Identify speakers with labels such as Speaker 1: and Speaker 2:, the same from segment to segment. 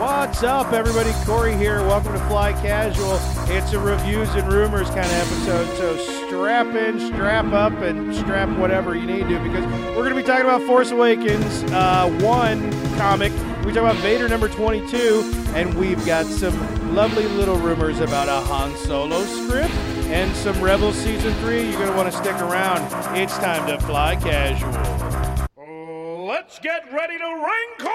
Speaker 1: What's up, everybody? Corey here. Welcome to Fly Casual. It's a reviews and rumors kind of episode, so strap in, strap up, and strap whatever you need to because we're going to be talking about Force Awakens, uh, one comic. We talk about Vader number 22, and we've got some lovely little rumors about a Han Solo script and some Rebels season three. You're going to want to stick around. It's time to fly casual.
Speaker 2: Let's get ready to wrinkle!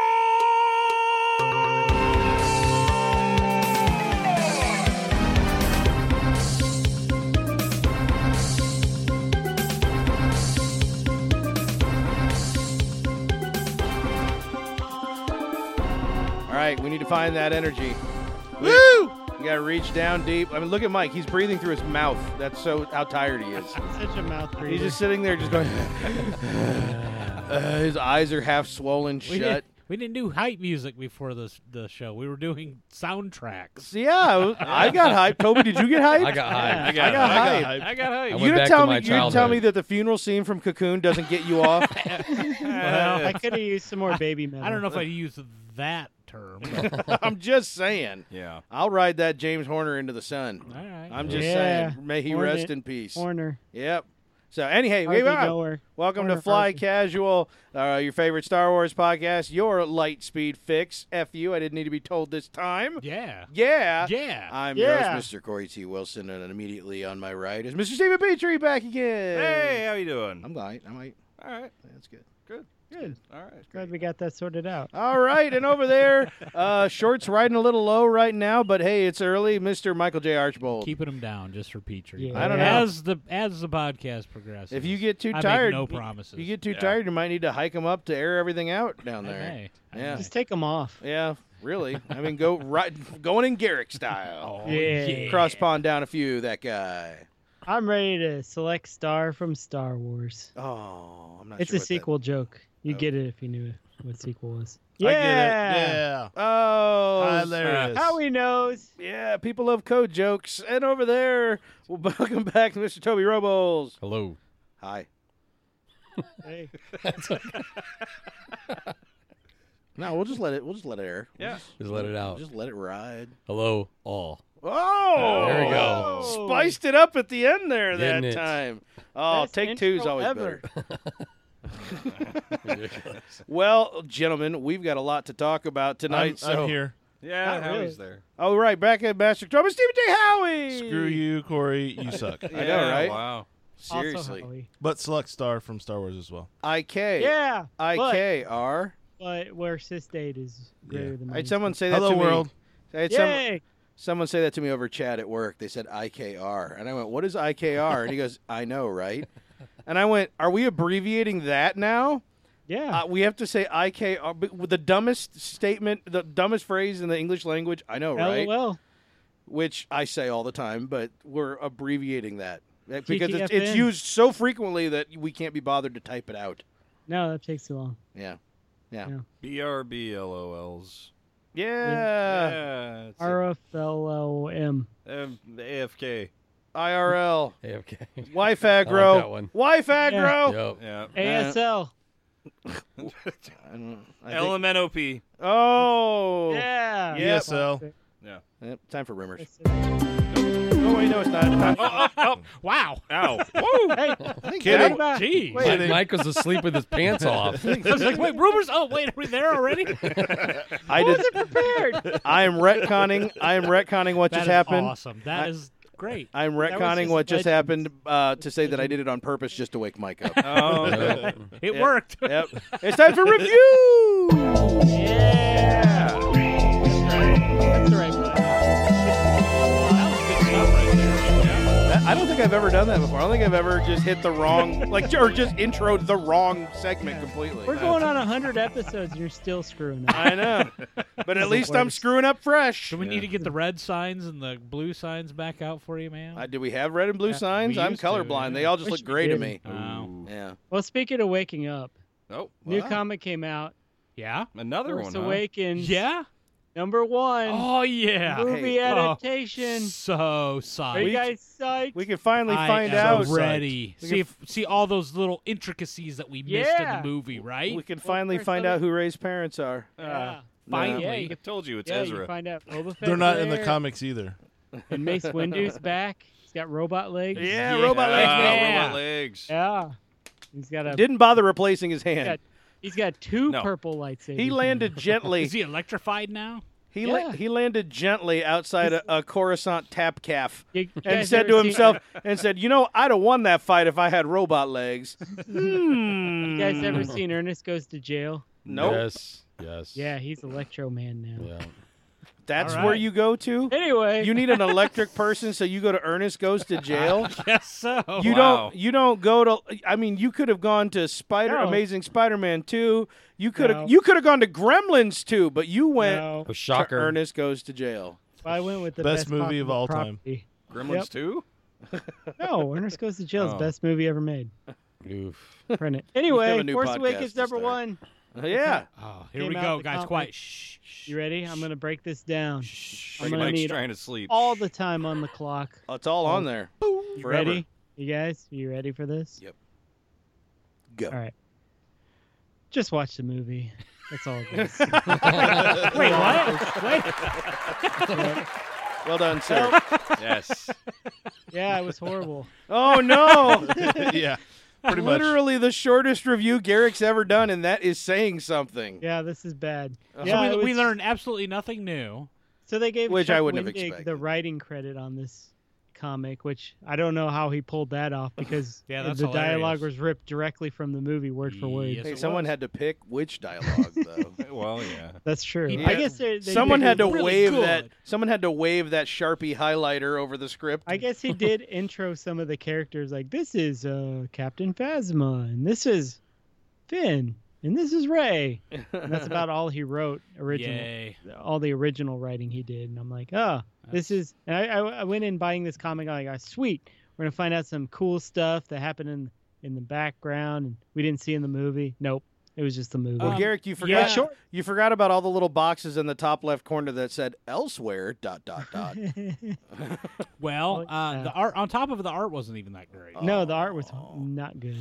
Speaker 1: All right, we need to find that energy. We,
Speaker 3: Woo!
Speaker 1: We gotta reach down deep. I mean, look at Mike. He's breathing through his mouth. That's so how tired he is.
Speaker 4: Such a mouth breather.
Speaker 1: He's just sitting there, just going. Uh, his eyes are half swollen shut.
Speaker 4: we Didn't, we didn't do hype music before this the show. We were doing soundtracks.
Speaker 1: So, yeah, I was- I got hype. Toby, did you get hype?
Speaker 3: I got high.
Speaker 1: I got, hype.
Speaker 4: I got hype.
Speaker 3: I
Speaker 1: You
Speaker 3: went
Speaker 1: didn't
Speaker 3: back
Speaker 1: tell
Speaker 3: to
Speaker 1: me.
Speaker 3: my
Speaker 1: You didn't tell me
Speaker 3: childhood.
Speaker 1: that the funeral scene from Cocoon doesn't get you off.
Speaker 4: Well,
Speaker 5: I could have used some more baby metal.
Speaker 4: I don't know if I use that term.
Speaker 1: I'm just saying.
Speaker 3: Yeah.
Speaker 1: I'll ride that James Horner into the sun.
Speaker 4: All right.
Speaker 1: I'm just
Speaker 5: Yeah.
Speaker 1: saying. May he
Speaker 5: Hornet.
Speaker 1: rest in peace.
Speaker 5: Horner.
Speaker 1: Yep. So, anyhow,
Speaker 5: Harvey
Speaker 1: we are.
Speaker 5: Goer.
Speaker 1: Welcome to
Speaker 5: Horner
Speaker 1: Fly
Speaker 5: Harvey.
Speaker 1: Casual, uh, your favorite Star Wars podcast, your light speed fix. F you, I didn't need to be told this time.
Speaker 4: yeah.
Speaker 1: Yeah.
Speaker 4: Yeah.
Speaker 1: I'm
Speaker 5: Yeah.
Speaker 1: your host, Mr. Corey T. Wilson, and immediately on my right is Mr. Stephen Petrie back again.
Speaker 3: Hey, how you doing?
Speaker 1: I'm light. I'm light.
Speaker 3: All right.
Speaker 1: That's good.
Speaker 5: Good.
Speaker 3: All right.
Speaker 5: Glad we got that sorted out.
Speaker 1: All right, and over there, uh, shorts riding a little low right now, but hey, it's early, Mr. Michael J. Archbold.
Speaker 4: Keeping them down just for Petrie.
Speaker 5: Yeah. I don't know.
Speaker 4: As the as the podcast progresses.
Speaker 1: if you get too
Speaker 4: I make
Speaker 1: tired,
Speaker 4: no
Speaker 1: you-
Speaker 4: promises.
Speaker 1: You get too
Speaker 3: Yeah.
Speaker 1: tired, you might need to hike them up to air everything out down
Speaker 4: I
Speaker 1: there.
Speaker 4: may. I
Speaker 1: Yeah.
Speaker 4: may.
Speaker 5: Just take them off.
Speaker 1: Yeah, really. I mean, go right, going in Garrick style.
Speaker 4: Oh,
Speaker 5: Yeah.
Speaker 1: Cross pond down a few. That guy.
Speaker 5: I'm ready to select Star from Star Wars.
Speaker 1: Oh, I'm not.
Speaker 5: It's
Speaker 1: sure
Speaker 5: a
Speaker 1: what that-
Speaker 5: sequel joke. You
Speaker 1: Oh.
Speaker 5: get it if you knew what sequel was.
Speaker 6: I
Speaker 5: Yeah. uh,
Speaker 6: get it. Yeah.
Speaker 1: Oh,
Speaker 6: Hilarious.
Speaker 5: How he knows.
Speaker 1: yeah. People love code jokes. And over there, well, welcome back, to Mr. Toby Robles.
Speaker 3: Hello.
Speaker 1: Hi.
Speaker 5: Hey,
Speaker 1: No, we'll just let it. We'll just let it air. We'll
Speaker 3: Yeah.
Speaker 1: just,
Speaker 3: Just let it out.
Speaker 1: Just let it ride.
Speaker 3: Hello, all.
Speaker 1: Oh,
Speaker 3: There we
Speaker 5: go.
Speaker 1: Spiced it up at the end there that
Speaker 3: Didn't it?
Speaker 1: time. Oh,
Speaker 5: Best
Speaker 1: take two's
Speaker 5: intro
Speaker 1: always
Speaker 5: ever.
Speaker 1: better. Well, gentlemen, we've got a lot to talk about tonight.
Speaker 6: I'm,
Speaker 1: so
Speaker 6: I'm here.
Speaker 3: yeah,
Speaker 5: Not Howie's
Speaker 3: there.
Speaker 1: All right, back at Master Drummer, Stephen J. Howie.
Speaker 6: Screw you, Corey. You suck.
Speaker 1: I know, right?
Speaker 3: Wow.
Speaker 5: also
Speaker 1: Seriously.
Speaker 5: Howie.
Speaker 6: But select star from Star Wars as well.
Speaker 1: I K.
Speaker 5: Yeah.
Speaker 1: I
Speaker 5: but-
Speaker 1: K R.
Speaker 5: But where cis date is
Speaker 6: Yeah.
Speaker 5: greater than
Speaker 1: I
Speaker 5: mine.
Speaker 1: had someone say that
Speaker 6: Hello,
Speaker 1: to me.
Speaker 6: world.
Speaker 1: I had some-
Speaker 5: Yay.
Speaker 1: someone say that to me over chat at work. They said I K R, and I went, "What is I K R?" And he goes, "I know, right?" And I went, "Are we abbreviating that now?
Speaker 5: Yeah.
Speaker 1: Uh, we have to say I K R." But with The dumbest statement, the dumbest phrase in the English language. I know, right?
Speaker 5: LOL.
Speaker 1: Which I say all the time, but we're abbreviating that That- because it's, it's
Speaker 5: TTFN.
Speaker 1: used so frequently that we can't be bothered to type it out.
Speaker 5: No, that takes too long.
Speaker 1: Yeah. Yeah.
Speaker 5: Yeah.
Speaker 7: BRBLOLs.
Speaker 1: Yeah.
Speaker 7: Yeah. it's
Speaker 5: Uh, R F L O M.
Speaker 7: a- um, the AFK.
Speaker 1: IRL.
Speaker 3: okay.
Speaker 1: Wife
Speaker 3: I like that
Speaker 1: aggro.
Speaker 3: one.
Speaker 1: Wife aggro.
Speaker 3: Yep.
Speaker 7: Yeah.
Speaker 5: ASL.
Speaker 1: I don't- I think-
Speaker 7: LMNOP.
Speaker 1: oh.
Speaker 5: Yeah.
Speaker 1: Yep.
Speaker 6: ESL.
Speaker 1: Yep, Time for rumors.
Speaker 5: Hey,
Speaker 1: Oh, wait, no, it's not.
Speaker 7: Oh, oh,
Speaker 4: Wow.
Speaker 7: ow.
Speaker 5: Oh.
Speaker 1: I think
Speaker 6: Kidding.
Speaker 1: that-
Speaker 5: back.
Speaker 4: Gee.
Speaker 1: Wait.
Speaker 3: Mike, Mike was asleep with his pants off.
Speaker 4: I was like, wait, rumors? Oh, wait, are we there already?
Speaker 1: I, did,
Speaker 5: wasn't prepared.
Speaker 1: I am retconning. I am retconning what
Speaker 4: That
Speaker 1: just
Speaker 4: is
Speaker 1: happened.
Speaker 4: awesome. That
Speaker 1: I-
Speaker 4: is great.
Speaker 1: I'm
Speaker 5: was
Speaker 1: retconning
Speaker 5: just
Speaker 1: what just
Speaker 5: legends.
Speaker 1: happened uh, to say that I did it on purpose just to wake Mike up.
Speaker 7: Oh, no.
Speaker 3: Yep.
Speaker 4: It
Speaker 1: Yeah.
Speaker 4: worked.
Speaker 1: yep. It's time for review.
Speaker 5: yeah. That's the right one.
Speaker 1: That- I don't think I've ever done that before. I don't think I've ever just hit the wrong, like, or just introed the wrong segment completely. Uh,
Speaker 5: We're going on 100 episodes and you're still screwing up.
Speaker 1: I know, but at least I'm
Speaker 5: worst.
Speaker 1: screwing up fresh.
Speaker 4: Do we need to get the red signs and the blue signs back out for you, man?
Speaker 1: Uh, do we have red and blue
Speaker 4: Yeah,
Speaker 1: signs?
Speaker 4: we
Speaker 1: I'm
Speaker 4: used to,
Speaker 1: colorblind.
Speaker 4: yeah.
Speaker 1: They all just
Speaker 5: Wish
Speaker 1: look
Speaker 5: we
Speaker 1: gray to
Speaker 5: did.
Speaker 1: me.
Speaker 4: Wow.
Speaker 7: Ooh.
Speaker 1: Yeah.
Speaker 5: Well, speaking of waking up,
Speaker 7: Nope.
Speaker 5: new
Speaker 1: Wow.
Speaker 5: comic came out.
Speaker 4: Yeah.
Speaker 7: Oh, Another
Speaker 5: Force
Speaker 7: one. huh?
Speaker 5: Awakens.
Speaker 4: Yeah.
Speaker 5: Number one.
Speaker 4: Oh yeah.
Speaker 5: movie
Speaker 1: Hey.
Speaker 5: adaptation.
Speaker 4: So
Speaker 5: Are
Speaker 4: psyched.
Speaker 5: you guys psyched?
Speaker 1: We can finally
Speaker 4: I
Speaker 1: find
Speaker 4: am
Speaker 1: out.
Speaker 4: Ready.
Speaker 1: We
Speaker 4: See
Speaker 1: can-
Speaker 4: if see all those little intricacies that we missed in
Speaker 5: Yeah.
Speaker 4: the movie, right?
Speaker 1: We can finally
Speaker 5: first
Speaker 1: find
Speaker 5: let me-
Speaker 1: out who Ray's parents are.
Speaker 5: yeah.
Speaker 4: Finally,
Speaker 5: Yeah, you can-
Speaker 7: Told you Uh, it's
Speaker 5: yeah, you
Speaker 7: Ezra.
Speaker 5: find out Boba Fett's
Speaker 6: They're not in the
Speaker 5: there,
Speaker 6: comics either.
Speaker 5: And Mace Windu's back. He's got robot legs.
Speaker 1: Yeah, robot legs,
Speaker 7: Ah,
Speaker 1: man.
Speaker 4: man.
Speaker 7: robot legs.
Speaker 5: Yeah. He's got a.
Speaker 1: Didn't bother replacing his hand.
Speaker 5: He's got two
Speaker 7: No.
Speaker 5: purple lightsabers.
Speaker 1: He landed gently.
Speaker 4: is he electrified now?
Speaker 1: He la-
Speaker 5: Yeah.
Speaker 1: he landed gently outside a, a Coruscant tap calf
Speaker 5: You- you
Speaker 1: and
Speaker 5: guys
Speaker 1: said
Speaker 5: ever
Speaker 1: to
Speaker 5: seen-
Speaker 1: himself and said, "You know, I'd have won that fight if I had robot legs." Hmm.
Speaker 5: You guys ever seen Ernest Goes to Jail?
Speaker 1: Nope.
Speaker 3: Yes. Yes.
Speaker 5: Yeah, he's Electro Man now.
Speaker 3: Yeah.
Speaker 1: That's
Speaker 4: All right.
Speaker 1: where you go to.
Speaker 5: Anyway,
Speaker 1: You need an electric person, so you go to Ernest Goes to Jail.
Speaker 4: Yes, so.
Speaker 1: You
Speaker 7: wow.
Speaker 1: don't. You don't go to. I mean, you could have gone to Spider
Speaker 5: No.
Speaker 1: Amazing Spider-Man two. You could have.
Speaker 5: No.
Speaker 1: You could have gone to Gremlins two, but you went
Speaker 5: no,
Speaker 3: Oh,
Speaker 1: to
Speaker 3: shocker.
Speaker 1: Ernest Goes to Jail.
Speaker 5: I went with the
Speaker 6: Best
Speaker 5: best,
Speaker 6: movie of
Speaker 5: possible
Speaker 6: all time.
Speaker 5: property.
Speaker 7: Gremlins
Speaker 5: Yep.
Speaker 7: too.
Speaker 5: No, Ernest Goes to Jail's
Speaker 7: Oh.
Speaker 5: best movie ever made.
Speaker 3: Oof.
Speaker 5: Print it.
Speaker 1: have a
Speaker 5: Anyway,
Speaker 1: new
Speaker 5: Force
Speaker 1: podcast
Speaker 5: Awakens
Speaker 1: to
Speaker 5: number
Speaker 1: start.
Speaker 5: one.
Speaker 1: Yeah.
Speaker 4: Oh, here
Speaker 5: Came
Speaker 4: we
Speaker 5: out
Speaker 4: go,
Speaker 5: the
Speaker 4: guys.
Speaker 5: comic-
Speaker 4: Quiet. Shh, shh.
Speaker 5: You ready? I'm gonna break this down.
Speaker 4: shh.
Speaker 5: I'm
Speaker 7: Freaking
Speaker 5: gonna
Speaker 7: Mike's
Speaker 5: need
Speaker 7: trying to sleep.
Speaker 5: all the time on the clock.
Speaker 1: It's all on there.
Speaker 5: You
Speaker 1: Forever.
Speaker 5: ready? You guys, you ready for this?
Speaker 7: Yep.
Speaker 1: Go.
Speaker 5: All right. Just watch the movie. That's all it is.
Speaker 4: Wait, what? Wait.
Speaker 1: Well done, sir.
Speaker 7: yes.
Speaker 5: yeah, it was horrible.
Speaker 1: oh no.
Speaker 6: yeah, pretty much.
Speaker 1: Literally the shortest review Garrick's ever done, and that is saying something.
Speaker 5: Yeah, this is bad.
Speaker 1: So
Speaker 5: Yeah,
Speaker 4: so
Speaker 5: it
Speaker 4: we, we
Speaker 5: was-
Speaker 4: learned absolutely nothing new.
Speaker 5: So they gave
Speaker 1: Which
Speaker 5: Chuck
Speaker 1: I wouldn't have
Speaker 5: Wendig
Speaker 1: expected.
Speaker 5: the writing credit on this comic, which I don't know how he pulled that off because
Speaker 4: Yeah,
Speaker 5: the
Speaker 4: that's
Speaker 5: dialogue
Speaker 4: hilarious.
Speaker 5: was ripped directly from the movie, word for word.
Speaker 4: Yes,
Speaker 1: Hey,
Speaker 4: it
Speaker 1: someone
Speaker 4: was.
Speaker 1: had to pick which dialogue though.
Speaker 7: Well, yeah.
Speaker 5: That's true.
Speaker 4: He
Speaker 5: I
Speaker 4: did-
Speaker 5: guess they, they
Speaker 1: someone
Speaker 5: did-
Speaker 1: had to
Speaker 4: really
Speaker 1: wave
Speaker 4: good.
Speaker 1: that. Someone had to wave that Sharpie highlighter over the script.
Speaker 5: I guess he did intro some of the characters like this is uh, Captain Phasma and this is Finn and this is Ray. And that's about all he wrote originally.
Speaker 4: Yay.
Speaker 5: All the original writing he did, and I'm like, oh, this is. And I, I, I went in buying this comic. I'm like, oh, sweet, we're gonna find out some cool stuff that happened in in the background and we didn't see in the movie. Nope, it was just the movie.
Speaker 1: Well,
Speaker 4: Um,
Speaker 1: Garrick, you forgot.
Speaker 4: yeah.
Speaker 5: sure.
Speaker 1: You forgot about all the little boxes in the top left corner that said "elsewhere." Dot dot dot.
Speaker 4: Well,
Speaker 5: Well,
Speaker 4: uh,
Speaker 5: yeah.
Speaker 4: the art on top of the art wasn't even that great.
Speaker 1: Uh,
Speaker 5: no, the art was
Speaker 1: Oh.
Speaker 5: not good.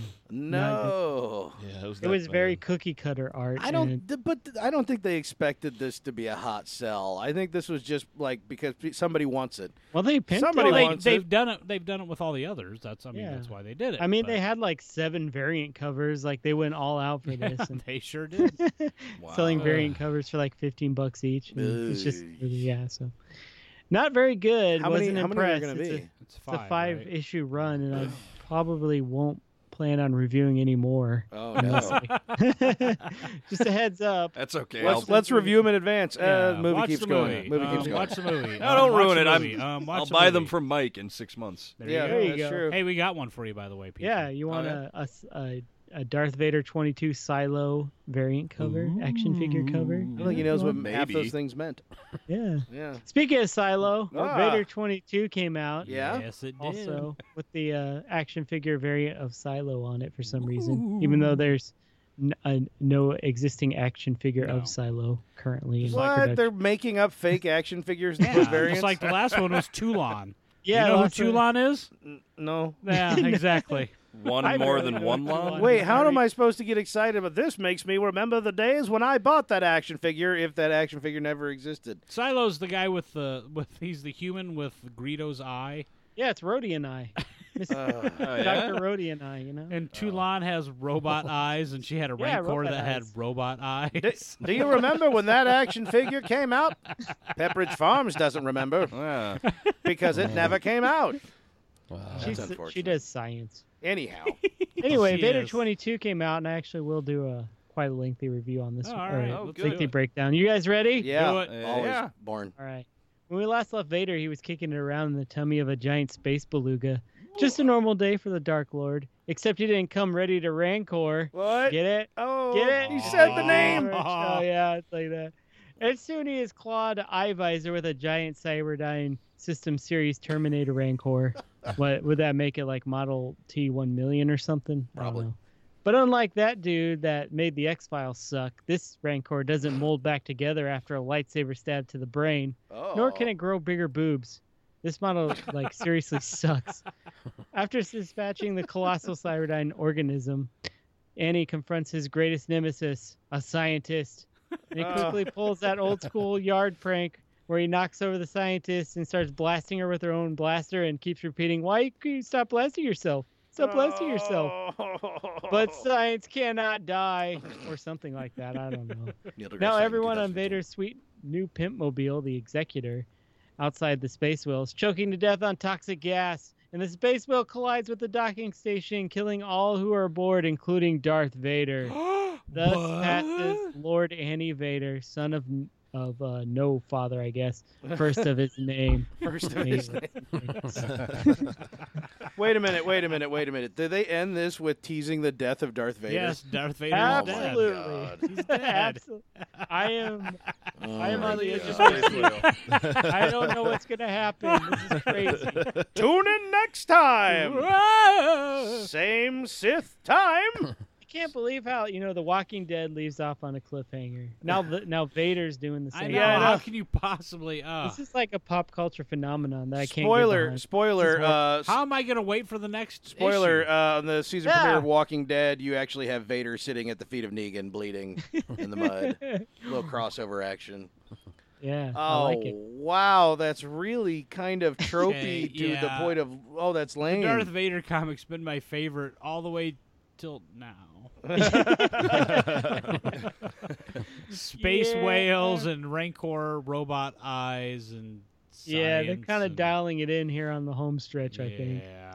Speaker 1: no,
Speaker 6: Yeah, it was.
Speaker 5: It
Speaker 6: that
Speaker 5: was very
Speaker 6: bad.
Speaker 5: cookie cutter art.
Speaker 1: I
Speaker 5: and
Speaker 1: don't. th- But th- I don't think they expected this to be a hot sell. I think this was just like because pe- somebody wants it.
Speaker 5: Well, they pimped
Speaker 1: Somebody
Speaker 5: it.
Speaker 4: Well, they,
Speaker 1: wants
Speaker 4: they've
Speaker 1: it.
Speaker 4: done it. They've done it with all the others. That's I mean
Speaker 5: Yeah.
Speaker 4: that's why they did it.
Speaker 5: I mean,
Speaker 4: but-
Speaker 5: they had like seven variant covers. Like they went all out for this, and
Speaker 4: they sure did.
Speaker 7: Wow.
Speaker 5: selling
Speaker 4: Wow.
Speaker 5: variant covers for like fifteen bucks each. and It's just
Speaker 1: Nice.
Speaker 5: yeah, so not very good.
Speaker 1: How many?
Speaker 5: Wasn't
Speaker 1: How many are
Speaker 5: impressed.
Speaker 1: going to
Speaker 5: it's
Speaker 1: be?
Speaker 5: a, it's
Speaker 4: It's
Speaker 5: a
Speaker 4: five.
Speaker 5: five
Speaker 4: right?
Speaker 5: issue run, and I probably won't plan on reviewing anymore.
Speaker 1: oh
Speaker 5: unless
Speaker 1: no.
Speaker 5: I- just a heads up.
Speaker 7: That's okay. I'll,
Speaker 1: Let's, let's review them in advance.
Speaker 4: Yeah,
Speaker 1: uh, the movie
Speaker 4: watch
Speaker 1: keeps
Speaker 4: the
Speaker 1: going.
Speaker 4: Movie.
Speaker 1: Movie
Speaker 4: Um,
Speaker 1: keeps going.
Speaker 4: Watch the
Speaker 7: No,
Speaker 4: movie.
Speaker 7: don't
Speaker 4: Um, watch
Speaker 7: ruin
Speaker 4: the
Speaker 7: it. I'm-
Speaker 4: movie. Um, watch
Speaker 7: I'll
Speaker 4: the
Speaker 7: buy them
Speaker 4: movie.
Speaker 7: from Mike in six months.
Speaker 4: There you
Speaker 1: yeah,
Speaker 4: go.
Speaker 5: you
Speaker 1: that's
Speaker 5: go.
Speaker 1: true.
Speaker 4: Hey, we got one for you, by the way, Peter.
Speaker 5: Yeah, you want
Speaker 7: Okay.
Speaker 5: a, a s- a- a Darth Vader twenty two silo variant cover, action figure cover.
Speaker 1: I don't think he knows what half
Speaker 7: Maybe.
Speaker 1: those things meant.
Speaker 5: Yeah.
Speaker 1: Yeah.
Speaker 5: Speaking of Silo,
Speaker 1: Ah.
Speaker 5: Vader 22 came out.
Speaker 1: Yeah.
Speaker 4: Yes, it did.
Speaker 5: Also, with the uh, action figure variant of Silo on it for some reason, even though there's n- uh, no existing action figure
Speaker 4: No.
Speaker 5: of Silo currently. in
Speaker 1: What?
Speaker 5: production.
Speaker 1: They're making up fake action figures to
Speaker 4: yeah,
Speaker 1: put
Speaker 4: just
Speaker 1: variants?
Speaker 4: like the last one was Toulon.
Speaker 5: yeah,
Speaker 4: you know who
Speaker 5: lots of-
Speaker 4: Toulon is?
Speaker 1: N- no.
Speaker 4: Yeah, exactly.
Speaker 7: One
Speaker 5: I
Speaker 7: more
Speaker 5: really
Speaker 7: than
Speaker 5: don't
Speaker 7: one
Speaker 5: know
Speaker 7: lawn.
Speaker 5: why.
Speaker 1: Wait, how am I supposed to get excited about this? Makes me remember the days when I bought that action figure, if that action figure never existed.
Speaker 4: Silo's the guy with the with he's the human with Greedo's eye,
Speaker 5: Yeah, it's Rhodey and I. Miss-
Speaker 1: Uh,
Speaker 7: Oh, yeah?
Speaker 5: Dr. Rhodey and I, you know?
Speaker 4: and Toulon has robot eyes, and she had a
Speaker 5: Yeah,
Speaker 4: rancor
Speaker 5: robot
Speaker 4: that had
Speaker 5: eyes.
Speaker 4: robot
Speaker 1: do,
Speaker 4: eyes.
Speaker 1: do you remember when that action figure came out? Pepperidge Farms doesn't remember
Speaker 7: Yeah.
Speaker 1: because it never came out.
Speaker 3: Wow.
Speaker 5: She's, she
Speaker 1: Oh, unfortunate.
Speaker 5: does science.
Speaker 1: Anyhow,
Speaker 5: Anyway,
Speaker 4: She
Speaker 5: Vader
Speaker 4: is.
Speaker 5: 22 came out, and I actually will do a quite a lengthy review on this
Speaker 4: Oh,
Speaker 5: one.
Speaker 4: all
Speaker 5: or
Speaker 4: right,
Speaker 7: Oh,
Speaker 4: let's
Speaker 7: good.
Speaker 5: lengthy
Speaker 4: do it.
Speaker 5: breakdown. You guys ready?
Speaker 1: yeah,
Speaker 4: it.
Speaker 7: Yeah.
Speaker 1: always
Speaker 7: Yeah.
Speaker 1: born.
Speaker 5: All right. When we last left Vader, he was kicking it around in the tummy of a giant space beluga. Just a normal day for the Dark Lord, except he didn't come ready to rancor.
Speaker 1: What?
Speaker 5: Get it?
Speaker 1: oh,
Speaker 5: Get it?
Speaker 1: he said the name.
Speaker 5: Oh, yeah, it's like that. And soon he is clawed eye visor with a giant Cyberdyne System Series Terminator Rancor. what would that make it like Model T one million or something? I don't
Speaker 1: Probably.
Speaker 5: know. But unlike that dude that made the X Files suck, this Rancor doesn't mold back together after a lightsaber stab to the brain
Speaker 1: Oh.
Speaker 5: nor can it grow bigger boobs. This model, like, seriously sucks. After dispatching the colossal Cyberdyne organism, Annie confronts his greatest nemesis, a scientist. And he
Speaker 1: Uh.
Speaker 5: quickly pulls that old school yard prank where he knocks over the scientist and starts blasting her with her own blaster and keeps repeating, Why can you stop blasting yourself? Stop blasting yourself. But science cannot die, or something like that. I don't know. Now everyone on Vader's sweet new pimp mobile, the Executor, outside the space whale, is choking to death on toxic gas, and the space whale collides with the docking station, killing all who are aboard, including Darth Vader. Thus passes Lord Annie Vader, son of of uh, no father, I guess, first of his name.
Speaker 1: First of his
Speaker 5: Anyway.
Speaker 1: Wait a minute, wait a minute, wait a minute. Did they end this with teasing the death of Darth Vader?
Speaker 4: Yes, Darth Vader.
Speaker 5: Absolutely.
Speaker 7: Oh God. Oh
Speaker 4: He's dead.
Speaker 5: Absol- I am.
Speaker 1: Oh
Speaker 5: I am on the edge of
Speaker 7: God.
Speaker 5: my seat. I don't know what's gonna happen. This is crazy.
Speaker 1: Tune in next time.
Speaker 4: Whoa!
Speaker 1: Same Sith time.
Speaker 5: I can't believe how you know The Walking Dead leaves off on a cliffhanger. Now, th- now Vader's doing the
Speaker 4: I
Speaker 5: same.
Speaker 4: know.
Speaker 1: Yeah, I
Speaker 4: How
Speaker 1: know.
Speaker 4: can you possibly? Uh,
Speaker 5: This is like a pop culture phenomenon that I can't. get
Speaker 1: Spoiler,
Speaker 5: behind.
Speaker 1: spoiler, uh,
Speaker 4: how am I going to wait for the next
Speaker 1: spoiler.
Speaker 4: issue?
Speaker 1: Uh, on the season
Speaker 5: Yeah.
Speaker 1: premiere of Walking Dead, you actually have Vader sitting at the feet of Negan, bleeding in the mud. little crossover action.
Speaker 5: yeah, I
Speaker 1: Oh
Speaker 5: like it.
Speaker 1: wow, that's really kind of tropey
Speaker 4: Okay,
Speaker 1: to
Speaker 4: yeah.
Speaker 1: the point of oh, that's lame.
Speaker 4: Darth Vader comic's been my favorite all the way till now. Space
Speaker 5: Yeah.
Speaker 4: whales and Rancor robot eyes and
Speaker 5: Yeah, they're
Speaker 4: science
Speaker 5: kind of
Speaker 4: and-
Speaker 5: dialing it in here on the home stretch, I think,
Speaker 4: Yeah.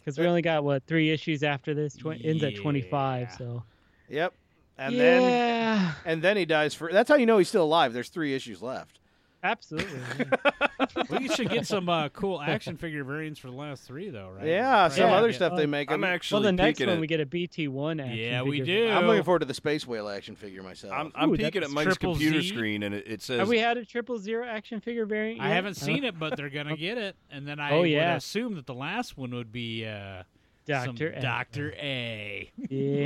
Speaker 5: because we only got what three issues after this. Tw- ends at twenty-five,
Speaker 4: Yeah.
Speaker 5: so
Speaker 1: Yep. And
Speaker 5: yeah,
Speaker 1: then and then he dies for. That's how you know he's still alive. There's three issues left.
Speaker 5: absolutely. yeah.
Speaker 4: we should get some uh, cool action figure variants for the last three, though, right?
Speaker 1: Yeah,
Speaker 4: Right.
Speaker 1: some
Speaker 5: Yeah.
Speaker 1: other
Speaker 5: Yeah.
Speaker 1: stuff they make.
Speaker 7: I'm
Speaker 1: I'm,
Speaker 5: well,
Speaker 7: actually
Speaker 5: the next
Speaker 7: peeking
Speaker 5: one
Speaker 7: at,
Speaker 5: we get a BT one action.
Speaker 4: Yeah, we
Speaker 5: figure.
Speaker 4: do.
Speaker 1: I'm looking forward to the space whale action figure myself.
Speaker 7: I'm, I'm
Speaker 5: Ooh,
Speaker 7: peeking at
Speaker 5: that's
Speaker 7: Mike's
Speaker 4: triple
Speaker 7: computer
Speaker 4: Z.
Speaker 7: screen and it, it says
Speaker 5: Have we had a triple zero action figure variant?
Speaker 4: I
Speaker 5: yet? Uh,
Speaker 4: haven't seen it, but they're gonna get it, and then I
Speaker 5: Oh,
Speaker 4: would
Speaker 5: yeah.
Speaker 4: assume that the last one would be uh, some
Speaker 5: Doctor
Speaker 4: Doctor A.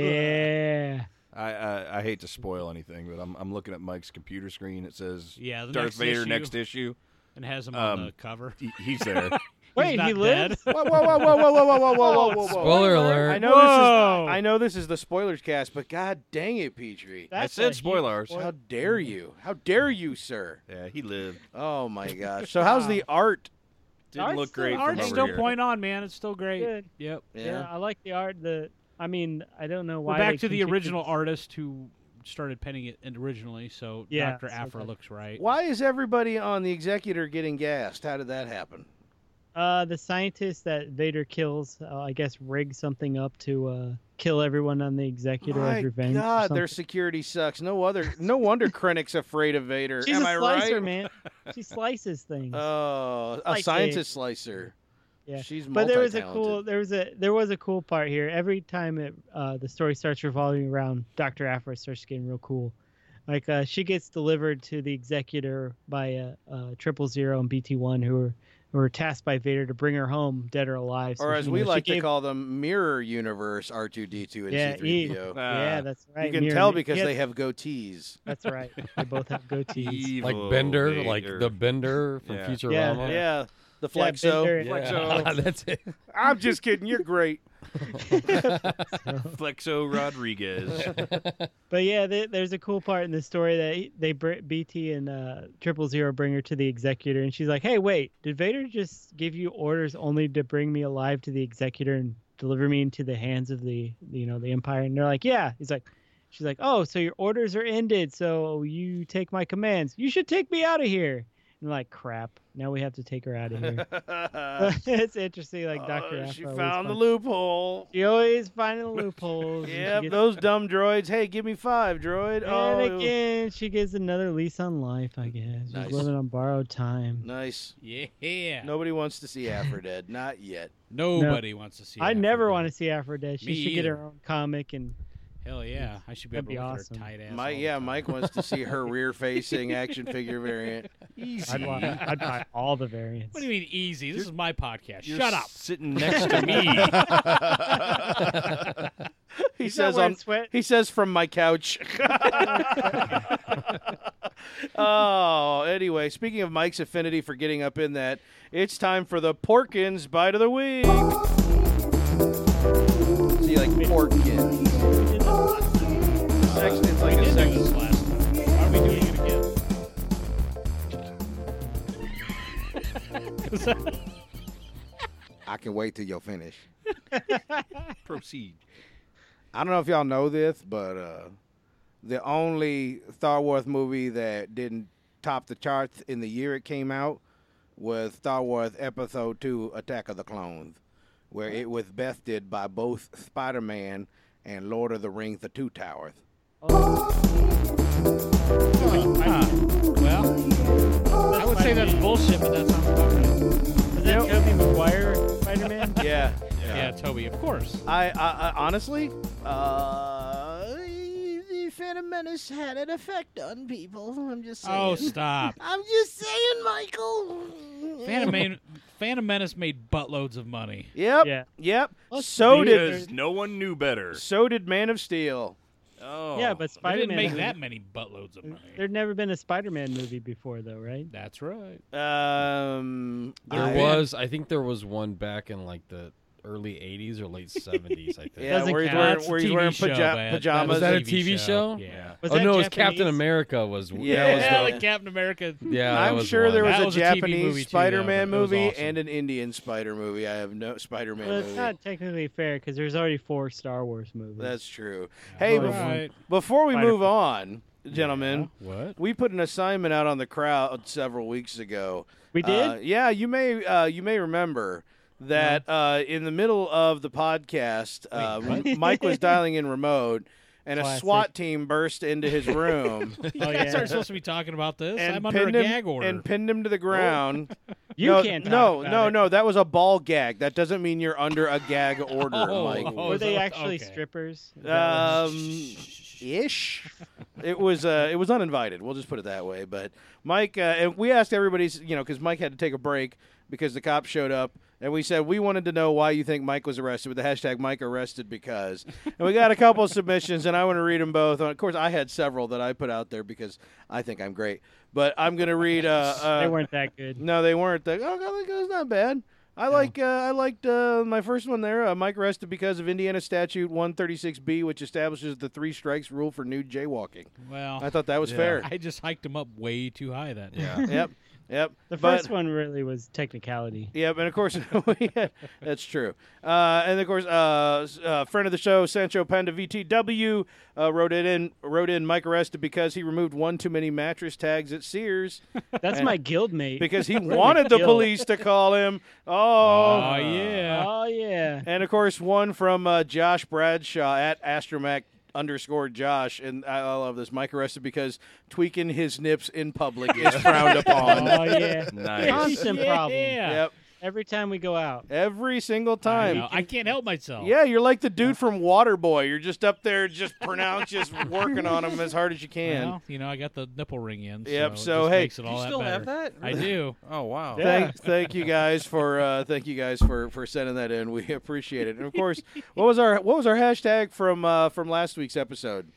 Speaker 5: Yeah.
Speaker 7: I, I I hate to spoil anything, but I'm I'm looking at Mike's computer screen. It says
Speaker 4: Yeah, the
Speaker 7: Darth
Speaker 4: next
Speaker 7: Vader
Speaker 4: issue,
Speaker 7: next issue.
Speaker 4: and has him
Speaker 7: um,
Speaker 4: on the cover.
Speaker 7: He, he's there.
Speaker 4: He's
Speaker 5: Wait, he
Speaker 4: not
Speaker 5: lives?
Speaker 4: dead.
Speaker 1: whoa, whoa, whoa, whoa, whoa, whoa, whoa, whoa, whoa, whoa!
Speaker 8: Spoiler alert.
Speaker 1: I know this
Speaker 4: Whoa.
Speaker 1: is I know this is the spoilers cast, but god dang it, Petrie!
Speaker 7: I
Speaker 5: That's a
Speaker 7: said
Speaker 5: huge-
Speaker 7: spoilers.
Speaker 1: How dare you? How dare you, sir?
Speaker 7: Yeah, he lived.
Speaker 1: Oh my gosh! So how's the art?
Speaker 7: Didn't
Speaker 5: Art's
Speaker 7: look
Speaker 5: still-
Speaker 7: great. from
Speaker 4: Art's
Speaker 7: over
Speaker 4: still
Speaker 7: here.
Speaker 4: point on, man. It's still great.
Speaker 5: Good.
Speaker 4: Yep.
Speaker 5: Yeah. I like the art. The I mean, I don't know why.
Speaker 4: We're back
Speaker 5: they
Speaker 4: to the
Speaker 5: continued-
Speaker 4: original artist who started penning it originally, so
Speaker 5: Yeah,
Speaker 4: Doctor
Speaker 5: so
Speaker 4: Afra
Speaker 5: that-
Speaker 4: looks right.
Speaker 1: Why is everybody on the executor getting gassed? How did that happen?
Speaker 5: Uh, the scientist that Vader kills, uh, I guess, rigged something up to uh, kill everyone on the Executor
Speaker 1: My
Speaker 5: as revenge. or
Speaker 1: God, their
Speaker 5: something.
Speaker 1: security sucks. No other, no wonder Krennic's afraid of Vader.
Speaker 5: She's
Speaker 1: Am
Speaker 5: a
Speaker 1: I
Speaker 5: slicer,
Speaker 1: right?
Speaker 5: man. She slices things.
Speaker 1: Oh, a
Speaker 5: Like
Speaker 1: scientist slicer.
Speaker 5: Yeah.
Speaker 1: she's
Speaker 5: but there was a
Speaker 1: multi-talented.
Speaker 5: cool, there was a, there was a cool part here. Every time it, uh, the story starts revolving around Doctor Afra, starts getting real cool. Like uh, she gets delivered to the Executor by uh, Triple Zero and BT One, who are who are tasked by Vader to bring her home, dead or alive. So,
Speaker 1: or as
Speaker 5: you
Speaker 1: we
Speaker 5: know, she
Speaker 1: like to
Speaker 5: gave-
Speaker 1: call them, mirror universe R two D two and
Speaker 5: Yeah,
Speaker 1: C three PO.
Speaker 7: Ah,
Speaker 5: yeah, that's right.
Speaker 1: uh, You can
Speaker 5: Mirror
Speaker 1: tell
Speaker 5: Image.
Speaker 1: because
Speaker 5: Yeah,
Speaker 1: they have goatees.
Speaker 5: That's right. They both have goatees.
Speaker 7: Evil
Speaker 8: like Bender, like
Speaker 7: Vader.
Speaker 8: the Bender from
Speaker 7: Yeah.
Speaker 8: Futurama.
Speaker 1: Yeah, the
Speaker 5: Yeah,
Speaker 1: flexo.
Speaker 5: Bender-
Speaker 8: Yeah. that's it.
Speaker 1: I'm just kidding. You're great.
Speaker 7: Flexo Rodriguez.
Speaker 5: But yeah, there- there's a cool part in the story that he- they br- BT and uh, Triple Zero bring her to the Executor, and she's like, "Hey, wait! Did Vader just give you orders only to bring me alive to the Executor and deliver me into the hands of the, you know, the Empire?" And they're like, "Yeah." He's like, "She's like, oh, so your orders are ended, so you take my commands. You should take me out of here." And like, crap. Now we have to take her out of here. it's interesting, like Doctor.
Speaker 1: Oh, she found the loophole.
Speaker 5: She always finding the loopholes. and she
Speaker 1: Yep,
Speaker 5: gets-
Speaker 1: those dumb droids. Hey, give me five, droid.
Speaker 5: And
Speaker 1: oh,
Speaker 5: again, she gives another lease on life, I guess.
Speaker 1: Nice.
Speaker 5: She's living on borrowed time.
Speaker 1: nice.
Speaker 4: Yeah.
Speaker 1: Nobody wants to see Afro dead. Not yet.
Speaker 4: Nobody wants to see.
Speaker 5: I never want to
Speaker 4: want
Speaker 5: see Afro Dead. She
Speaker 4: Me
Speaker 5: should get her
Speaker 4: either.
Speaker 5: own comic and
Speaker 4: to. Hell yeah! I should be
Speaker 5: That'd be
Speaker 4: able to look at
Speaker 5: awesome.
Speaker 4: her tight ass. all
Speaker 1: Mike,
Speaker 4: the
Speaker 1: yeah,
Speaker 4: time.
Speaker 1: Mike wants to see her rear-facing action figure variant.
Speaker 5: I'd, want, I'd buy all the variants.
Speaker 4: What do you mean easy? This is my podcast.
Speaker 7: You're
Speaker 4: Shut up.
Speaker 7: Sitting next to me.
Speaker 1: He
Speaker 5: He's not
Speaker 1: says
Speaker 5: wearing
Speaker 1: on
Speaker 5: sweat.
Speaker 1: He says from my couch. oh, anyway, speaking of Mike's affinity for getting up in that, it's time for the Porkins Bite of the Week. See, like Porkins. Sex- it's like a sex-
Speaker 4: This last time. Why are we doing
Speaker 9: I can wait till you're finished.
Speaker 7: Proceed.
Speaker 9: I don't know if y'all know this, but uh, the only Star Wars movie that didn't top the charts in the year it came out was Star Wars Episode Two: Attack of the Clones, where it was bested by both Spider-Man and Lord of the Rings: The Two Towers.
Speaker 4: Oh, I would say that's bullshit, but that sounds about right.
Speaker 5: Is that Toby Maguire Spider Man?
Speaker 1: Yeah.
Speaker 4: Yeah, Toby, of course.
Speaker 1: I, I, I honestly, uh, the Phantom Menace had an effect on people. I'm just
Speaker 4: Oh, stop.
Speaker 1: I'm just saying, Michael.
Speaker 4: Phantom, Man- Phantom Menace made buttloads of money.
Speaker 1: Yep.
Speaker 5: Yeah.
Speaker 1: Yep.
Speaker 5: Let's
Speaker 1: so
Speaker 5: be
Speaker 1: did
Speaker 7: Because no one knew better.
Speaker 1: so did Man of Steel.
Speaker 7: Oh.
Speaker 5: Yeah, but
Speaker 4: They
Speaker 5: Spider
Speaker 4: didn't
Speaker 5: Man.
Speaker 4: make that many buttloads of money.
Speaker 5: There'd never been a Spider Man movie before, though, right?
Speaker 4: That's right.
Speaker 1: Um,
Speaker 3: There
Speaker 1: I-
Speaker 3: was, I think there was one back in like the early 80s or late 70s, I think.
Speaker 1: Yeah,
Speaker 5: Doesn't
Speaker 1: where he's
Speaker 5: count.
Speaker 1: wearing,
Speaker 4: That's a
Speaker 1: where he's
Speaker 4: TV
Speaker 1: wearing
Speaker 4: show,
Speaker 1: paja-
Speaker 4: man.
Speaker 1: pajamas.
Speaker 4: was
Speaker 8: Was that a
Speaker 4: TV
Speaker 8: TV
Speaker 4: show?
Speaker 8: show?
Speaker 4: Yeah.
Speaker 5: Was
Speaker 3: oh
Speaker 5: that
Speaker 3: no, it was
Speaker 5: Japanese?
Speaker 3: Captain America was
Speaker 1: Yeah.
Speaker 3: that
Speaker 4: Yeah,
Speaker 3: was
Speaker 4: like Captain America.
Speaker 3: the, yeah, that
Speaker 1: I'm
Speaker 3: was
Speaker 1: sure
Speaker 3: one.
Speaker 1: there was
Speaker 4: That
Speaker 1: a
Speaker 4: was a TV
Speaker 1: Japanese
Speaker 4: movie too, though,
Speaker 1: Spider-Man
Speaker 4: but it was
Speaker 1: movie
Speaker 4: awesome.
Speaker 1: and an Indian Spider movie. I have no Spider-Man
Speaker 5: Well, it's
Speaker 1: movie.
Speaker 5: not technically fair because there's already four Star Wars movies.
Speaker 1: That's true. Hey,
Speaker 5: All
Speaker 1: before,
Speaker 4: right.
Speaker 1: before we
Speaker 5: Spider-
Speaker 1: move on, gentlemen,
Speaker 3: What?
Speaker 1: we put an assignment out on the crowd several weeks ago.
Speaker 5: we did.
Speaker 1: Uh, yeah, you may uh, you may remember that uh, in the middle of the podcast, uh,
Speaker 5: what?
Speaker 1: Mike was dialing in remote, and a
Speaker 5: Classic.
Speaker 1: SWAT team burst into his room
Speaker 4: You
Speaker 5: Oh,
Speaker 4: guys
Speaker 5: yeah.
Speaker 4: aren't supposed to be talking about this.
Speaker 1: and
Speaker 4: I'm under a
Speaker 1: pinned
Speaker 4: gag
Speaker 1: him
Speaker 4: order.
Speaker 1: and pinned him to the ground.
Speaker 5: you
Speaker 1: no,
Speaker 5: can't. Talk
Speaker 1: no,
Speaker 5: about
Speaker 1: no,
Speaker 5: it.
Speaker 1: no. That was a ball gag. That doesn't mean you're under a gag order,
Speaker 4: Oh,
Speaker 1: Mike.
Speaker 4: oh,
Speaker 5: Were
Speaker 4: is
Speaker 5: they
Speaker 4: that-
Speaker 5: actually
Speaker 4: okay.
Speaker 5: strippers? Is that what-
Speaker 1: Um, ish. It was uh, it was uninvited. We'll just put it that way. But Mike uh, and we asked everybody's, you know, because Mike had to take a break because the cops showed up, and we said we wanted to know why you think Mike was arrested with the hashtag Mike arrested because, and we got a couple of submissions, and I want to read them both. And of course, I had several that I put out there because I think I'm great. But I'm gonna read. Uh, uh,
Speaker 5: they weren't that good.
Speaker 1: no, they weren't. They, oh, God, that was not bad. I like uh, I liked uh, my first one there. Uh, Mike arrested because of Indiana Statute 136B, which establishes the three strikes rule for nude jaywalking.
Speaker 4: well,
Speaker 1: I thought that was fair.
Speaker 4: I just hiked him up way too high that day.
Speaker 7: Yeah.
Speaker 1: yep, yep.
Speaker 5: The
Speaker 1: But-
Speaker 5: first one really was technicality.
Speaker 1: Yep, and of course we had, that's true. Uh, and of course, uh, s- uh, friend of the show, Sancho Panda VTW, uh, wrote it in. Wrote in Mike arrested because he removed one too many mattress tags at Sears
Speaker 5: That's my guild mate.
Speaker 1: because he wanted the
Speaker 5: Guilt.
Speaker 1: police to call him. Oh,
Speaker 4: Oh yeah.
Speaker 5: Oh yeah.
Speaker 1: And of course, one from uh, Josh Bradshaw at Astromac underscore Josh, and I, I love this. Mike arrested because tweaking his nips in public is frowned upon.
Speaker 5: Oh yeah.
Speaker 7: Nice.
Speaker 5: Constant
Speaker 4: oh, yeah.
Speaker 5: problem.
Speaker 1: Yep,
Speaker 5: Every time we go out.
Speaker 1: every single
Speaker 4: I,
Speaker 1: time.
Speaker 4: know. I can't help myself.
Speaker 1: Yeah, you're like the dude from Waterboy. You're just up there, just pronounce, just working on him as hard as you can.
Speaker 4: Well, you know, I got the nipple ring in. So
Speaker 1: Yep,
Speaker 4: it
Speaker 1: so,
Speaker 4: just
Speaker 1: hey,
Speaker 4: makes it all that
Speaker 8: still
Speaker 4: better.
Speaker 8: have that?
Speaker 4: I do.
Speaker 7: Oh wow.
Speaker 1: Thank, thank you guys for uh, thank you guys for for sending that in. We appreciate it. And of course, what was our what was our hashtag from uh, from last week's episode?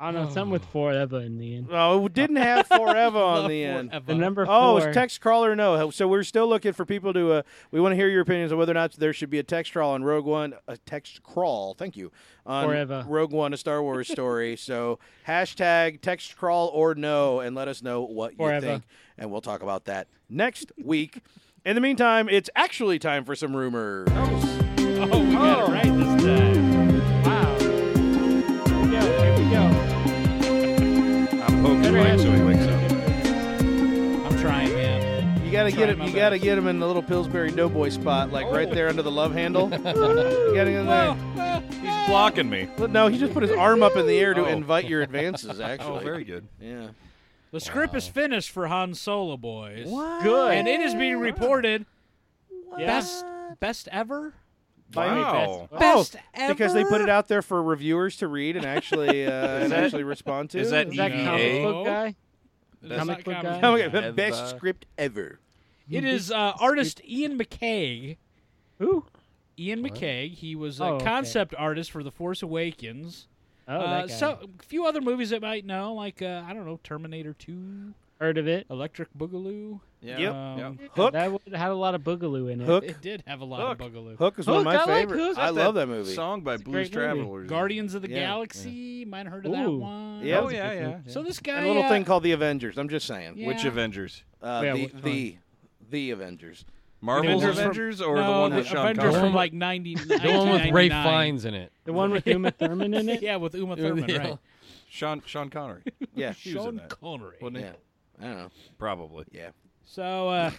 Speaker 5: I don't know. Something with forever in the end.
Speaker 1: Oh, it didn't have forever on the end.
Speaker 4: Forever.
Speaker 5: The number four.
Speaker 1: Oh, it's text crawler no. So we're still looking for people to. Uh, we want to hear your opinions on whether or not there should be a text crawl on Rogue One, a text crawl. Thank you. On
Speaker 5: Forever.
Speaker 1: Rogue One, a Star Wars story. so hashtag text crawl or no, and let us know what you
Speaker 5: Forever.
Speaker 1: think, and we'll talk about that next week. In the meantime, it's actually time for some rumors.
Speaker 4: Oh, we got it right this time.
Speaker 5: Wow. Here we go. Here we go.
Speaker 7: I'm poking Mike so he wakes up.
Speaker 4: I'm trying, man.
Speaker 1: You gotta
Speaker 4: Try
Speaker 1: get him.
Speaker 4: my
Speaker 1: You gotta
Speaker 4: best.
Speaker 1: get him in the little Pillsbury Doughboy spot, like right
Speaker 5: Oh.
Speaker 1: there under the love handle. you gotta get in there.
Speaker 7: He's blocking me.
Speaker 1: Well, No, he just put his arm up in the air to
Speaker 7: Oh.
Speaker 1: invite your advances. Actually,
Speaker 7: Oh, very good.
Speaker 1: yeah.
Speaker 4: The script is finished for Han Solo, boys.
Speaker 5: Good.
Speaker 4: And it is being reported best best ever.
Speaker 1: By me,
Speaker 7: Wow.
Speaker 4: Best
Speaker 1: Oh, because they put
Speaker 4: ever?
Speaker 1: it out there for reviewers to read and actually uh, and actually respond to.
Speaker 7: is that
Speaker 5: Is that
Speaker 4: E
Speaker 7: EVA?
Speaker 5: comic
Speaker 4: No.
Speaker 5: book guy?
Speaker 4: That's
Speaker 5: Comic
Speaker 4: not
Speaker 5: book
Speaker 4: comic.
Speaker 5: guy?
Speaker 1: Oh my God, the
Speaker 7: Ever.
Speaker 1: best script ever?
Speaker 4: It is uh, artist Ian McKay.
Speaker 5: Who?
Speaker 4: Ian McKay. He was a
Speaker 5: Oh, okay.
Speaker 4: concept artist for The Force Awakens.
Speaker 5: Oh,
Speaker 4: uh,
Speaker 5: that guy.
Speaker 4: So a few other movies that might know, like uh, I don't know, Terminator Two,
Speaker 5: Heard of it?
Speaker 4: Electric Boogaloo.
Speaker 7: Yeah.
Speaker 1: Yep.
Speaker 4: Um,
Speaker 1: Hook.
Speaker 5: That one had a lot of boogaloo in it.
Speaker 1: Hook.
Speaker 4: It did have a lot of Boogaloo.
Speaker 1: Hook is one of
Speaker 5: Hook,
Speaker 1: my
Speaker 5: I like
Speaker 1: favorite.
Speaker 5: Hook.
Speaker 1: I love that movie.
Speaker 7: Song by
Speaker 5: a
Speaker 7: Blues
Speaker 5: great movie.
Speaker 7: Travelers.
Speaker 4: Guardians of the
Speaker 1: Yeah.
Speaker 4: Galaxy. Might have heard of that
Speaker 5: Ooh.
Speaker 4: one.
Speaker 1: Yeah.
Speaker 7: Oh yeah, yeah.
Speaker 4: So this guy.
Speaker 1: And a little
Speaker 4: uh,
Speaker 1: thing called the Avengers. I'm just saying.
Speaker 4: yeah.
Speaker 7: Which Avengers?
Speaker 1: Uh,
Speaker 5: Yeah,
Speaker 1: the
Speaker 5: which one?
Speaker 1: the the Avengers.
Speaker 6: Marvel's
Speaker 4: Avengers from-
Speaker 6: Avengers or the
Speaker 4: No,
Speaker 6: one with Sean
Speaker 4: Avengers
Speaker 6: Connery?
Speaker 4: from like 90,
Speaker 3: The one with Ray Fiennes in it.
Speaker 5: The one with Uma Thurman in it.
Speaker 4: Yeah, with Uma Thurman,
Speaker 3: Yeah.
Speaker 4: right?
Speaker 6: Sean Sean Connery.
Speaker 1: Yeah.
Speaker 6: He was in
Speaker 4: Sean
Speaker 6: that,
Speaker 4: Connery.
Speaker 6: wasn't he?
Speaker 1: Yeah. I don't know.
Speaker 6: Probably.
Speaker 1: Yeah.
Speaker 4: So, uh,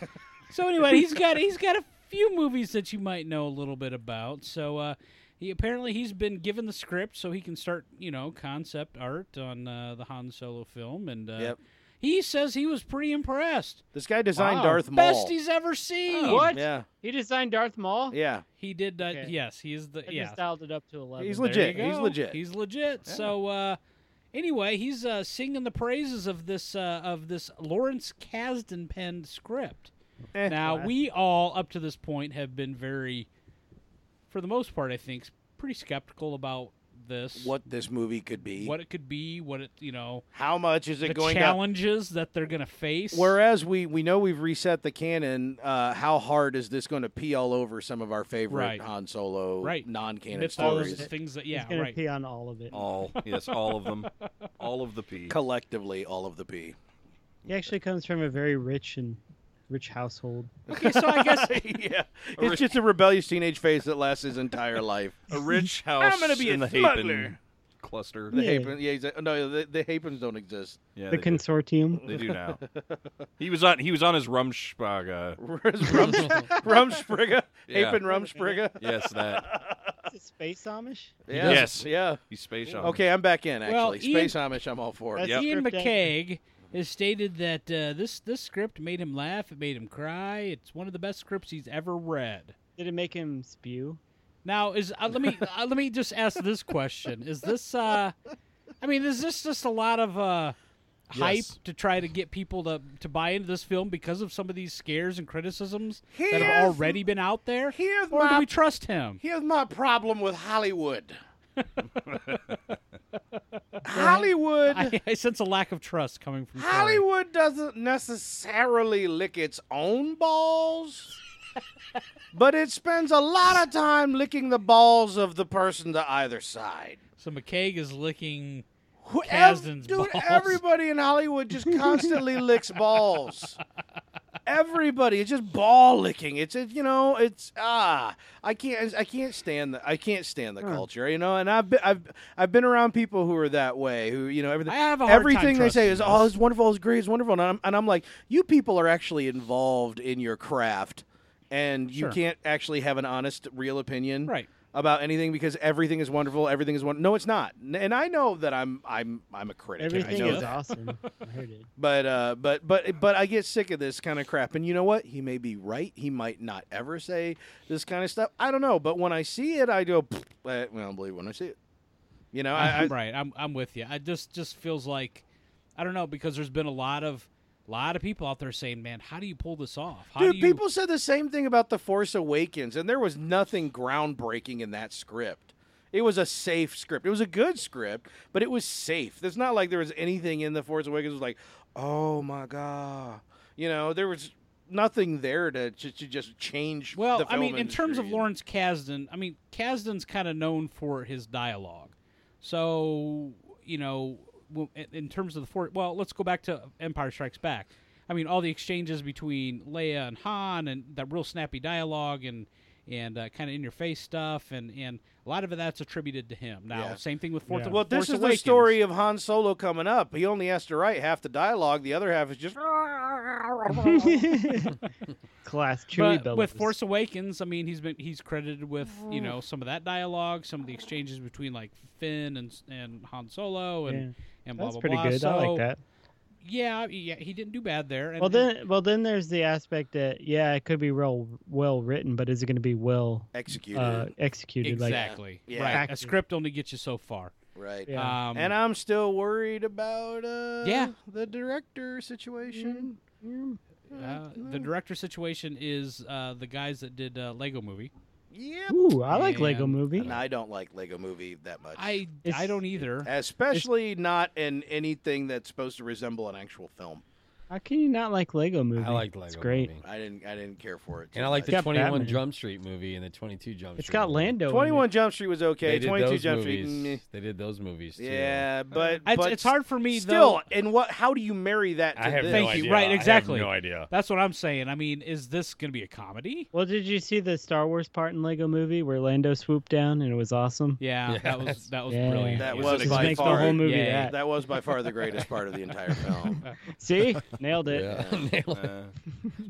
Speaker 4: so anyway, he's got he's got a few movies that you might know a little bit about. So, uh, he apparently he's been given the script so he can start, you know, concept art on uh, the Han Solo film, and uh,
Speaker 1: Yep.
Speaker 4: he says he was pretty impressed.
Speaker 10: This guy designed
Speaker 5: Wow.
Speaker 10: Darth Maul.
Speaker 4: Best he's ever seen.
Speaker 10: Oh.
Speaker 5: What?
Speaker 1: Yeah.
Speaker 5: He designed Darth Maul.
Speaker 1: Yeah.
Speaker 4: He did. Uh,
Speaker 5: Okay.
Speaker 4: Yes, he is the.
Speaker 5: I
Speaker 4: yeah,
Speaker 5: just dialed it up to eleven.
Speaker 10: He's
Speaker 4: There
Speaker 10: legit.
Speaker 4: you go.
Speaker 10: He's legit.
Speaker 4: He's legit. So uh, anyway, he's uh, singing the praises of this uh, of this Lawrence Kasdan penned script.
Speaker 10: Eh.
Speaker 4: now we all up to this point have been very, for the most part, I think, pretty skeptical about this.
Speaker 1: What this movie could be.
Speaker 4: what it could be, what it you know,
Speaker 10: How much is it
Speaker 4: the
Speaker 10: going up?
Speaker 4: challenges that they're going to face.
Speaker 1: Whereas we, we know we've reset the canon, uh, how hard is this going to pee all over some of our favorite
Speaker 4: Right.
Speaker 1: Han Solo
Speaker 4: Right.
Speaker 1: non-canon
Speaker 4: mythos,
Speaker 1: stories?
Speaker 4: the things that
Speaker 5: He's
Speaker 4: yeah,
Speaker 5: gonna
Speaker 4: right.
Speaker 5: pee on all of it.
Speaker 6: All yes, all of them, all of the P.
Speaker 1: Collectively, all of the pee.
Speaker 5: He actually comes from a very rich and rich household.
Speaker 4: Okay, so I guess
Speaker 1: yeah, it's just a rebellious teenage phase that lasts his entire life.
Speaker 6: A rich house
Speaker 11: I'm gonna be
Speaker 6: in
Speaker 11: a
Speaker 6: the Hapen
Speaker 11: smuggler.
Speaker 6: cluster.
Speaker 1: The
Speaker 5: Yeah.
Speaker 1: Hapen, yeah, he's like, no, the, the Hapens don't exist.
Speaker 6: Yeah,
Speaker 5: the
Speaker 6: they do.
Speaker 5: consortium.
Speaker 6: They do now. He was on. He was on his Rumspag. Uh,
Speaker 1: Where's Rums, Rumspringa,
Speaker 6: Yeah.
Speaker 1: Hapen Rumspringa.
Speaker 6: yes, that.
Speaker 5: Is it space Amish?
Speaker 1: Yeah.
Speaker 6: Yes.
Speaker 1: yeah.
Speaker 6: He's space on.
Speaker 1: Okay, I'm back in. Actually,
Speaker 4: Um, Well, Ian-
Speaker 1: Space Amish, I'm all for it.
Speaker 5: That's
Speaker 6: Yep.
Speaker 4: Ian
Speaker 5: script actor.
Speaker 4: McCaig has stated that uh, this this script made him laugh. It made him cry. It's one of the best scripts he's ever read.
Speaker 5: Did it make him spew?
Speaker 4: Now is uh, let me uh, let me just ask this question: Is this? Uh, I mean, is this just a lot of uh, hype
Speaker 6: Yes.
Speaker 4: to try to get people to to buy into this film because of some of these scares and criticisms that have already been out there?
Speaker 1: Here's
Speaker 4: Or do
Speaker 1: my-
Speaker 4: we trust him?
Speaker 1: Here's my problem with Hollywood. Hollywood
Speaker 4: I, I sense a lack of trust coming from Corey.
Speaker 1: Hollywood doesn't necessarily lick its own balls, but it spends a lot of time licking the balls of the person to either side.
Speaker 4: So McCaig is licking.
Speaker 1: Who- ev-
Speaker 4: Kasdan's
Speaker 1: dude,
Speaker 4: balls.
Speaker 1: everybody in Hollywood just constantly licks balls. Everybody, it's just ball licking. It's it, you know, it's ah, I can't, I can't stand the, I can't stand the culture, you know. And I've been, I've, I've been around people who are that way, who you know, everything,
Speaker 4: I have a hard time
Speaker 1: everything they say
Speaker 4: trusting
Speaker 1: is, oh,
Speaker 4: this.
Speaker 1: it's wonderful, it's great, it's wonderful, and I'm, and I'm like, you people are actually involved in your craft, and you
Speaker 4: Sure.
Speaker 1: can't actually have an honest, real opinion,
Speaker 4: Right.
Speaker 1: about anything because everything is wonderful. Everything is one. No, it's not. N- And I know that I'm I'm I'm a critic. and
Speaker 5: Everything
Speaker 1: I know
Speaker 5: is
Speaker 1: that.
Speaker 5: awesome. I heard it.
Speaker 1: But uh, but but but I get sick of this kind of crap. And you know what? He may be right. He might not ever say this kind of stuff. I don't know. But when I see it, I go, "Pfft, I I don't believe it when I see it. You know, I, I,
Speaker 4: I'm right. I'm I'm with you. I just just feels like I don't know because there's been a lot of lot of people out there saying, "Man, how do you pull this off? How
Speaker 1: dude,
Speaker 4: do you
Speaker 1: people said the same thing about the Force Awakens, and there was nothing groundbreaking in that script. It was a safe script. It was a good script, but it was safe. It's not like there was anything in the Force Awakens that was like, oh my god, you know, there was nothing there to to, to just change.
Speaker 4: Well,
Speaker 1: the
Speaker 4: I mean,
Speaker 1: film
Speaker 4: in terms of
Speaker 1: industry.
Speaker 4: Lawrence Kasdan, I mean, Kasdan's kind of known for his dialogue. So, you know, w- in- in terms of the four, well, let's go back to Empire Strikes Back. I mean, all the exchanges between Leia and Han and that real snappy dialogue and and uh, kind of in your face stuff and and a lot of it that's attributed to him. Now,
Speaker 1: Yeah.
Speaker 4: same thing with Force.
Speaker 1: Well, this
Speaker 4: Force
Speaker 1: is the
Speaker 4: Awakens.
Speaker 1: story of Han Solo coming up. He only has to write half the dialogue; the other half is just.
Speaker 5: Class chewy
Speaker 4: But
Speaker 5: bellows.
Speaker 4: with Force Awakens, I mean, he's been he's credited with you know some of that dialogue, some of the exchanges between like Finn and and Han Solo, and and blah
Speaker 5: That's
Speaker 4: blah
Speaker 5: pretty
Speaker 4: blah.
Speaker 5: good.
Speaker 4: So,
Speaker 5: I like that.
Speaker 4: Yeah, yeah, he didn't do bad there. And,
Speaker 5: Well then, well then, there's the aspect that yeah, it could be real well written, but is it going to be well
Speaker 1: Executed,
Speaker 5: uh, executed? Like,
Speaker 4: exactly
Speaker 1: Yeah.
Speaker 4: right. A
Speaker 5: Acted.
Speaker 4: script only gets you so far.
Speaker 1: right?
Speaker 5: yeah.
Speaker 4: Um,
Speaker 1: and I'm still worried about uh,
Speaker 4: Yeah.
Speaker 1: the director situation. Mm,
Speaker 4: uh, the director situation is uh, the guys that did uh, Lego Movie.
Speaker 1: Yep.
Speaker 5: Ooh, I like Lego
Speaker 4: And-
Speaker 5: Movie.
Speaker 1: And I don't like Lego Movie that much.
Speaker 4: I
Speaker 5: It's-
Speaker 4: I don't either.
Speaker 1: especially not in anything that's supposed to resemble an actual film.
Speaker 5: How can you not like Lego movie?
Speaker 3: I like Lego.
Speaker 5: It's great.
Speaker 3: Movie.
Speaker 9: I didn't. I didn't care for it. too
Speaker 3: And I like
Speaker 9: much.
Speaker 3: the
Speaker 5: got
Speaker 3: 21
Speaker 5: Batman.
Speaker 3: Jump Street movie and the 22 Jump Street.
Speaker 5: It's got
Speaker 3: movie.
Speaker 5: Lando. in it.
Speaker 1: 21 Jump Street was
Speaker 3: They
Speaker 1: okay.
Speaker 3: did
Speaker 1: 22
Speaker 3: those
Speaker 1: Jump
Speaker 3: movies.
Speaker 1: Street. mm.
Speaker 3: They did those movies
Speaker 9: Yeah,
Speaker 3: too.
Speaker 9: but,
Speaker 4: It's,
Speaker 1: but
Speaker 4: it's hard for me
Speaker 1: Still,
Speaker 4: though.
Speaker 1: and what? How do you marry that? To
Speaker 6: I have
Speaker 1: this?
Speaker 4: Thank
Speaker 6: no
Speaker 4: you.
Speaker 6: idea.
Speaker 4: Right,
Speaker 6: I have
Speaker 4: exactly.
Speaker 6: no idea.
Speaker 4: That's what I'm saying. I mean, is this going to be a comedy?
Speaker 5: Well, did you see the Star Wars part in Lego movie where Lando swooped down and it was awesome?
Speaker 4: Yeah,
Speaker 3: Yeah,
Speaker 4: that was
Speaker 3: that's-
Speaker 4: that was
Speaker 5: Yeah.
Speaker 4: brilliant.
Speaker 9: That
Speaker 6: Yeah.
Speaker 9: was
Speaker 6: Just
Speaker 5: Just
Speaker 9: by
Speaker 5: makes
Speaker 9: far
Speaker 5: the whole movie
Speaker 4: Yeah.
Speaker 5: that.
Speaker 9: That was by far the greatest part of the entire film.
Speaker 5: See, nailed it.
Speaker 3: Yeah.
Speaker 1: Uh,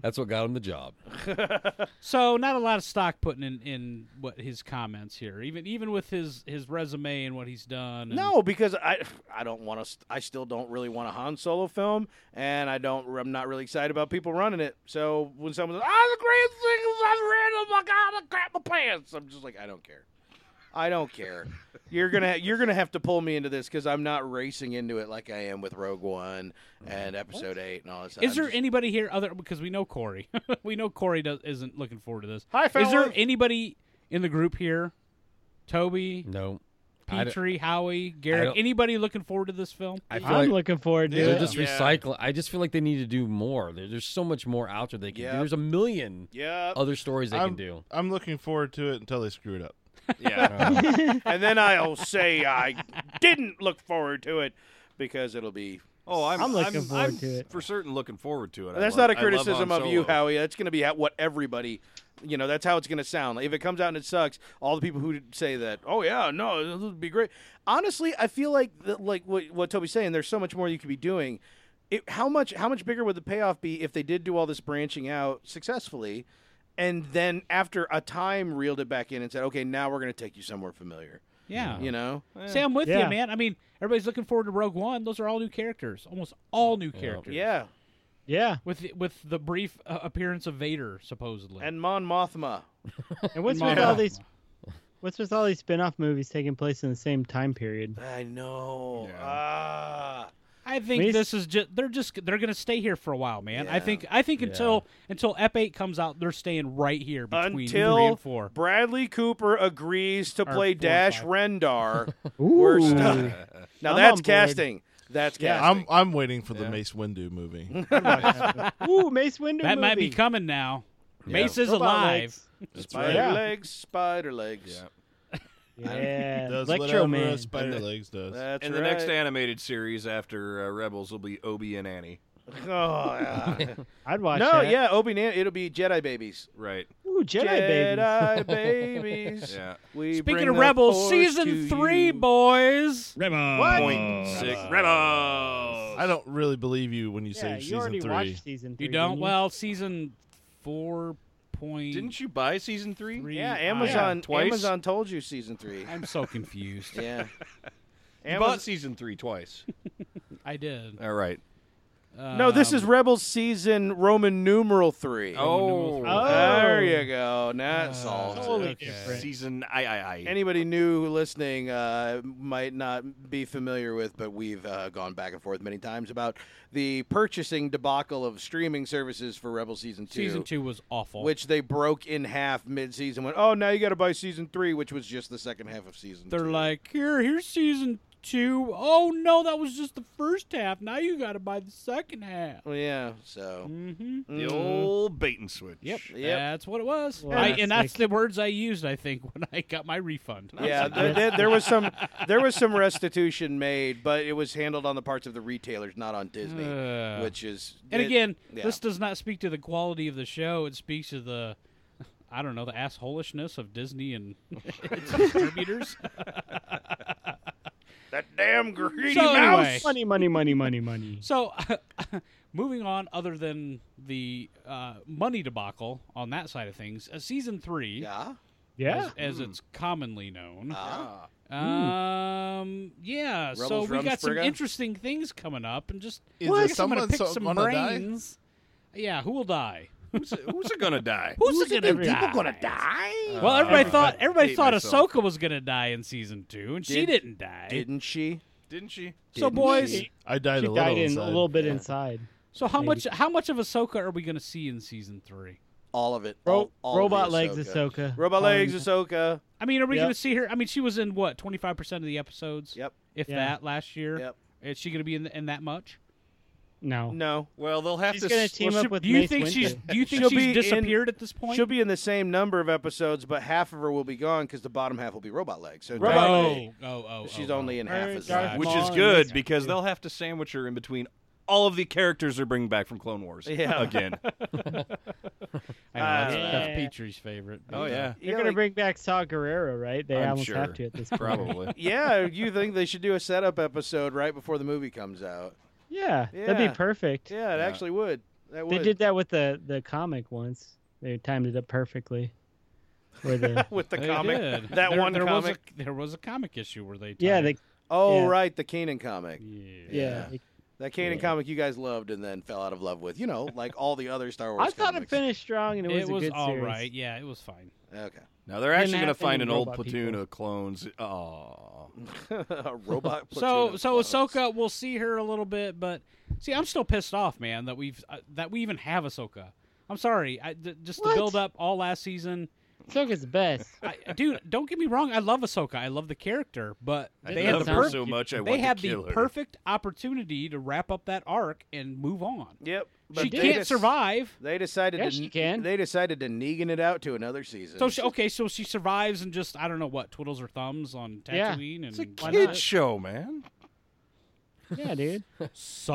Speaker 3: That's what got him the job.
Speaker 4: So not a lot of stock putting in, in what his comments here, even even with his his resume and what he's done. and-
Speaker 1: No, because I I don't want to. I still don't really want a Han Solo film, and I don't. I'm not really excited about people running it. So when someone's like, "Ah, the greatest thing I've read," oh my god, I crap my pants. I'm just like, I don't care. I don't care. You're gonna you're gonna have to pull me into this because I'm not racing into it like I am with Rogue One and Episode Eight and all that. stuff.
Speaker 4: Is
Speaker 1: I'm
Speaker 4: there
Speaker 1: just-
Speaker 4: anybody here other because we know Corey, we know Corey does, isn't looking forward to this.
Speaker 1: Hi,
Speaker 4: Is there
Speaker 1: fellas.
Speaker 4: anybody in the group here? Toby,
Speaker 3: No. I d-
Speaker 4: Petrie, Howie,
Speaker 3: I
Speaker 4: Garrick.
Speaker 3: don't-
Speaker 4: Anybody looking forward to this film?
Speaker 3: I feel
Speaker 5: I'm
Speaker 3: like
Speaker 5: looking forward to
Speaker 3: they're
Speaker 5: it.
Speaker 3: just
Speaker 1: Yeah.
Speaker 3: recycling. I just feel like they need to do more. There, there's so much more out there they can
Speaker 1: Yep.
Speaker 3: do. There's a million
Speaker 1: Yeah,
Speaker 3: other stories they
Speaker 12: I'm-
Speaker 3: can do.
Speaker 12: I'm looking forward to it until they screw it up.
Speaker 6: Yeah.
Speaker 1: and then I'll say I didn't look forward to it because it'll be.
Speaker 6: Oh, I'm,
Speaker 5: I'm looking
Speaker 6: I'm-
Speaker 5: forward
Speaker 6: I'm
Speaker 5: to it.
Speaker 6: For certain, looking forward to it. I
Speaker 1: That's not
Speaker 6: love-
Speaker 1: a
Speaker 6: I love
Speaker 1: criticism
Speaker 6: Han
Speaker 1: of you,
Speaker 6: Solo.
Speaker 1: Howie. That's going to be how- what everybody, you know, that's how it's going to sound. Like, if it comes out and it sucks, all the people who say that, oh yeah, no, this would be great. Honestly, I feel like that, like what, what Toby's saying. There's so much more you could be doing. It, how much how much bigger would the payoff be if they did do all this branching out successfully, and then after a time reeled it back in and said, okay, now we're going to take you somewhere familiar.
Speaker 6: Uh-huh.
Speaker 4: Yeah.
Speaker 1: You know,
Speaker 4: Say I'm with you,
Speaker 5: Yeah.
Speaker 4: man. I mean, everybody's looking forward to Rogue One. Those are all new characters, almost all new characters.
Speaker 1: yeah,
Speaker 5: Yeah,
Speaker 4: With the, with the brief uh, appearance of Vader, supposedly.
Speaker 1: and Mon Mothma.
Speaker 5: and what's
Speaker 4: Mon
Speaker 5: with all
Speaker 4: Mothma.
Speaker 5: these? What's with all these spin-off movies taking place in the same time period?
Speaker 1: I know. Ah.
Speaker 4: I think
Speaker 5: Please?
Speaker 4: this is just they're just they're gonna stay here for a while, man. I
Speaker 1: Yeah.
Speaker 4: think I think until until Ep eight comes out, they're staying right here between three
Speaker 1: until
Speaker 4: and four.
Speaker 1: Bradley Cooper agrees to
Speaker 4: Or
Speaker 1: play
Speaker 4: four or
Speaker 1: Dash
Speaker 4: five.
Speaker 1: Rendar.
Speaker 5: Ooh.
Speaker 1: stuck. Now
Speaker 5: I'm
Speaker 1: that's
Speaker 5: on board.
Speaker 1: casting. That's
Speaker 5: Yeah,
Speaker 1: casting.
Speaker 12: I'm I'm waiting for the Mace Windu movie.
Speaker 5: Ooh, Mace Windu.
Speaker 4: That might be
Speaker 5: movie.
Speaker 4: coming now.
Speaker 3: Yeah.
Speaker 4: Mace is
Speaker 5: Robot
Speaker 4: alive.
Speaker 5: legs.
Speaker 1: spider
Speaker 5: Yeah.
Speaker 1: legs, spider legs.
Speaker 5: Yeah,
Speaker 12: Does
Speaker 5: Electro
Speaker 12: whatever
Speaker 5: Man.
Speaker 12: Spider Legs does.
Speaker 1: That's
Speaker 6: And
Speaker 1: right.
Speaker 6: the next animated series after uh, Rebels will be Obi and Annie.
Speaker 1: Oh, yeah.
Speaker 5: I'd watch
Speaker 1: no,
Speaker 5: that.
Speaker 1: yeah, Obi Wan. It'll be Jedi babies.
Speaker 6: Right.
Speaker 5: Ooh, Jedi, babies.
Speaker 1: Jedi babies.
Speaker 6: Yeah.
Speaker 1: We
Speaker 4: Speaking
Speaker 1: bring
Speaker 4: of
Speaker 1: the
Speaker 4: Rebels,
Speaker 1: Force
Speaker 4: season
Speaker 1: to
Speaker 4: three,
Speaker 1: you.
Speaker 4: boys.
Speaker 6: Point six Rebels.
Speaker 12: I don't really believe you when you say
Speaker 5: Yeah, you
Speaker 12: season
Speaker 5: already
Speaker 12: three.
Speaker 5: watched season three.
Speaker 4: You don't?
Speaker 5: didn't
Speaker 4: Well, season four point.
Speaker 6: Didn't you buy season three?
Speaker 4: three-
Speaker 1: Yeah,
Speaker 4: I-
Speaker 1: Amazon.
Speaker 6: twice.
Speaker 1: Amazon told you season three.
Speaker 4: I'm so confused.
Speaker 1: Yeah.
Speaker 6: You
Speaker 1: Amaz-
Speaker 6: bought season three twice.
Speaker 4: I did.
Speaker 6: All right.
Speaker 1: no, this
Speaker 4: Um,
Speaker 1: is Rebels season Roman numeral three.
Speaker 6: Oh,
Speaker 5: Oh.
Speaker 1: There you go. Now
Speaker 4: Ah.
Speaker 1: it solves it.
Speaker 5: Totally
Speaker 4: Okay.
Speaker 5: different.
Speaker 6: season I I I.
Speaker 1: Anybody new listening uh, might not be familiar with, but we've uh, gone back and forth many times about the purchasing debacle of streaming services for Rebel Season 2.
Speaker 4: season two was awful.
Speaker 1: Which they broke in half mid season. Went, oh, now you got to buy Season 3, which was just the second half of Season
Speaker 4: They're
Speaker 1: 2.
Speaker 4: like, here, here's season two. Oh no, that was just the first half. Now you got to buy the second half.
Speaker 1: Well, yeah, so. mm.
Speaker 4: Mm-hmm.
Speaker 6: the old bait and switch.
Speaker 4: Yep.
Speaker 1: Yep.
Speaker 4: That's what it was.
Speaker 5: Well,
Speaker 4: I,
Speaker 5: that's
Speaker 4: and that's
Speaker 5: like-
Speaker 4: the words I used, I think, when I got my refund.
Speaker 1: Yeah, there, there, there was some there was some restitution made, but it was handled on the parts of the retailers, not on Disney,
Speaker 4: Ugh.
Speaker 1: which is
Speaker 4: Uh. and
Speaker 1: it-
Speaker 4: again,
Speaker 1: yeah.
Speaker 4: this does not speak to the quality of the show. It speaks to the, I don't know, the assholishness of Disney and its distributors.
Speaker 1: that damn greedy
Speaker 4: So
Speaker 1: mouse.
Speaker 4: anyway.
Speaker 5: Money, money, money, money, money.
Speaker 4: So, moving on, other than the uh, money debacle on that side of things, uh, season three,
Speaker 1: Yeah.
Speaker 5: Yeah.
Speaker 4: as, as it's commonly known.
Speaker 1: Ah.
Speaker 4: Um, yeah. so
Speaker 1: Rebels
Speaker 4: we got some
Speaker 1: Rumspringa?
Speaker 4: interesting things coming up, and just
Speaker 12: Is
Speaker 4: I
Speaker 12: there
Speaker 4: guess I'm gonna
Speaker 12: someone
Speaker 4: pick
Speaker 12: so-
Speaker 4: some
Speaker 12: gonna die?
Speaker 4: brains. Yeah, who will die?
Speaker 6: Who's, who's it gonna die?
Speaker 4: Who's, gonna die?
Speaker 1: die?
Speaker 4: Well, everybody
Speaker 6: Uh, I
Speaker 4: thought everybody
Speaker 6: hate
Speaker 4: thought
Speaker 6: myself.
Speaker 4: Ahsoka was gonna die in season two, and she
Speaker 1: Did-
Speaker 4: didn't die.
Speaker 1: Didn't she?
Speaker 6: Didn't she?
Speaker 4: so
Speaker 1: didn't
Speaker 4: boys,
Speaker 1: she?
Speaker 12: I died
Speaker 5: She
Speaker 12: a little.
Speaker 5: died in a
Speaker 12: inside.
Speaker 5: little bit inside.
Speaker 4: so how
Speaker 5: Maybe.
Speaker 4: much how much of Ahsoka are we gonna see in season three?
Speaker 1: All of it.
Speaker 5: Ro-
Speaker 1: All- all
Speaker 5: robot
Speaker 1: of the
Speaker 5: legs,
Speaker 1: Ahsoka.
Speaker 5: Ahsoka.
Speaker 1: Robot legs, Ahsoka.
Speaker 4: I mean, are we
Speaker 5: Yep.
Speaker 4: gonna see her? I mean, she was in what twenty five percent of the episodes,
Speaker 1: Yep.
Speaker 4: if
Speaker 5: Yeah.
Speaker 4: that last year.
Speaker 1: Yep.
Speaker 4: Is she gonna be in, in that much?
Speaker 5: No.
Speaker 1: No.
Speaker 7: Well, they'll have
Speaker 5: She's
Speaker 7: to.
Speaker 5: gonna
Speaker 7: s-
Speaker 5: team
Speaker 1: Well,
Speaker 5: up
Speaker 1: she-
Speaker 5: with
Speaker 4: Do you
Speaker 5: Mace
Speaker 4: think
Speaker 5: Windu.
Speaker 4: she's? Do you think
Speaker 1: She'll
Speaker 4: she's
Speaker 1: be in-
Speaker 4: disappeared at this point?
Speaker 1: She'll be in the same number of episodes, but half of her will be gone because the bottom half will be robot legs. So
Speaker 4: Oh,
Speaker 1: robot
Speaker 4: oh, oh, oh.
Speaker 9: She's
Speaker 4: oh.
Speaker 9: only in half as
Speaker 5: Darth
Speaker 9: long.
Speaker 7: which is good because they'll have to sandwich her in between all of the characters they're bringing back from Clone Wars.
Speaker 1: Yeah.
Speaker 7: Again.
Speaker 4: I know, that's,
Speaker 5: Uh,
Speaker 4: that's
Speaker 5: yeah.
Speaker 4: Petrie's favorite.
Speaker 7: oh yeah.
Speaker 5: They're going to bring back Saw Gerrera, right? They
Speaker 7: I'm
Speaker 5: almost
Speaker 7: sure.
Speaker 5: have to at this point.
Speaker 7: Probably.
Speaker 1: yeah, you think they should do a setup episode right before the movie comes out?
Speaker 5: Yeah, that'd
Speaker 1: Yeah.
Speaker 5: be perfect.
Speaker 1: Yeah, it
Speaker 7: Yeah.
Speaker 1: actually would. That
Speaker 5: They
Speaker 1: would.
Speaker 5: did that with the the comic once. They timed it up perfectly. Where the
Speaker 1: with the
Speaker 4: They
Speaker 1: comic.
Speaker 4: did.
Speaker 1: That
Speaker 4: There-
Speaker 1: one
Speaker 4: there
Speaker 1: comic.
Speaker 4: Was a, there was a comic issue where they.
Speaker 5: yeah,
Speaker 4: tied-
Speaker 5: they
Speaker 1: Oh,
Speaker 5: Yeah.
Speaker 1: right, the Kanan comic.
Speaker 4: Yeah.
Speaker 5: yeah. they-
Speaker 1: That Kanan comic you guys loved and then fell out of love with. You know, like all the other Star Wars.
Speaker 5: I thought it
Speaker 1: comics.
Speaker 5: finished strong and it was
Speaker 4: It
Speaker 5: a
Speaker 4: was
Speaker 5: good
Speaker 4: all
Speaker 5: series.
Speaker 4: right. Yeah, it was fine.
Speaker 1: Okay.
Speaker 7: Now they're
Speaker 5: Didn't
Speaker 7: actually going to
Speaker 5: have
Speaker 7: find
Speaker 5: any
Speaker 7: an old
Speaker 5: robot
Speaker 7: platoon
Speaker 5: people.
Speaker 7: of clones. Oh.
Speaker 1: a robot.
Speaker 4: So
Speaker 1: platoon
Speaker 4: so
Speaker 1: of clones.
Speaker 4: Ahsoka, we'll see her a little bit, but see, I'm still pissed off, man, that we've uh, that we even have Ahsoka. I'm sorry, I, th- just the
Speaker 5: What?
Speaker 4: build up all last season.
Speaker 5: Ahsoka's the best.
Speaker 4: I, dude, don't get me wrong, I love Ahsoka, I love the character, but
Speaker 7: I
Speaker 4: they had
Speaker 7: love
Speaker 4: the
Speaker 7: her
Speaker 4: perfect
Speaker 7: so much. I
Speaker 4: they
Speaker 7: want
Speaker 4: had
Speaker 7: to
Speaker 4: the
Speaker 7: kill her.
Speaker 4: perfect opportunity to wrap up that arc and move on.
Speaker 1: Yep. But
Speaker 4: she
Speaker 1: they
Speaker 4: can't
Speaker 1: just-
Speaker 4: survive.
Speaker 1: They decided
Speaker 5: Yes,
Speaker 1: to.
Speaker 5: she can.
Speaker 1: They decided to Negan it out to another season.
Speaker 4: So she, okay, so she survives and just I don't know what twiddles her thumbs on
Speaker 5: Yeah.
Speaker 4: Tatooine and
Speaker 7: It's a
Speaker 4: why
Speaker 7: kid
Speaker 4: not?
Speaker 7: show, man.
Speaker 5: Yeah, dude.
Speaker 4: so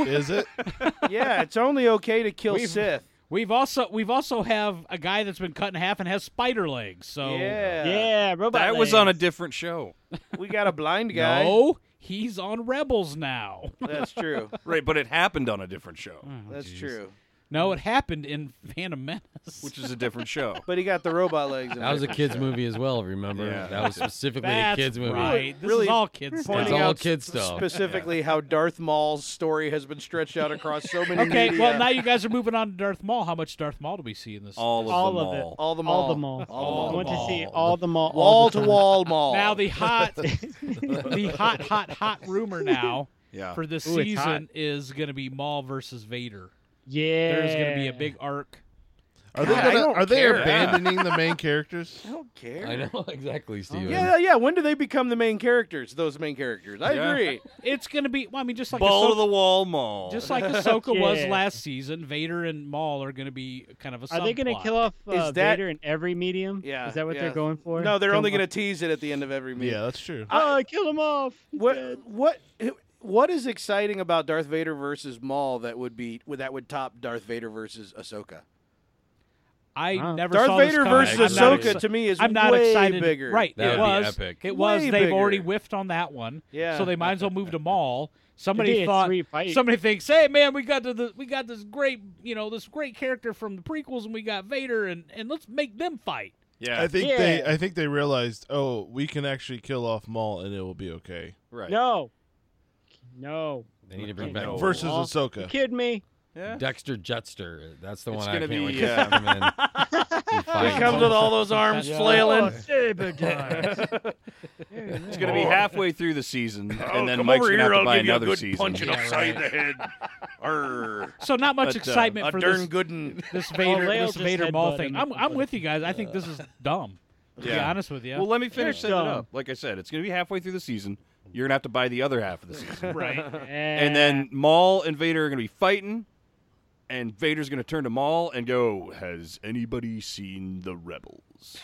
Speaker 12: Oh, Is it?
Speaker 1: yeah, it's only okay to kill
Speaker 4: We've-
Speaker 1: Sith.
Speaker 4: We've also we've also have a guy that's been cut in half and has spider legs. So
Speaker 1: yeah.
Speaker 5: yeah, robot.
Speaker 7: That was on a
Speaker 5: legs.
Speaker 7: different show.
Speaker 1: We got a blind guy.
Speaker 4: no, he's on Rebels now.
Speaker 1: That's true.
Speaker 4: Oh,
Speaker 7: Right, but it happened on a different show,
Speaker 4: Hmm.
Speaker 1: That's true.
Speaker 4: No, it happened in Phantom Menace.
Speaker 7: which is a different show.
Speaker 1: But he got the robot legs. in
Speaker 3: That was a
Speaker 1: there.
Speaker 3: kids movie as well. Remember,
Speaker 7: Yeah.
Speaker 3: that was specifically a
Speaker 4: That's
Speaker 3: kids movie.
Speaker 4: Right. This
Speaker 1: Really
Speaker 4: is all kids stuff.
Speaker 3: It's
Speaker 1: Pointing
Speaker 3: all
Speaker 1: out
Speaker 3: kid
Speaker 1: sp-
Speaker 3: stuff.
Speaker 1: Specifically, how Darth Maul's story has been stretched out across so many.
Speaker 4: Okay,
Speaker 1: media.
Speaker 4: well now you guys are moving on to Darth Maul. How much Darth Maul do we see in this?
Speaker 7: All of
Speaker 5: All
Speaker 7: them
Speaker 5: of it.
Speaker 7: all.
Speaker 1: all the mall,
Speaker 5: all the mall.
Speaker 1: all the mall.
Speaker 5: I want to see
Speaker 7: mall.
Speaker 5: all the mall. all
Speaker 1: wall
Speaker 5: the
Speaker 1: to
Speaker 5: time.
Speaker 1: wall mall.
Speaker 4: now the hot, the hot, hot, hot rumor now
Speaker 7: Yeah.
Speaker 4: for this
Speaker 5: Ooh, it's hot.
Speaker 4: season is going to be Maul versus Vader.
Speaker 5: Yeah.
Speaker 4: There's going to be a big arc.
Speaker 12: Are
Speaker 1: God, I
Speaker 12: they gonna,
Speaker 1: don't
Speaker 12: are they
Speaker 1: care.
Speaker 12: abandoning the main characters?
Speaker 1: I don't care.
Speaker 3: I know exactly, Steven.
Speaker 1: Yeah, yeah, yeah. When do they become the main characters? Those main characters. I
Speaker 7: Yeah.
Speaker 1: agree.
Speaker 4: It's going to be. Well, I mean, just like
Speaker 7: Ball
Speaker 4: Ahsoka-
Speaker 7: to the wall mall.
Speaker 4: Just like Ahsoka was
Speaker 5: Yeah.
Speaker 4: last season, Vader and Maul are going to be kind of a.
Speaker 5: Are they
Speaker 4: going to
Speaker 5: kill off uh,
Speaker 1: Is that-
Speaker 5: Vader in every medium?
Speaker 1: Yeah,
Speaker 5: Is that what
Speaker 1: yeah.
Speaker 5: they're going for?
Speaker 1: No, they're
Speaker 5: Kill
Speaker 1: only
Speaker 5: him
Speaker 1: going to tease it at the end of every meeting.
Speaker 12: Yeah, that's true.
Speaker 5: off. Oh, kill him off. He's
Speaker 1: What
Speaker 5: dead.
Speaker 1: what what is exciting about Darth Vader versus Maul that would be that would top Darth Vader versus Ahsoka?
Speaker 4: I
Speaker 5: Wow.
Speaker 4: never saw
Speaker 1: Darth
Speaker 4: this
Speaker 1: Vader
Speaker 4: coming.
Speaker 1: versus
Speaker 4: I'm not
Speaker 1: Ahsoka
Speaker 4: exci-
Speaker 1: to me is
Speaker 4: I'm not
Speaker 1: way
Speaker 4: excited.
Speaker 1: bigger.
Speaker 4: Right,
Speaker 3: That
Speaker 4: it
Speaker 3: would be
Speaker 4: was.
Speaker 3: epic.
Speaker 4: It was.
Speaker 1: Way
Speaker 4: They've
Speaker 1: bigger.
Speaker 4: already whiffed on that one.
Speaker 1: Yeah.
Speaker 4: So they might as well move to Maul.
Speaker 5: It'd
Speaker 4: Somebody
Speaker 5: be a
Speaker 4: thought.
Speaker 5: three fight.
Speaker 4: Somebody thinks, "Hey, man, we got to the, we got this great, you know, this great character from the prequels, and we got Vader, and and let's make them fight."
Speaker 7: yeah.
Speaker 12: I think they
Speaker 5: Yeah.
Speaker 12: I think they realized, oh, we can actually kill off Maul and it will be okay.
Speaker 7: right.
Speaker 5: No. No.
Speaker 3: They need to bring back
Speaker 7: No.
Speaker 12: Versus
Speaker 5: Maul. You
Speaker 12: Ahsoka.
Speaker 5: kidding me?
Speaker 7: Yeah.
Speaker 3: Dexter Jetster. That's the
Speaker 7: It's
Speaker 3: one I
Speaker 7: gonna
Speaker 3: can't
Speaker 7: be,
Speaker 3: wait to
Speaker 7: uh,
Speaker 3: see him in. He
Speaker 1: He
Speaker 3: fights.
Speaker 1: comes with all those arms
Speaker 3: Yeah.
Speaker 1: flailing.
Speaker 5: Oh,
Speaker 7: It's going to be halfway through the season,
Speaker 2: Oh,
Speaker 7: and then
Speaker 2: come
Speaker 7: Mike's
Speaker 2: over here.
Speaker 7: going to have to
Speaker 2: I'll
Speaker 7: buy
Speaker 2: give you a
Speaker 7: another
Speaker 2: good
Speaker 7: season.
Speaker 2: punching upside the head. Arr.
Speaker 4: So not much
Speaker 7: But, uh,
Speaker 4: excitement
Speaker 1: A
Speaker 4: for
Speaker 1: darn
Speaker 4: this,
Speaker 1: good un.
Speaker 4: this Vader,
Speaker 5: Leia
Speaker 4: this
Speaker 5: just
Speaker 4: Vader Maul
Speaker 5: headbutted
Speaker 4: thing.
Speaker 5: him.
Speaker 4: I'm I'm with you guys. I think this is dumb. To be
Speaker 7: Yeah.
Speaker 4: honest with you.
Speaker 7: Well, let me finish
Speaker 5: You're
Speaker 7: setting it
Speaker 5: dumb.
Speaker 7: up. Like I said, it's going to be halfway through the season. You're going to have to buy the other half of the season.
Speaker 4: right.
Speaker 7: and then Maul and Vader are going to be fighting, and Vader's going to turn to Maul and go, "Has anybody seen the Rebels?"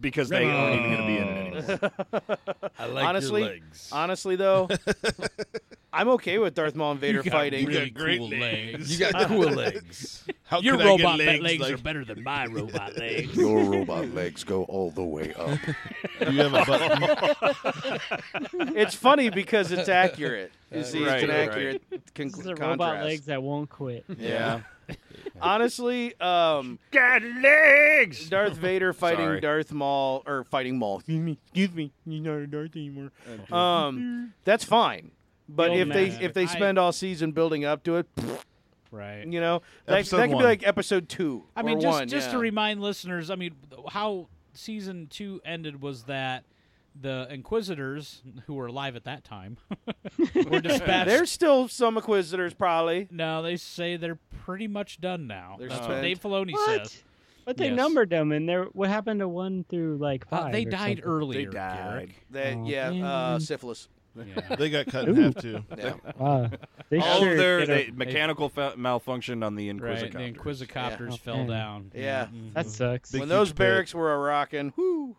Speaker 7: Because they aren't even going to be in it anymore.
Speaker 3: I like
Speaker 1: honestly,
Speaker 3: your legs.
Speaker 1: honestly though, I'm okay with Darth Maul and Vader fighting.
Speaker 3: really
Speaker 12: great
Speaker 3: cool
Speaker 12: legs.
Speaker 3: legs. You got cool legs.
Speaker 12: How
Speaker 4: Your
Speaker 12: could I get
Speaker 4: robot legs,
Speaker 12: like-
Speaker 4: are better than my robot legs.
Speaker 9: Your robot legs go all the way up.
Speaker 12: you have a button.
Speaker 1: It's funny because it's accurate. Is the-
Speaker 7: Right,
Speaker 1: it's an
Speaker 7: right.
Speaker 1: accurate con-
Speaker 5: This is a
Speaker 1: contrast.
Speaker 5: robot legs that won't quit.
Speaker 1: Yeah. Honestly, um,
Speaker 2: Got legs.
Speaker 1: Darth Vader fighting
Speaker 7: Sorry.
Speaker 1: Darth Maul or fighting Maul. Excuse me. Excuse me. You're not a Darth anymore.
Speaker 5: Mm-hmm.
Speaker 1: Um, that's fine. But
Speaker 5: Old
Speaker 1: if they
Speaker 5: man.
Speaker 1: if they spend all season building up to it,
Speaker 4: right.
Speaker 1: you know, that,
Speaker 12: Episode
Speaker 1: that could be
Speaker 12: one.
Speaker 1: like episode two.
Speaker 4: I mean,
Speaker 1: or
Speaker 4: just
Speaker 1: one,
Speaker 4: just to
Speaker 1: yeah.
Speaker 4: remind listeners, I mean, how season two ended was that the Inquisitors, who were alive at that time, were dispatched.
Speaker 1: There's still some Inquisitors, probably.
Speaker 4: no, they say they're pretty much done now.
Speaker 1: They're
Speaker 4: That's what
Speaker 1: spent.
Speaker 4: Dave Filoni
Speaker 5: What?
Speaker 4: says.
Speaker 5: But they
Speaker 4: Yes.
Speaker 5: numbered them, and they're what happened to one through like
Speaker 4: Uh,
Speaker 5: five?
Speaker 4: they
Speaker 5: or
Speaker 4: died
Speaker 5: something?
Speaker 4: earlier.
Speaker 7: They died.
Speaker 4: Garrick.
Speaker 1: That
Speaker 5: Oh,
Speaker 1: yeah, uh,
Speaker 5: man.
Speaker 1: syphilis.
Speaker 4: Yeah.
Speaker 12: They got cut in half too.
Speaker 5: Wow. ah. They
Speaker 1: Oh,
Speaker 6: All
Speaker 5: sure
Speaker 6: of their
Speaker 5: did a-
Speaker 6: they, mechanical fa- malfunction on the
Speaker 4: Right,
Speaker 6: Inquisitor.
Speaker 4: the Inquisicopters
Speaker 5: Yeah.
Speaker 4: fell
Speaker 5: Okay.
Speaker 4: down.
Speaker 1: Yeah.
Speaker 4: Mhm.
Speaker 5: That sucks.
Speaker 12: Big
Speaker 1: when those
Speaker 12: huge
Speaker 1: barracks were a rocking, whoo.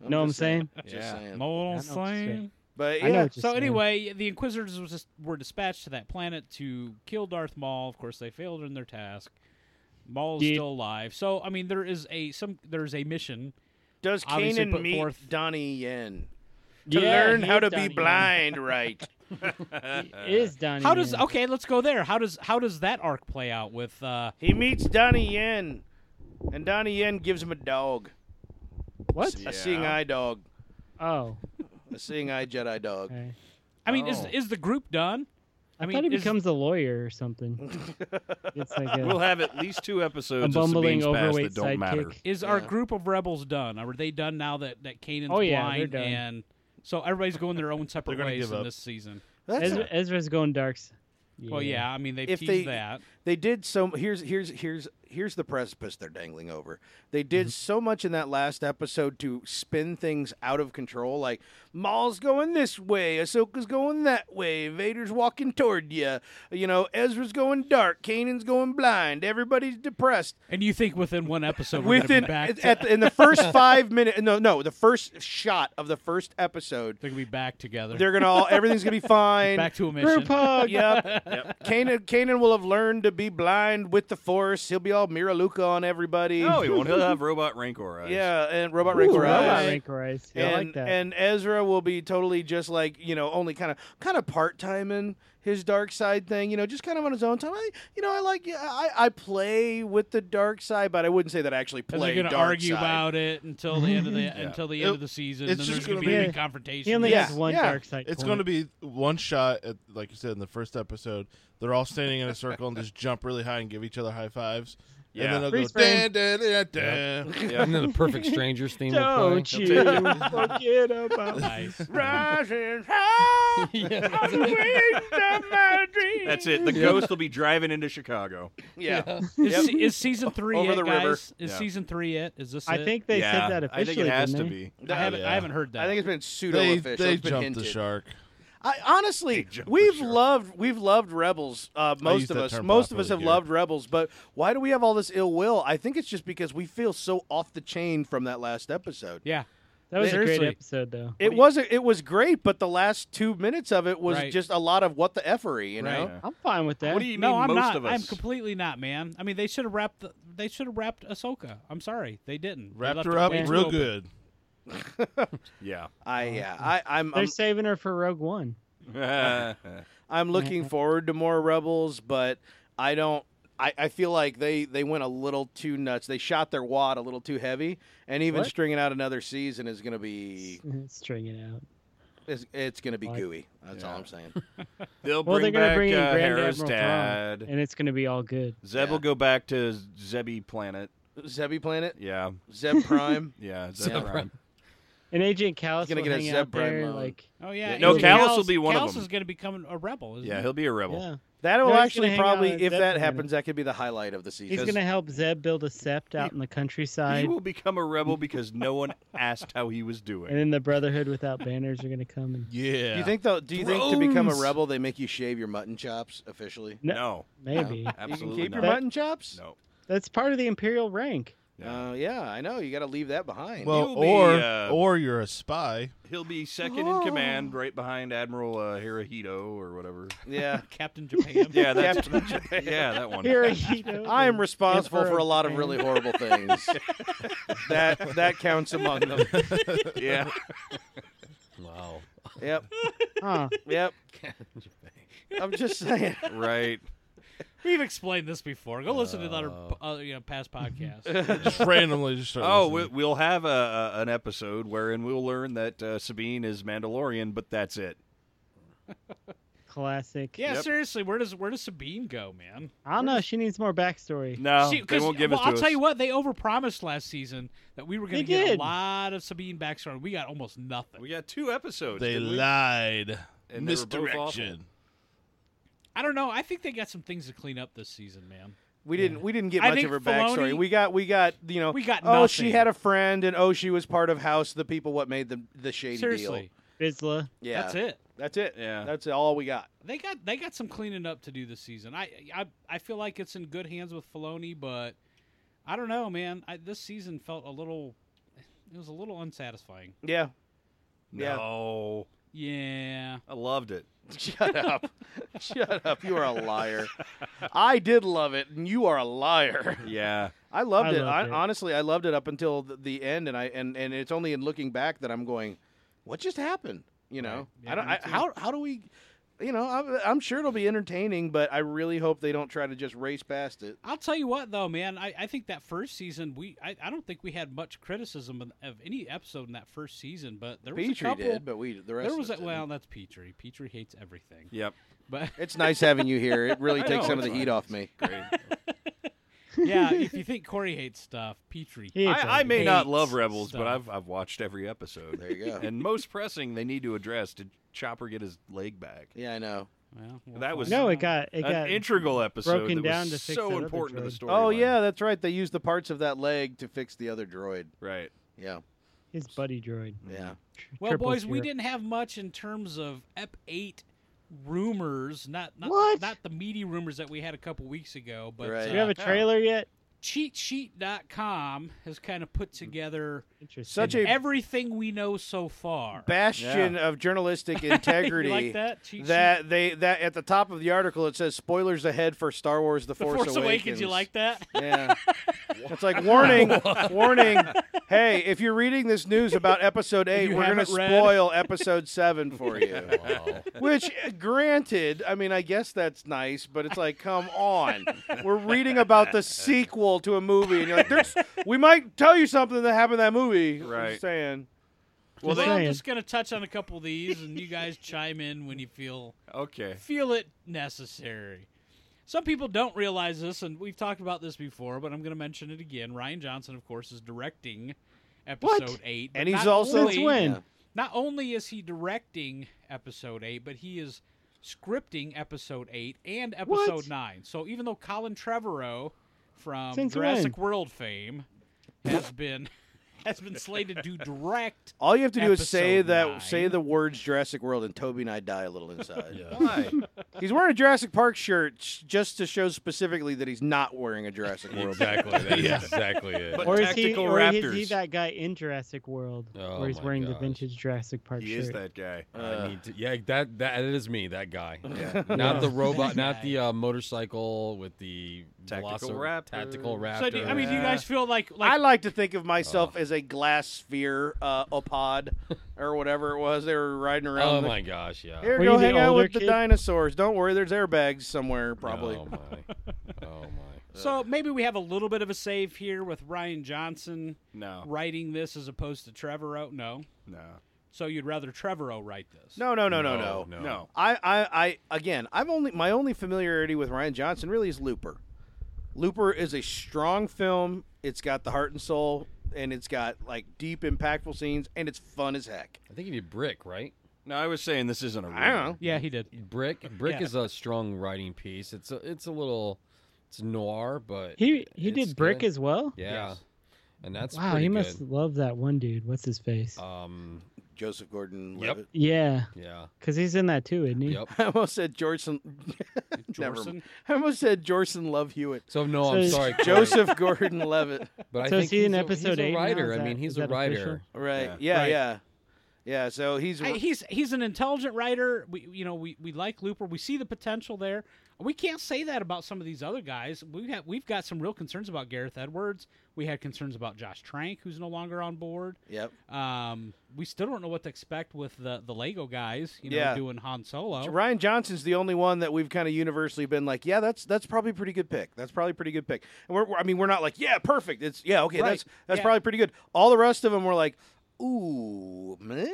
Speaker 5: know what I'm saying?
Speaker 1: Just
Speaker 6: Yeah.
Speaker 1: saying.
Speaker 4: Know what
Speaker 5: I
Speaker 4: I'm
Speaker 5: know what you're
Speaker 4: saying?
Speaker 1: But
Speaker 5: I know
Speaker 1: yeah,
Speaker 5: what you're
Speaker 4: So
Speaker 5: saying.
Speaker 4: anyway, the Inquisitors was dis- were dispatched to that planet to kill Darth Maul. Of course, they failed in their task. Maul is
Speaker 5: Did-
Speaker 4: still alive. So I mean, there is a some there's a mission.
Speaker 1: does
Speaker 4: obviously
Speaker 1: Kanan
Speaker 4: put
Speaker 1: meet
Speaker 4: forth-
Speaker 1: Donnie Yen to
Speaker 5: Yeah,
Speaker 1: learn
Speaker 5: he
Speaker 1: how
Speaker 5: is
Speaker 1: to
Speaker 5: Donnie
Speaker 1: be
Speaker 5: Yen.
Speaker 1: blind right?
Speaker 6: Uh,
Speaker 5: He is Donnie.
Speaker 4: How does
Speaker 5: Yen.
Speaker 4: okay? Let's go there. How does how does that arc play out with? uh
Speaker 1: He meets Donnie Yen, and Donnie Yen gives him a dog,
Speaker 5: What?
Speaker 1: a seeing eye dog,
Speaker 5: Oh.
Speaker 1: a seeing eye Jedi dog.
Speaker 5: okay.
Speaker 4: I mean, is
Speaker 6: Oh.
Speaker 4: is the group done?
Speaker 5: I,
Speaker 4: mean,
Speaker 5: thought he
Speaker 4: is-
Speaker 5: becomes a lawyer or something. it's like a,
Speaker 6: We'll have at least two
Speaker 5: a
Speaker 6: episodes of
Speaker 5: bumbling,
Speaker 6: Sabine's past
Speaker 5: overweight
Speaker 6: that don't matter.
Speaker 5: sidekick.
Speaker 4: Is our
Speaker 1: Yeah.
Speaker 4: group of rebels done? Are they done now that that Kanan's
Speaker 5: Oh, yeah, they're
Speaker 4: blind
Speaker 5: done.
Speaker 4: and so everybody's going their own separate
Speaker 12: gonna
Speaker 4: ways
Speaker 12: give
Speaker 4: in
Speaker 12: up.
Speaker 4: this season?
Speaker 1: That's
Speaker 5: Ezra, Ezra's going darks.
Speaker 4: Well, yeah, I mean they
Speaker 1: If
Speaker 4: teased
Speaker 1: they-
Speaker 4: that.
Speaker 1: they did so here's here's here's here's the precipice they're dangling over they
Speaker 4: Mm-hmm.
Speaker 1: did so much in that last episode to spin things out of control like maul's going this way ahsoka's going that way vader's walking toward you you know ezra's going dark kanan's going blind everybody's depressed
Speaker 4: And you think within one episode we're gonna
Speaker 1: within
Speaker 4: be back?
Speaker 1: at,
Speaker 4: To,
Speaker 1: at- in the first five minutes no no the first shot of the first episode
Speaker 4: they're gonna be back together.
Speaker 1: they're gonna all everything's gonna be fine
Speaker 4: back to a mission.
Speaker 5: Group hug.
Speaker 1: yep. Kanan, Kanan will have learned to be blind with the Force. He'll be all Miraluka on everybody.
Speaker 6: No, he won't. He'll have robot rancor eyes.
Speaker 1: yeah, and Robot
Speaker 5: Ooh,
Speaker 1: Rancor
Speaker 5: robot
Speaker 1: Eye.
Speaker 5: rancorized.
Speaker 1: And,
Speaker 5: I like that.
Speaker 1: and Ezra will be totally just like you know, only kind of kind of part timing his dark side thing. You know, just kind of on his own time. I, you know, I like I I play with the dark side, but I wouldn't say that I actually
Speaker 4: And
Speaker 1: play
Speaker 4: they're
Speaker 1: dark
Speaker 4: gonna argue
Speaker 1: side.
Speaker 4: about it until the end of the until the end
Speaker 12: It-
Speaker 4: of the season.
Speaker 12: it's
Speaker 4: then
Speaker 12: just
Speaker 4: there's gonna,
Speaker 12: gonna
Speaker 4: be a
Speaker 5: be-
Speaker 4: big confrontation.
Speaker 5: he only
Speaker 1: Yeah,
Speaker 5: has one
Speaker 1: yeah.
Speaker 5: dark side.
Speaker 12: It's
Speaker 5: corner.
Speaker 12: going to be one shot at, like you said in the first episode. They're all standing in a circle and just jump really high and give each other high fives.
Speaker 6: Yeah.
Speaker 12: And then they'll
Speaker 5: Freeze
Speaker 12: go
Speaker 5: frame.
Speaker 12: dan dan dan dan.
Speaker 6: Yeah.
Speaker 3: And then the Perfect Strangers theme will
Speaker 5: Don't
Speaker 3: play.
Speaker 5: you forget about
Speaker 4: nice.
Speaker 1: Rising high on the wings of my dreams.
Speaker 6: That's it. The ghost will be driving into Chicago.
Speaker 1: Yeah,
Speaker 4: Is, se- is season three
Speaker 1: Over
Speaker 4: it,
Speaker 1: the
Speaker 4: guys?
Speaker 1: river.
Speaker 4: Is
Speaker 6: Yeah.
Speaker 4: season three it? Is this?
Speaker 5: I
Speaker 4: it?
Speaker 5: think they
Speaker 6: yeah,
Speaker 5: said that
Speaker 6: I
Speaker 5: officially.
Speaker 6: think it has
Speaker 5: didn't
Speaker 6: to
Speaker 5: they?
Speaker 6: be.
Speaker 4: I haven't.
Speaker 12: Yeah.
Speaker 4: I haven't heard that.
Speaker 1: I think it's been pseudo
Speaker 12: They,
Speaker 1: official.
Speaker 12: they
Speaker 1: It's been
Speaker 12: jumped the
Speaker 1: hinted.
Speaker 12: shark.
Speaker 1: I honestly,
Speaker 6: jumped the
Speaker 1: we've
Speaker 6: shark.
Speaker 1: loved we've loved Rebels. Uh, most
Speaker 12: used
Speaker 1: of
Speaker 12: that
Speaker 1: us,
Speaker 12: term
Speaker 1: most of us have
Speaker 12: properly,
Speaker 1: loved Rebels. But why do we have all this ill will? I think it's just because we feel so off the chain from that last episode.
Speaker 4: yeah.
Speaker 5: That was a
Speaker 4: Seriously.
Speaker 5: great episode, though.
Speaker 1: It was it was great, but the last two minutes of it was
Speaker 4: Right.
Speaker 1: just a lot of what the effery, you know.
Speaker 6: Right.
Speaker 5: I'm fine with that.
Speaker 6: What do you
Speaker 4: No,
Speaker 6: mean
Speaker 4: I'm
Speaker 6: most
Speaker 4: not.
Speaker 6: of us?
Speaker 4: I'm completely not, man. I mean, they should have wrapped. The, they should have wrapped Ahsoka. I'm sorry, they didn't. They
Speaker 12: Wrapped
Speaker 4: left
Speaker 12: her
Speaker 4: it
Speaker 12: up
Speaker 4: way too
Speaker 12: real
Speaker 4: open.
Speaker 12: good.
Speaker 6: yeah.
Speaker 1: I yeah, I I'm
Speaker 5: They're
Speaker 1: I'm,
Speaker 5: saving her for Rogue One.
Speaker 1: I'm looking forward to more Rebels, but I don't. I, I feel like they, they went a little too nuts. They shot their wad a little too heavy, and even
Speaker 5: What?
Speaker 1: stringing out another season is gonna be
Speaker 5: String it out.
Speaker 1: it's, it's gonna be
Speaker 5: Like-
Speaker 1: gooey. That's all
Speaker 6: Yeah.
Speaker 1: I'm saying.
Speaker 6: They'll
Speaker 5: Well,
Speaker 6: bring
Speaker 5: they're gonna
Speaker 6: back
Speaker 5: bring in
Speaker 6: uh,
Speaker 5: Grand
Speaker 6: Hera's
Speaker 5: Admiral
Speaker 6: dad.
Speaker 5: Thrawn, and it's going to be all good.
Speaker 6: Zeb
Speaker 1: Yeah.
Speaker 6: will go back to Zebby Planet.
Speaker 1: Zebby Planet,
Speaker 6: Yeah,
Speaker 1: Zeb Prime.
Speaker 6: yeah. Zeb
Speaker 1: Yeah.
Speaker 6: Prime.
Speaker 5: And AJ Callus
Speaker 1: gonna
Speaker 5: will
Speaker 1: get a
Speaker 5: hang
Speaker 1: Zeb
Speaker 5: out there,
Speaker 1: Brad loan.
Speaker 5: like
Speaker 4: Oh yeah.
Speaker 6: Yeah, no,
Speaker 4: Agent
Speaker 6: Callus will be one of
Speaker 4: Callus
Speaker 6: them.
Speaker 4: is going to become a rebel. Isn't
Speaker 6: Yeah,
Speaker 4: he?
Speaker 6: he'll be a rebel.
Speaker 5: yeah,
Speaker 1: That will
Speaker 5: No, he's gonna
Speaker 1: actually
Speaker 5: hang out
Speaker 1: probably,
Speaker 5: at
Speaker 1: if
Speaker 5: Zeb
Speaker 1: that
Speaker 5: Planet.
Speaker 1: happens, that could be the highlight of the season.
Speaker 5: he's going to help Zeb build a sept out in the
Speaker 6: He
Speaker 5: countryside,
Speaker 6: will become a rebel because no one asked how he was
Speaker 5: and
Speaker 6: doing.
Speaker 5: then the Brotherhood without banners are going to come. And
Speaker 12: Yeah.
Speaker 1: Do you think though? Do you think to become a
Speaker 12: Thrones.
Speaker 1: rebel, they make you shave your mutton chops officially?
Speaker 5: No,
Speaker 6: No,
Speaker 5: maybe
Speaker 1: you can
Speaker 6: absolutely
Speaker 1: keep
Speaker 6: not.
Speaker 1: your mutton chops.
Speaker 6: No.
Speaker 5: that's part of the Imperial rank.
Speaker 6: Yeah.
Speaker 1: Uh, yeah, I know. You got to leave that behind.
Speaker 12: Well,
Speaker 6: You'll be,
Speaker 12: or
Speaker 6: uh,
Speaker 12: or you're a spy.
Speaker 6: He'll be second in command, right behind Admiral uh, Hirohito or whatever.
Speaker 1: yeah.
Speaker 4: Captain Japan.
Speaker 6: Yeah, that's
Speaker 1: Captain Japan.
Speaker 6: yeah, that one.
Speaker 5: Here, you know,
Speaker 1: I am responsible for
Speaker 5: Emperor
Speaker 1: a lot of
Speaker 5: Japan.
Speaker 1: really horrible things. that that counts among them.
Speaker 6: Yeah,
Speaker 3: Wow.
Speaker 1: Yep.
Speaker 5: Huh.
Speaker 1: Yep. I'm just saying.
Speaker 6: right.
Speaker 4: We've explained this before. Go listen to another uh, you know, past podcast.
Speaker 12: Just randomly just start.
Speaker 6: Oh, we,
Speaker 12: listening.
Speaker 6: we'll have a, a, an episode wherein we'll learn that uh, Sabine is Mandalorian, but that's it.
Speaker 5: classic.
Speaker 4: yeah,
Speaker 6: Yep.
Speaker 4: seriously, where does where does Sabine go, man?
Speaker 5: I don't know. She needs more backstory.
Speaker 6: No,
Speaker 4: See,
Speaker 6: they
Speaker 4: 'cause-
Speaker 6: won't give
Speaker 4: well,
Speaker 6: it to
Speaker 4: I'll
Speaker 6: us.
Speaker 4: tell you what, they overpromised last season that we were going
Speaker 5: They
Speaker 4: to get
Speaker 5: did.
Speaker 4: a lot of Sabine backstory. We got almost nothing.
Speaker 6: We got two episodes.
Speaker 12: they
Speaker 6: didn't we?
Speaker 12: lied.
Speaker 6: And they were both awful.
Speaker 12: Misdirection.
Speaker 4: I don't know. I think they got some things to clean up this season, man.
Speaker 1: We didn't. We didn't get
Speaker 4: I
Speaker 1: much
Speaker 4: think
Speaker 1: of her
Speaker 4: Filoni-
Speaker 1: backstory. We got. We got. You know.
Speaker 4: We got
Speaker 1: Oh, she
Speaker 4: nothing.
Speaker 1: had a friend, and oh, she was part of House of the People. What made the the shady
Speaker 4: Seriously,
Speaker 1: deal?
Speaker 5: Vizsla.
Speaker 1: Yeah.
Speaker 4: that's it.
Speaker 1: That's it.
Speaker 6: Yeah.
Speaker 1: That's all we got.
Speaker 4: They got they got some cleaning up to do this season. I I, I feel like it's in good hands with Filoni, but I don't know, man. I, this season felt a little. It was a little unsatisfying.
Speaker 1: Yeah. Yeah.
Speaker 6: No,
Speaker 4: Yeah.
Speaker 6: I loved it.
Speaker 1: Shut up. Shut up. You are a liar. I did love it, and you are a liar.
Speaker 6: Yeah,
Speaker 1: I loved
Speaker 5: I
Speaker 1: it.
Speaker 5: loved
Speaker 1: I,
Speaker 5: it.
Speaker 1: Honestly, I loved it up until th- the end, and I and, and it's only in looking back that I'm going, what just happened? You know,
Speaker 4: Yeah,
Speaker 1: I don't.
Speaker 4: me
Speaker 1: I,
Speaker 4: too.
Speaker 1: how how do we? You know, I'm, I'm sure it'll be entertaining, but I really hope they don't try to just race past it.
Speaker 4: I'll tell you what, though, man. I, I think that first season, we I, I don't think we had much criticism of, of any episode in that first season, but there was a
Speaker 1: Petrie
Speaker 4: couple.
Speaker 1: did, but we the rest.
Speaker 4: there
Speaker 1: of
Speaker 4: was
Speaker 1: us
Speaker 4: a,
Speaker 1: didn't.
Speaker 4: well, that's Petrie. Petrie hates everything.
Speaker 6: Yep.
Speaker 4: But
Speaker 1: It's nice having you here. It really
Speaker 6: I
Speaker 1: takes
Speaker 6: know,
Speaker 1: some of
Speaker 6: it's
Speaker 1: the
Speaker 6: fine.
Speaker 1: heat off me.
Speaker 4: yeah, if you think Corey hates stuff, Petrie.
Speaker 5: He hates
Speaker 6: I, I may not
Speaker 4: hates
Speaker 6: love Rebels, but
Speaker 4: stuff.
Speaker 6: I've I've watched every episode.
Speaker 1: There you go.
Speaker 6: and most pressing, they need to address: Did Chopper get his leg back?
Speaker 1: Yeah, I know.
Speaker 4: Well, we'll
Speaker 6: That was-
Speaker 4: find
Speaker 5: No, it
Speaker 4: out.
Speaker 5: got it
Speaker 6: An
Speaker 5: got
Speaker 6: integral episode
Speaker 5: broken
Speaker 6: that
Speaker 5: down
Speaker 6: was
Speaker 5: to fix that
Speaker 6: so
Speaker 5: other
Speaker 6: important to the
Speaker 5: droid.
Speaker 6: story.
Speaker 1: Oh yeah, that's right. They used the parts of that leg to fix the other droid.
Speaker 6: right.
Speaker 1: Yeah,
Speaker 5: his buddy droid.
Speaker 1: yeah.
Speaker 4: Well,
Speaker 5: Triple
Speaker 4: boys, we
Speaker 5: zero.
Speaker 4: didn't have much in terms of Ep Eight rumors. Not not
Speaker 5: What?
Speaker 4: not the meaty rumors that we had a couple weeks ago. But
Speaker 1: Right.
Speaker 4: uh,
Speaker 5: Do you have a trailer yet?
Speaker 4: CheatSheet.com has kind of
Speaker 1: Mm.
Speaker 4: put together
Speaker 5: Interesting.
Speaker 1: Such a
Speaker 4: everything we know so far.
Speaker 1: bastion of journalistic integrity.
Speaker 4: you like that? Cheat sheet?
Speaker 1: That they that at the top of the article it says spoilers ahead for Star Wars: The,
Speaker 4: The Force, Awakens. You like that?
Speaker 1: Yeah, it's like warning, warning. Hey, if you're reading this news about Episode Eight,
Speaker 4: You
Speaker 1: we're gonna
Speaker 4: haven't read.
Speaker 1: spoil Episode Seven for you. Which, uh, granted, I mean, I guess that's nice, but it's like, come on, we're reading about the sequel to a movie, and you're like, there's, we might tell you something that happened in that movie. I'm
Speaker 6: Right.
Speaker 1: just saying.
Speaker 4: Well,
Speaker 5: they-
Speaker 4: I'm
Speaker 5: saying.
Speaker 4: just gonna touch on a couple of these, and you guys chime in when you feel
Speaker 6: Okay.
Speaker 4: feel it necessary. Some people don't realize this, and we've talked about this before, but I'm going to mention it again. Ryan Johnson, of course, is directing episode eight, but
Speaker 1: And he's
Speaker 4: not
Speaker 1: also-
Speaker 5: Since
Speaker 4: only,
Speaker 5: when?
Speaker 1: Yeah.
Speaker 4: Not only is he directing episode eight, but he is scripting episode eight and episode nine. So even though Colin Trevorrow from
Speaker 5: Since
Speaker 4: Jurassic World fame has been has been slated to direct,
Speaker 1: All you have to do is
Speaker 4: Episode
Speaker 1: say that
Speaker 4: nine.
Speaker 1: say the words Jurassic World and Toby and I die a little inside.
Speaker 6: Why?
Speaker 1: He's wearing a Jurassic Park shirt s- just to show specifically that he's not wearing a Jurassic World.
Speaker 8: Exactly. That's exactly it.
Speaker 6: But
Speaker 5: or is he
Speaker 6: Tactical
Speaker 5: or is he
Speaker 6: Raptors.
Speaker 5: that guy in Jurassic World
Speaker 8: Oh
Speaker 5: where he's
Speaker 8: my
Speaker 5: wearing the
Speaker 8: gosh.
Speaker 5: vintage Jurassic Park
Speaker 6: he
Speaker 5: shirt?
Speaker 6: is that guy.
Speaker 4: Uh.
Speaker 8: I need to, yeah, that that is me, that guy.
Speaker 6: Yeah.
Speaker 8: Not the robot,
Speaker 4: That
Speaker 8: not
Speaker 4: guy.
Speaker 8: the uh, motorcycle with the
Speaker 6: Tactical
Speaker 8: velocir-
Speaker 6: Raptor.
Speaker 8: Tactical raptor.
Speaker 4: so do, I mean, do you guys feel like like
Speaker 1: I like to think of myself as a glass sphere, uh, a pod, or whatever it was. They were riding around.
Speaker 8: oh
Speaker 1: the-
Speaker 8: my gosh, yeah.
Speaker 1: Here,
Speaker 5: Were
Speaker 1: go
Speaker 5: you the
Speaker 1: hang out
Speaker 5: older
Speaker 1: with the
Speaker 5: kid?
Speaker 1: dinosaurs. Don't worry, there's airbags somewhere, probably.
Speaker 8: Oh my. Oh my.
Speaker 4: So maybe we have a little bit of a save here with Ryan Johnson
Speaker 1: Oh.
Speaker 6: No.
Speaker 4: writing this as opposed to Trevorrow. No.
Speaker 6: No.
Speaker 4: So you'd rather Trevorrow write this?
Speaker 1: No, no, no, no, no.
Speaker 8: no.
Speaker 6: No.
Speaker 1: I, I, I, again, I've only my only familiarity with Ryan Johnson really is Looper. Looper is a strong film. It's got the heart and soul, and it's got like deep, impactful scenes, and it's fun as heck.
Speaker 8: I think he did Brick, right?
Speaker 6: No, I was saying this isn't a rumor.
Speaker 1: I don't know.
Speaker 4: Yeah, he did.
Speaker 8: Brick. Brick
Speaker 4: Yeah.
Speaker 8: is a strong writing piece. It's a, it's a little, it's noir, but
Speaker 5: He he
Speaker 8: it's
Speaker 5: did Brick
Speaker 8: good.
Speaker 5: as well.
Speaker 8: yeah,
Speaker 4: Yes.
Speaker 8: and that's
Speaker 5: wow,
Speaker 8: pretty
Speaker 5: he must
Speaker 8: good.
Speaker 5: love that one dude. What's his face?
Speaker 3: Uh,
Speaker 8: Um,
Speaker 1: Joseph Gordon
Speaker 8: Yep.
Speaker 1: Levitt.
Speaker 5: Yeah,
Speaker 8: yeah,
Speaker 5: because he's in that too, isn't he?
Speaker 8: yep.
Speaker 1: I almost said Jorson. Never
Speaker 4: Jorson?
Speaker 1: mind. I almost said Jorson Love Hewitt.
Speaker 8: So no, I'm
Speaker 5: So-
Speaker 8: sorry, Corey,
Speaker 1: Joseph Gordon Levitt.
Speaker 8: But I
Speaker 5: So is
Speaker 8: think
Speaker 5: he in
Speaker 8: he's a-
Speaker 5: episode
Speaker 8: he's a
Speaker 5: eight now?
Speaker 8: writer.
Speaker 5: Is
Speaker 8: I mean,
Speaker 5: that-
Speaker 8: he's
Speaker 5: is
Speaker 8: a
Speaker 5: that
Speaker 8: writer.
Speaker 5: official?
Speaker 1: Right.
Speaker 6: Yeah.
Speaker 1: Yeah.
Speaker 5: Right.
Speaker 1: Yeah. Yeah. So he's
Speaker 4: I- he's he's an intelligent writer. We you know we, we like Looper. We see the potential there. We can't say that about some of these other guys. We have we've got some real concerns about Gareth Edwards. We had concerns about Josh Trank, who's no longer on board.
Speaker 1: Yep.
Speaker 4: Um, we still don't know what to expect with the the Lego guys. You know,
Speaker 1: Yeah.
Speaker 4: doing Han Solo.
Speaker 1: Ryan Johnson's the only one that we've kind of universally been like, yeah, that's that's probably a pretty good pick. That's probably a pretty good pick. And we're, we're- I mean, we're not like, yeah, perfect. It's yeah, okay,
Speaker 4: Right.
Speaker 1: that's that's
Speaker 4: Yeah.
Speaker 1: probably pretty good. All the rest of them were like, ooh, man.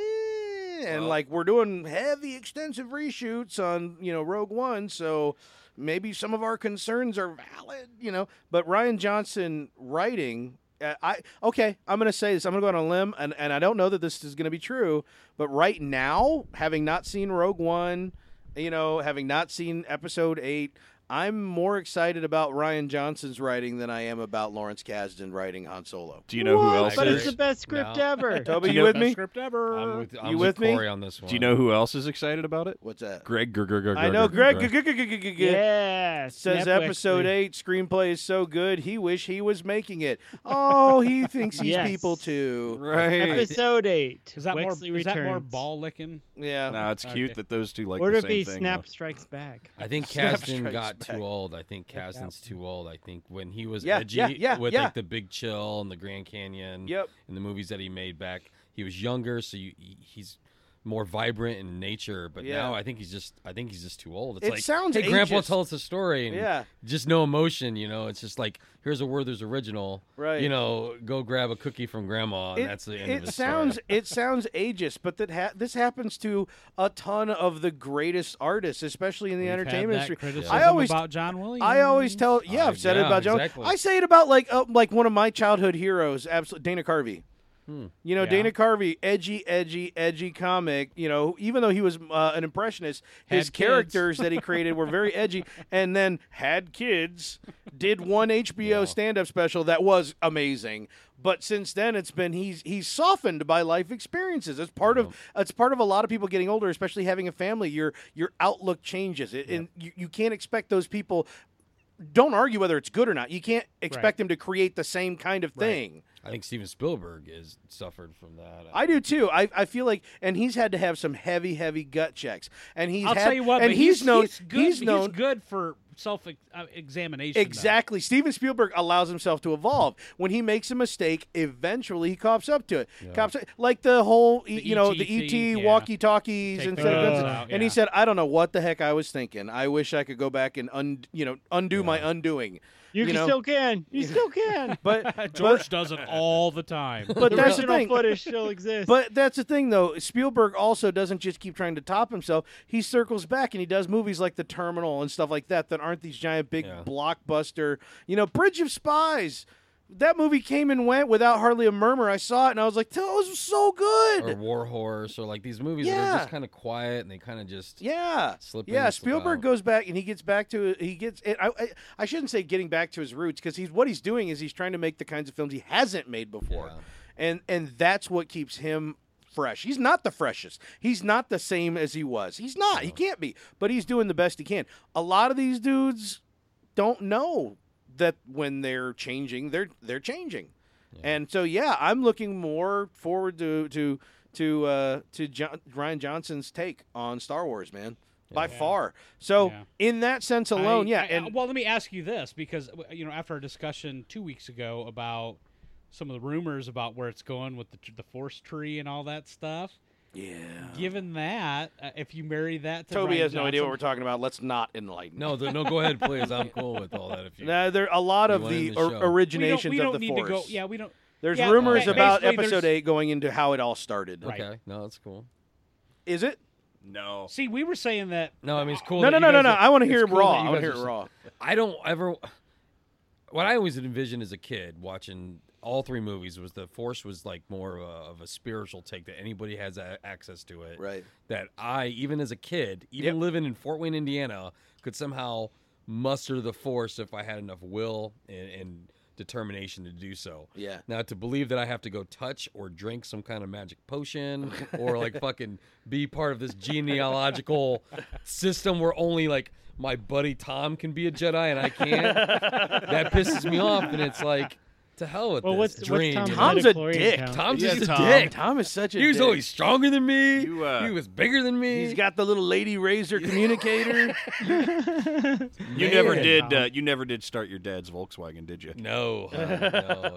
Speaker 1: And
Speaker 6: Well-
Speaker 1: like we're doing heavy, extensive reshoots on you know Rogue One, so maybe some of our concerns are valid, you know. But Ryan Johnson writing, uh, I okay, I'm gonna say this. I'm gonna go on a limb, and and I don't know that this is gonna be true, but right now, having not seen Rogue One, you know, having not seen Episode Eight,
Speaker 9: I'm more excited about Ryan Johnson's writing than I am about Lawrence Kasdan writing Han Solo.
Speaker 6: Do you know
Speaker 5: What?
Speaker 6: who else
Speaker 5: But
Speaker 6: is?
Speaker 5: it's the best script
Speaker 3: No.
Speaker 5: ever.
Speaker 9: Toby,
Speaker 6: Do
Speaker 9: you,
Speaker 6: you know-
Speaker 9: with me?
Speaker 4: Script ever.
Speaker 3: I'm with, I'm
Speaker 9: You
Speaker 3: with,
Speaker 9: with me?
Speaker 3: Corey on this one.
Speaker 6: Do you know who else is excited about it?
Speaker 9: What's that?
Speaker 6: Greg. Grr, grr, grr,
Speaker 1: I
Speaker 6: grr,
Speaker 1: know
Speaker 6: grr,
Speaker 1: Greg
Speaker 6: grr.
Speaker 1: g- g- g- g- g- g-
Speaker 5: Yeah.
Speaker 1: says
Speaker 5: Snap
Speaker 1: episode
Speaker 5: Wexley.
Speaker 1: eight screenplay is so good he wish he was making it. Oh, he thinks he's
Speaker 5: Yes.
Speaker 1: people too.
Speaker 6: Right.
Speaker 5: Episode eight.
Speaker 4: Is that more?
Speaker 5: Wexley
Speaker 4: Is that more
Speaker 5: returns.
Speaker 4: ball licking?
Speaker 1: Yeah.
Speaker 6: Nah, it's cute
Speaker 4: Okay.
Speaker 6: that those two like
Speaker 5: Or
Speaker 6: the
Speaker 5: if
Speaker 6: same
Speaker 5: he
Speaker 6: thing.
Speaker 5: Snap Strikes Back?
Speaker 3: I think
Speaker 1: Snap
Speaker 3: Kasdan
Speaker 1: Strikes
Speaker 3: got
Speaker 1: Back.
Speaker 3: too old. I think Kasdan's too old. I think when he was
Speaker 1: Yeah,
Speaker 3: edgy
Speaker 1: yeah, yeah,
Speaker 3: with
Speaker 1: yeah.
Speaker 3: like the Big Chill and the Grand Canyon
Speaker 1: Yep.
Speaker 3: and the movies that he made back, he was younger, so you, he- he's more vibrant in nature. But
Speaker 1: Yeah.
Speaker 3: now I think he's just I think he's just too old. It's
Speaker 1: It
Speaker 3: like
Speaker 1: sounds
Speaker 3: hey, Grandpa,
Speaker 1: ageist.
Speaker 3: tell us a story. And
Speaker 1: Yeah.
Speaker 3: Just no emotion, you know. It's just like here's a Werther's original.
Speaker 1: Right.
Speaker 3: You know, go grab a cookie from Grandma, and
Speaker 1: It-
Speaker 3: that's the end
Speaker 1: it
Speaker 3: of the
Speaker 1: sounds
Speaker 3: story.
Speaker 1: it sounds ageist, but that ha- this happens to a ton of the greatest artists, especially in the
Speaker 4: We've had
Speaker 1: entertainment
Speaker 4: that
Speaker 1: industry.
Speaker 4: criticism
Speaker 1: I always
Speaker 4: about John Williams.
Speaker 1: I always tell yeah,
Speaker 3: Uh,
Speaker 1: I've said it
Speaker 3: yeah,
Speaker 1: about John.
Speaker 3: exactly.
Speaker 1: I say it about like uh, like one of my childhood heroes, absolutely Dana Carvey. You know,
Speaker 4: Hmm. Yeah.
Speaker 1: Dana Carvey, edgy, edgy, edgy comic. You know, even though he was uh, an impressionist, his
Speaker 4: Had kids.
Speaker 1: characters that he created were very edgy. And then had kids, did one HBO stand-up special that was amazing. But since then, it's been he's he's softened by life experiences. It's part of it's part of a lot of people getting older, especially having a family. Your your outlook changes, it, and you, you can't expect those people. Don't argue whether it's good or not. You can't expect
Speaker 4: Right.
Speaker 1: them to create the same kind of thing.
Speaker 3: I think Steven Spielberg is suffered from that.
Speaker 1: I do too. I, I feel like, and he's had to have some heavy, heavy gut checks. And he's
Speaker 4: I'll
Speaker 1: had-
Speaker 4: tell you what.
Speaker 1: and
Speaker 4: but
Speaker 1: he's, known,
Speaker 4: he's good.
Speaker 1: he's known
Speaker 4: good for self uh, examination. though.
Speaker 1: exactly. Steven Spielberg allows himself to evolve. When he makes a mistake, eventually he cops up to it. Cops like the whole, y-
Speaker 4: The
Speaker 1: you know,
Speaker 4: ET
Speaker 1: the ET
Speaker 4: thing, yeah.
Speaker 1: walkie talkies
Speaker 4: Take
Speaker 1: and
Speaker 4: the
Speaker 1: stuff.
Speaker 4: guns
Speaker 1: And
Speaker 4: out,
Speaker 1: And he
Speaker 4: yeah.
Speaker 1: said, "I don't know what the heck I was thinking. I wish I could go back and un, you know, undo my undoing."
Speaker 5: You,
Speaker 1: You
Speaker 5: can
Speaker 1: know?
Speaker 5: still can. You still can.
Speaker 1: But
Speaker 4: Uh, George does it all the time.
Speaker 1: but, but
Speaker 5: the
Speaker 1: that's the
Speaker 5: original
Speaker 1: thing.
Speaker 5: footage still exists.
Speaker 1: But that's the thing, though. Spielberg also doesn't just keep trying to top himself. He circles back and he does movies like The Terminal and stuff like that that aren't these giant, big
Speaker 3: Yeah.
Speaker 1: blockbuster. You know, Bridge of Spies. That movie came and went without hardly a murmur. I saw it and I was like, "That was so good."
Speaker 3: or War Horse, or like these movies that are
Speaker 1: Yeah.
Speaker 3: just kind of quiet and they kind of just
Speaker 1: yeah.
Speaker 3: slip in
Speaker 1: Yeah,
Speaker 3: and slip
Speaker 1: Spielberg
Speaker 3: out.
Speaker 1: goes back and he gets back to he gets. I, I I shouldn't say getting back to his roots because he's what he's doing is he's trying to make the kinds of films he hasn't made before,
Speaker 3: Yeah.
Speaker 1: and and that's what keeps him fresh. He's not the freshest. He's not the same as he was. He's not. He can't be. But he's doing the best he can. A lot of these dudes don't know that when they're changing, they're they're changing. And so yeah, I'm looking more forward to to to uh, to John, Ryan Johnson's take on Star Wars, man, by far. So
Speaker 4: Yeah.
Speaker 1: in that sense alone,
Speaker 4: I-
Speaker 1: yeah,
Speaker 4: I-
Speaker 1: and
Speaker 4: well, let me ask you this because w- you know after our discussion two weeks ago about some of the rumors about where it's going with the, tr- the force tree and all that stuff. Yeah. Given that, uh, if you marry that to
Speaker 1: Toby
Speaker 4: Ryan
Speaker 1: has no idea what we're
Speaker 4: Johnson-
Speaker 1: talking about. Let's not enlighten.
Speaker 3: No, th- no. Go ahead, please. I'm cool with all that. If you
Speaker 1: Now, there a lot
Speaker 3: You
Speaker 1: of
Speaker 3: want
Speaker 1: the,
Speaker 3: in the
Speaker 1: or-
Speaker 3: show.
Speaker 4: we
Speaker 1: originations
Speaker 4: don't, we don't
Speaker 1: of the
Speaker 4: need
Speaker 1: force.
Speaker 4: to go. Yeah, we don't.
Speaker 1: There's
Speaker 4: yeah,
Speaker 1: rumors
Speaker 4: ba-
Speaker 1: about
Speaker 4: basically
Speaker 1: episode
Speaker 4: there's-
Speaker 1: eight going into how it all started.
Speaker 4: Right.
Speaker 3: okay, no, that's cool.
Speaker 1: Is it?
Speaker 6: No.
Speaker 4: See, we were saying that
Speaker 3: No, I mean it's cool.
Speaker 1: No,
Speaker 3: that
Speaker 1: no,
Speaker 3: you
Speaker 1: no, no,
Speaker 3: guys
Speaker 1: no.
Speaker 3: are-
Speaker 1: I want to
Speaker 3: it's
Speaker 1: hear it
Speaker 3: cool
Speaker 1: raw.
Speaker 3: that you
Speaker 1: I want
Speaker 3: guys
Speaker 1: to hear
Speaker 3: are-
Speaker 1: it raw.
Speaker 3: I don't ever. What I always envisioned as a kid watching all three movies was the Force was like more of a, of a spiritual take that anybody has a, access to it.
Speaker 9: Right.
Speaker 3: That I, even as a kid, even living in Fort Wayne, Indiana, could somehow muster the Force if I had enough will and, and determination to do so.
Speaker 9: Yeah.
Speaker 3: Now to believe that I have to go touch or drink some kind of magic potion or like fucking be part of this genealogical system where only like my buddy Tom can be a Jedi and I can't. that pisses me off and it's like to hell with
Speaker 5: well,
Speaker 3: this
Speaker 5: what's
Speaker 3: dream.
Speaker 5: what's
Speaker 3: you know?
Speaker 1: Tom's a
Speaker 5: midichlorian
Speaker 1: dick.
Speaker 5: count?
Speaker 3: Tom's
Speaker 12: Yeah,
Speaker 3: just a
Speaker 12: Tom.
Speaker 3: dick.
Speaker 1: Tom is such a.
Speaker 3: He was
Speaker 1: dick.
Speaker 3: always stronger than me.
Speaker 6: You, uh,
Speaker 3: he was bigger than me.
Speaker 1: He's got the little lady razor communicator.
Speaker 6: You never
Speaker 3: Man.
Speaker 6: did. Uh, you never did start your dad's Volkswagen, did you?
Speaker 3: No, uh,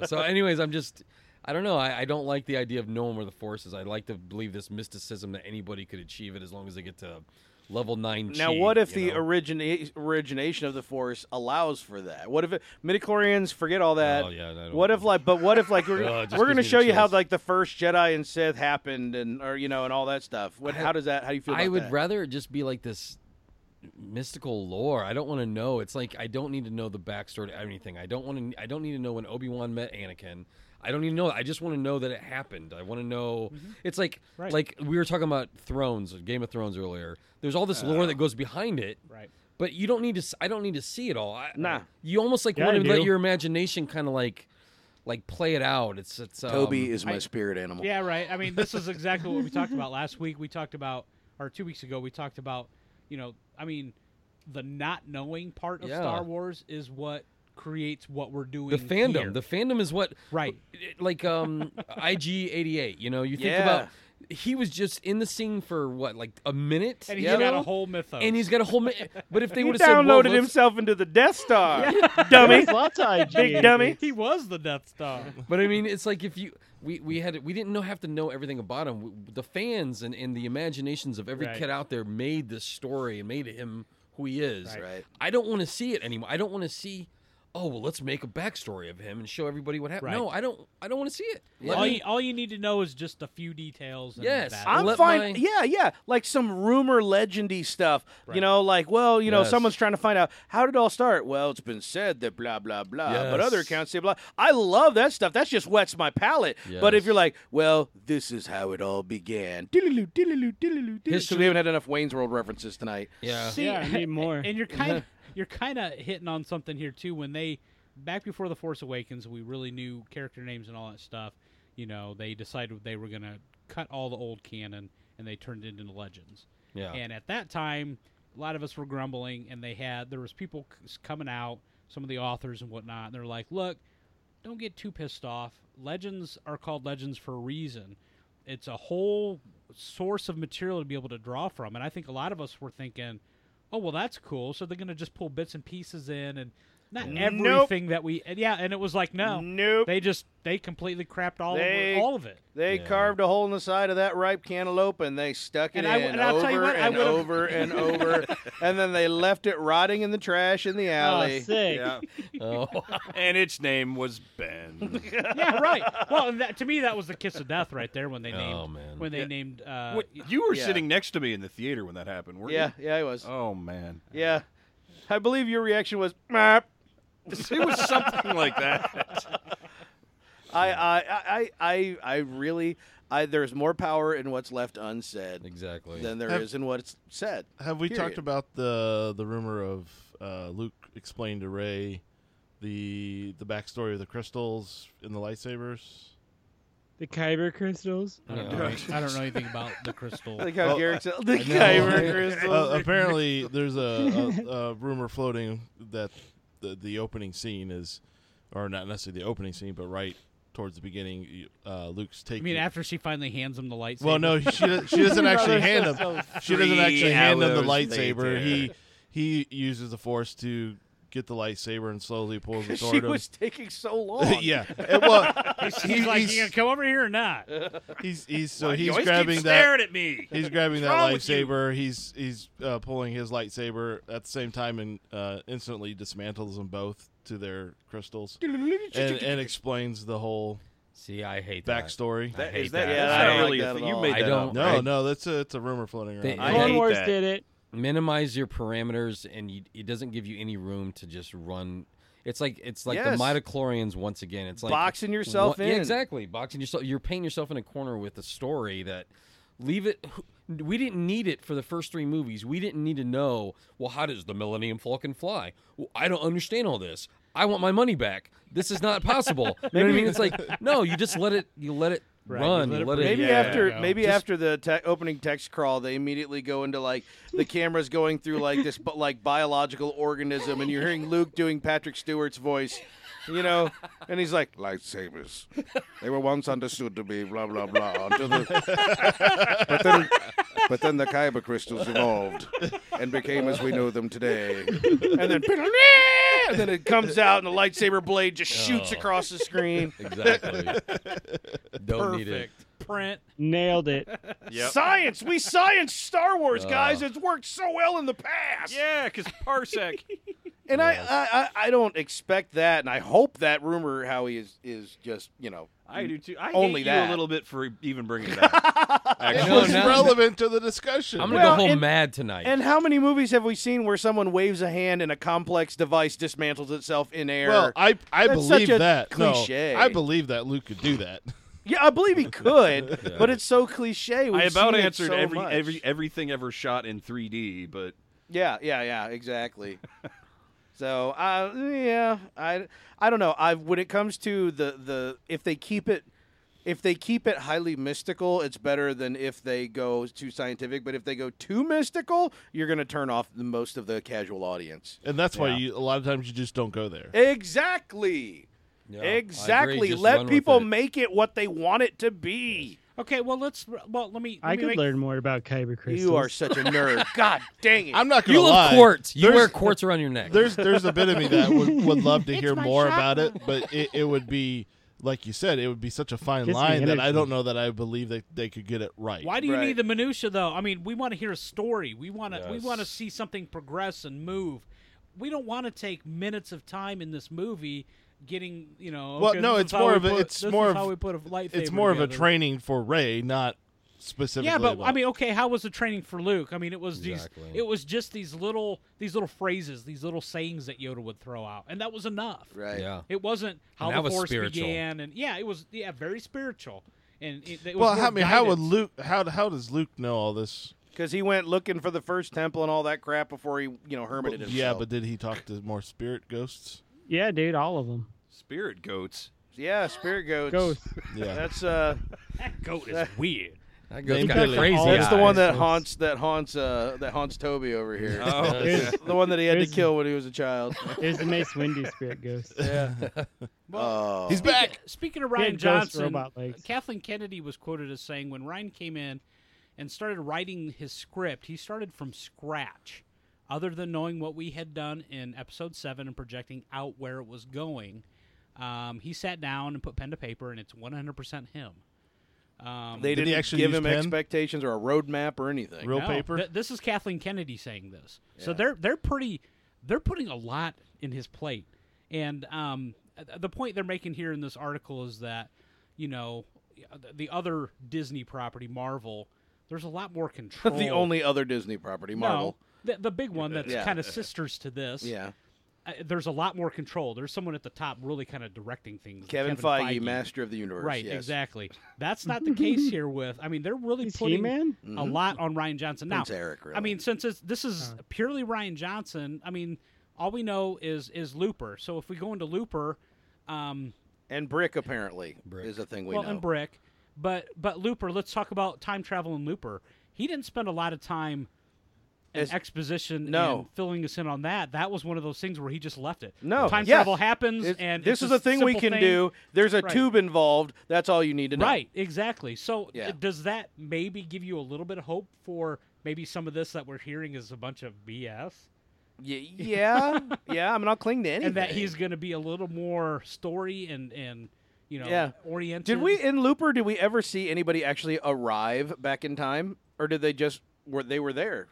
Speaker 3: no. So, anyways, I'm just, I don't know. I, I don't like the idea of knowing where the force is. I like to believe this mysticism that anybody could achieve it as long as they get to level nine.
Speaker 1: Now,
Speaker 3: chi,
Speaker 1: what if
Speaker 3: you
Speaker 1: the
Speaker 3: know?
Speaker 1: origina- origination of the Force allows for that? What if it, midichlorians forget all that?
Speaker 3: Oh, yeah, I don't-
Speaker 1: what if like, but what if like we're,
Speaker 3: Oh, it
Speaker 1: we're
Speaker 3: just gives
Speaker 1: going
Speaker 3: me
Speaker 1: to
Speaker 3: the
Speaker 1: show you how
Speaker 3: chills.
Speaker 1: like the first Jedi and Sith happened and or you know and all that stuff? What, how does that? How do you feel?
Speaker 3: I
Speaker 1: about
Speaker 3: would
Speaker 1: that?
Speaker 3: rather it just be like this mystical lore. I don't want to know. It's like I don't need to know the backstory to anything. I don't want to. I don't need to know when Obi Wan met Anakin. I don't need to know. I just want to know that it happened. I want to know. It's like
Speaker 4: Right.
Speaker 3: like we were talking about Thrones, Game of Thrones earlier. There's all this lore that goes behind it.
Speaker 4: right.
Speaker 3: But you don't need to. s- I don't need to see it all. I,
Speaker 9: Nah.
Speaker 3: You almost like
Speaker 5: Yeah, I
Speaker 3: want to let
Speaker 5: do.
Speaker 3: your imagination kind of like, like play it out. It's it's um,
Speaker 9: Toby is my
Speaker 4: I-
Speaker 9: spirit animal.
Speaker 4: Yeah, right. I mean, this is exactly what we talked about last week. We talked about, or two weeks ago, we talked about, you know, I mean, the not knowing part of
Speaker 3: Yeah.
Speaker 4: Star Wars is what creates what we're doing.
Speaker 3: the fandom.
Speaker 4: here.
Speaker 3: The fandom is what
Speaker 4: right.
Speaker 3: it- like um IG88, you know, you think
Speaker 9: Yeah.
Speaker 3: about he was just in the scene for what like a minute,
Speaker 4: And he's
Speaker 3: you
Speaker 4: got
Speaker 3: know?
Speaker 4: a whole mythos.
Speaker 3: and he's got a whole mi- but if they
Speaker 1: He
Speaker 3: would have said well,
Speaker 1: downloaded
Speaker 3: let's-
Speaker 1: himself into the Death Star, dummy.
Speaker 5: Lots of IG.
Speaker 1: Big dummy.
Speaker 4: he was the Death Star.
Speaker 3: But I mean, it's like if you we we had we didn't know have to know everything about him. W the fans and, and the imaginations of every
Speaker 4: Right.
Speaker 3: kid out there made this story and made him who he is.
Speaker 4: Right.
Speaker 9: Right.
Speaker 3: I don't want to see it anymore. I don't want to see. Oh well, let's make a backstory of him and show everybody what happened.
Speaker 4: Right.
Speaker 3: No, I don't. I don't want to see it. Let
Speaker 4: all,
Speaker 3: me-
Speaker 4: you, all you need to know is just a few details. And
Speaker 3: Yes.
Speaker 4: that.
Speaker 3: I-
Speaker 1: I'm
Speaker 3: Let
Speaker 1: fine.
Speaker 3: my-
Speaker 1: Yeah, yeah, like some rumor, legendy stuff. You know, like well, you know,
Speaker 3: Yes.
Speaker 1: someone's trying to find out how did it all start. Well, it's been said that blah blah blah, but other
Speaker 3: Yes.
Speaker 1: accounts say blah. I love that stuff. That just wets my palate. But if
Speaker 3: Yes.
Speaker 1: you're like, well, this is how it all began. Diddle-loo, diddle-loo, diddle-loo, diddle-loo. So
Speaker 3: History-
Speaker 1: we haven't had enough Wayne's World references tonight.
Speaker 3: yeah.
Speaker 4: See,
Speaker 5: Yeah, I need more.
Speaker 4: And you're kind of you're kind of hitting on something here too. When they back before the Force Awakens, we really knew character names and all that stuff. You know, they decided they were going to cut all the old canon and they turned it into legends.
Speaker 3: Yeah.
Speaker 4: And at that time, a lot of us were grumbling, and they had there was people c- coming out, some of the authors and whatnot, and they're like, "Look, don't get too pissed off. Legends are called legends for a reason. It's a whole source of material to be able to draw from." And I think a lot of us were thinking, "Oh, well, that's cool. So they're going to just pull bits and pieces in, and not everything that we, and yeah." And it was like, "No,
Speaker 1: Nope.
Speaker 4: they just they completely crapped all
Speaker 1: They-
Speaker 4: of, all of it."
Speaker 1: They
Speaker 3: Yeah.
Speaker 1: carved a hole in the side of that ripe cantaloupe and they stuck it
Speaker 4: And
Speaker 1: in
Speaker 4: I- and I'll
Speaker 1: over
Speaker 4: tell you what, I
Speaker 1: and
Speaker 4: would've-
Speaker 1: over and over, and then they left it rotting in the trash in the
Speaker 4: Oh,
Speaker 1: alley.
Speaker 5: sick.
Speaker 6: Yeah.
Speaker 3: Oh.
Speaker 7: and its name was Ben.
Speaker 4: yeah, right. Well, and that, to me, that was the kiss of death right there when they named
Speaker 3: Oh, man.
Speaker 4: when they
Speaker 6: Yeah.
Speaker 4: named. Uh,
Speaker 6: Wait, you were
Speaker 1: yeah.
Speaker 6: sitting next to me in the theater when that happened, weren't
Speaker 1: yeah,
Speaker 6: you?
Speaker 1: yeah, it was.
Speaker 6: Oh man,
Speaker 1: Yeah, I believe your reaction was. "Meh."
Speaker 6: it was something like that.
Speaker 1: I, I, I, I, I really. I, there's more power in what's left unsaid
Speaker 3: Exactly.
Speaker 1: than there
Speaker 12: Have-
Speaker 1: is in what's said.
Speaker 12: Have we
Speaker 1: Period.
Speaker 12: talked about the the rumor of uh, Luke explained to Ray the the backstory of the crystals in the lightsabers?
Speaker 5: The Kyber crystals.
Speaker 4: I, don't know, I don't know anything about the crystal.
Speaker 1: Like how
Speaker 12: Oh,
Speaker 1: Garrick said, the Kyber crystals.
Speaker 12: Uh, apparently, there's a, a, a rumor floating that the, the opening scene is, or not necessarily the opening scene, but right towards the beginning, you- uh, Luke's
Speaker 4: I
Speaker 12: taking.
Speaker 4: mean, after she finally hands him the lightsaber.
Speaker 12: well, no, she do- she doesn't actually hand him. She doesn't
Speaker 6: Three
Speaker 12: actually hand him the
Speaker 6: hours
Speaker 12: lightsaber.
Speaker 6: later.
Speaker 12: He he uses the force to get the lightsaber and slowly pulls the sword.
Speaker 1: she
Speaker 12: up.
Speaker 1: was taking so long.
Speaker 12: yeah. It- well,
Speaker 4: he's, he's like, "You gonna come over here or not?"
Speaker 12: he's he's so
Speaker 7: Why do you
Speaker 12: he's
Speaker 7: always
Speaker 12: grabbing
Speaker 7: keep
Speaker 12: that
Speaker 7: staring at me.
Speaker 12: he's grabbing that
Speaker 7: wrong with you?
Speaker 12: lightsaber. He's he's uh, pulling his lightsaber at the same time and uh, instantly dismantles them both to their crystals and, and explains the whole
Speaker 3: See, I hate that.
Speaker 12: backstory.
Speaker 3: I hate
Speaker 7: is that,
Speaker 3: that.
Speaker 1: Yeah,
Speaker 7: that's not
Speaker 1: I don't like
Speaker 7: really a
Speaker 1: that
Speaker 7: thing.
Speaker 1: at
Speaker 7: You
Speaker 1: all.
Speaker 7: made
Speaker 3: I
Speaker 7: that
Speaker 3: don't-
Speaker 7: up.
Speaker 12: No,
Speaker 7: right?
Speaker 12: no, that's a it's a rumor floating around.
Speaker 3: They-
Speaker 12: I-
Speaker 5: Clone
Speaker 3: hate
Speaker 5: Wars
Speaker 7: that.
Speaker 5: did it.
Speaker 3: minimize your parameters and you, it doesn't give you any room to just run it's like it's like
Speaker 1: Yes.
Speaker 3: the midichlorians once again it's like
Speaker 1: Boxing yourself
Speaker 3: One- yeah,
Speaker 1: in.
Speaker 3: exactly boxing yourself you're painting yourself in a corner with a story that leave it we didn't need it for the first three movies we didn't need to know well how does the millennium falcon fly well, i don't understand all this i want my money back this is not possible you know what i mean it's like no you just let it you let it run
Speaker 4: let
Speaker 3: you
Speaker 4: it
Speaker 3: let it,
Speaker 4: breathe.
Speaker 1: Maybe
Speaker 4: Yeah.
Speaker 1: after
Speaker 4: Yeah.
Speaker 1: maybe after the te- opening text crawl, they immediately go into like the cameras going through like this bu- like biological organism, and you're hearing Luke doing Patrick Stewart's voice, you know, and he's like,
Speaker 9: Lightsabers. they were once understood to be blah blah blah. Until the, but then, but then the Kyber crystals evolved and became as we know them today.
Speaker 1: and then and then it comes out, and the lightsaber blade just shoots
Speaker 4: Oh.
Speaker 1: across the screen.
Speaker 3: exactly don't need it
Speaker 4: Perfect print.
Speaker 5: Nailed it.
Speaker 1: Science, we science Star Wars,
Speaker 3: Uh.
Speaker 1: guys. It's worked so well in the past.
Speaker 7: Yeah, because parsec.
Speaker 1: And I, I, I, I don't expect that, and I hope that rumor Howie is is just you know
Speaker 7: I do too. I
Speaker 1: Only
Speaker 7: hate
Speaker 1: that.
Speaker 7: you a little bit for even bringing it up.
Speaker 12: it
Speaker 3: No,
Speaker 12: was
Speaker 3: now-
Speaker 12: relevant to the discussion.
Speaker 3: i'm gonna
Speaker 1: Well,
Speaker 3: go home
Speaker 1: and-
Speaker 3: mad tonight
Speaker 1: And how many movies have we seen where someone waves a hand and a complex device dismantles itself in air?
Speaker 12: well, I I
Speaker 1: That's
Speaker 12: believe
Speaker 1: such a
Speaker 12: that.
Speaker 1: cliche.
Speaker 12: No, I believe that Luke could do that.
Speaker 1: yeah, I believe he could, but it's so cliche. We've
Speaker 7: I about
Speaker 1: seen it
Speaker 7: answered
Speaker 1: Oh, so
Speaker 7: every
Speaker 1: much.
Speaker 7: every everything ever shot in 3D, but
Speaker 1: Yeah, yeah, yeah, exactly. so, uh, yeah, I, I don't know. I when it comes to the the if they keep it, if they keep it highly mystical, it's better than if they go too scientific. But if they go too mystical, you're going to turn off the most of the casual audience.
Speaker 12: And that's why you, a lot of times you just don't go there.
Speaker 1: Exactly.
Speaker 3: Yeah, I agree,
Speaker 1: exactly.
Speaker 3: just run
Speaker 1: Let
Speaker 3: with
Speaker 1: people
Speaker 3: it.
Speaker 1: make it what they want it to be.
Speaker 4: Okay, well let's well let me. Let
Speaker 5: I
Speaker 4: me
Speaker 5: could
Speaker 4: make-
Speaker 5: learn more about kyber crystals.
Speaker 1: You are such a nerd. God dang it.
Speaker 12: I'm not gonna
Speaker 3: You love
Speaker 12: lie.
Speaker 3: quartz. You
Speaker 12: There's-
Speaker 3: wear quartz around your neck.
Speaker 12: There's there's a bit of me that would, would love to hear more about it, but it, it would be like you said, it would be such a fine
Speaker 5: Gives me
Speaker 12: line that I
Speaker 5: energy.
Speaker 12: don't know that I believe that they could get it right.
Speaker 4: Why do you
Speaker 1: Right.
Speaker 4: need the minutia though? I mean, we want to hear a story. We want to we
Speaker 3: Yes.
Speaker 4: want to see something progress and move. We don't want to take minutes of time in this movie getting you know.
Speaker 12: Well,
Speaker 4: okay,
Speaker 12: no,
Speaker 4: this is
Speaker 12: it's
Speaker 4: how
Speaker 12: more
Speaker 4: we
Speaker 12: of a-
Speaker 4: put-
Speaker 12: it's
Speaker 4: this
Speaker 12: more
Speaker 4: is
Speaker 12: of-
Speaker 4: how we put a lightsaber
Speaker 12: It's more of a
Speaker 4: together.
Speaker 12: training for Ray, not specifically.
Speaker 4: Yeah, but I
Speaker 12: about-
Speaker 4: mean, okay, how was the training for Luke? I mean, it was these,
Speaker 3: Exactly.
Speaker 4: it was just these little, these little phrases, these little sayings that Yoda would throw out, and that was enough.
Speaker 1: Right.
Speaker 3: yeah.
Speaker 4: It wasn't how
Speaker 3: And
Speaker 4: the
Speaker 3: that was
Speaker 4: Force
Speaker 3: spiritual.
Speaker 4: began, and yeah, it was yeah very spiritual. And it, it was
Speaker 12: well,
Speaker 4: more
Speaker 12: how, I mean, how would
Speaker 4: guidance.
Speaker 12: Luke? How how does Luke know all this?
Speaker 1: Because he went looking for the first temple and all that crap before he, you know, hermited himself.
Speaker 12: Yeah, but did he talk to more spirit ghosts?
Speaker 5: Yeah, dude, all of them.
Speaker 6: Spirit goats.
Speaker 1: yeah, spirit goats.
Speaker 5: Ghosts.
Speaker 12: Yeah,
Speaker 1: That's uh,
Speaker 4: that goat is weird?
Speaker 3: That goes
Speaker 12: Name
Speaker 3: kind of
Speaker 12: Billy.
Speaker 3: crazy.
Speaker 1: that's the
Speaker 3: eyes.
Speaker 1: one that haunts that haunts uh that haunts Toby over here.
Speaker 6: Oh.
Speaker 1: the one that he had to
Speaker 5: There's-
Speaker 1: kill when he was a child.
Speaker 5: There's the Mace Windu spirit ghost.
Speaker 1: Yeah. oh.
Speaker 12: he's back.
Speaker 4: Speaking of Ryan
Speaker 5: ghost
Speaker 4: Johnson,
Speaker 1: uh,
Speaker 5: robot legs.
Speaker 4: Kathleen Kennedy was quoted as saying, "When Ryan came in and started writing his script, he started from scratch. Other than knowing what we had done in episode seven and projecting out where it was going, um, he sat down and put pen to paper, and it's 100% him. Um,
Speaker 1: They
Speaker 12: Did
Speaker 1: didn't
Speaker 12: he actually
Speaker 1: give
Speaker 12: use
Speaker 1: him
Speaker 12: pen?
Speaker 1: expectations or a roadmap or anything.
Speaker 12: Real
Speaker 4: no,
Speaker 12: paper.
Speaker 4: th- this is Kathleen Kennedy saying this. So they're they're pretty they're putting a lot in his plate. And um, th- the point they're making here in this article is that you know the- the other Disney property, Marvel, there's a lot more control.
Speaker 1: the only other Disney property,
Speaker 4: No,
Speaker 1: Marvel.
Speaker 4: the, the big one that's
Speaker 1: Yeah.
Speaker 4: kind of sisters to this.
Speaker 1: Yeah.
Speaker 4: uh, there's a lot more control. There's someone at the top really kind of directing things.
Speaker 1: Kevin, Feige, master of the universe.
Speaker 4: Right,
Speaker 1: yes.
Speaker 4: exactly. That's not the case here. With I mean, they're really
Speaker 5: He's
Speaker 4: putting
Speaker 5: He-Man?
Speaker 4: a lot on Ryan Johnson. Now,
Speaker 1: Mm-hmm. Prince Eric, really.
Speaker 4: I mean, since it's, this is purely Ryan Johnson, I mean, all we know is is Looper. So if we go into Looper, um,
Speaker 1: And Brick apparently
Speaker 3: Brick.
Speaker 1: is a thing we
Speaker 4: well,
Speaker 1: know.
Speaker 4: and Brick, but but Looper, let's talk about time travel in Looper. He didn't spend a lot of time in
Speaker 1: As-
Speaker 4: exposition
Speaker 1: No.
Speaker 4: and filling us in on that. That was one of those things where he just left it.
Speaker 1: No,
Speaker 4: time
Speaker 1: yes.
Speaker 4: travel happens,
Speaker 1: It's-
Speaker 4: and
Speaker 1: this is
Speaker 4: it's a
Speaker 1: a thing we
Speaker 4: simple
Speaker 1: can do. There's a
Speaker 4: Right.
Speaker 1: tube involved. That's all you need to know.
Speaker 4: Right, exactly. So
Speaker 1: Yeah.
Speaker 4: d- does that maybe give you a little bit of hope for maybe some of this that we're hearing is a bunch of BS?
Speaker 1: Y- yeah, yeah. I mean, I'll cling to anything.
Speaker 4: And that he's going to be a little more story and and you know
Speaker 1: Yeah.
Speaker 4: oriented.
Speaker 1: Did we in Looper? Did we ever see anybody actually arrive back in time, or did they just were they were there?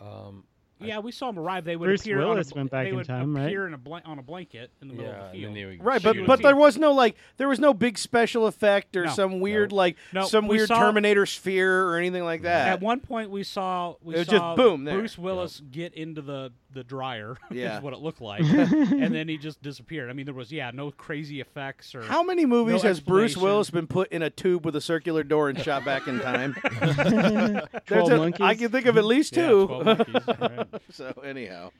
Speaker 3: Um,
Speaker 4: Yeah, we saw him arrive. They would
Speaker 5: Bruce
Speaker 4: appear.
Speaker 5: Willis
Speaker 4: on a, bl-
Speaker 5: went back
Speaker 4: they
Speaker 5: in
Speaker 4: would
Speaker 5: time, right?
Speaker 4: appear in a blan- on a blanket in the middle
Speaker 3: yeah,
Speaker 4: of the
Speaker 3: and then
Speaker 4: field.
Speaker 3: they would
Speaker 1: Right,
Speaker 3: shoot
Speaker 1: but
Speaker 3: him.
Speaker 1: but there was no like there was no big special effect or
Speaker 4: No.
Speaker 1: some weird like
Speaker 4: No,
Speaker 1: some
Speaker 4: we
Speaker 1: weird
Speaker 4: saw-
Speaker 1: Terminator sphere or anything like
Speaker 4: At
Speaker 1: that.
Speaker 4: one point, we saw we
Speaker 1: It was just
Speaker 4: saw
Speaker 1: boom there.
Speaker 4: Bruce Willis get into the the dryer.
Speaker 1: Yeah.
Speaker 4: is what it looked like, and then he just disappeared. I mean, there was yeah, no crazy effects or
Speaker 1: How many movies
Speaker 4: No
Speaker 1: has Bruce
Speaker 4: explanation.
Speaker 1: Willis been put in a tube with a circular door and shot back in time? There's
Speaker 5: Twelve
Speaker 1: a-
Speaker 5: monkeys.
Speaker 1: I can think of at least
Speaker 4: Yeah,
Speaker 1: two.
Speaker 4: 12 monkeys, right.
Speaker 1: so anyhow,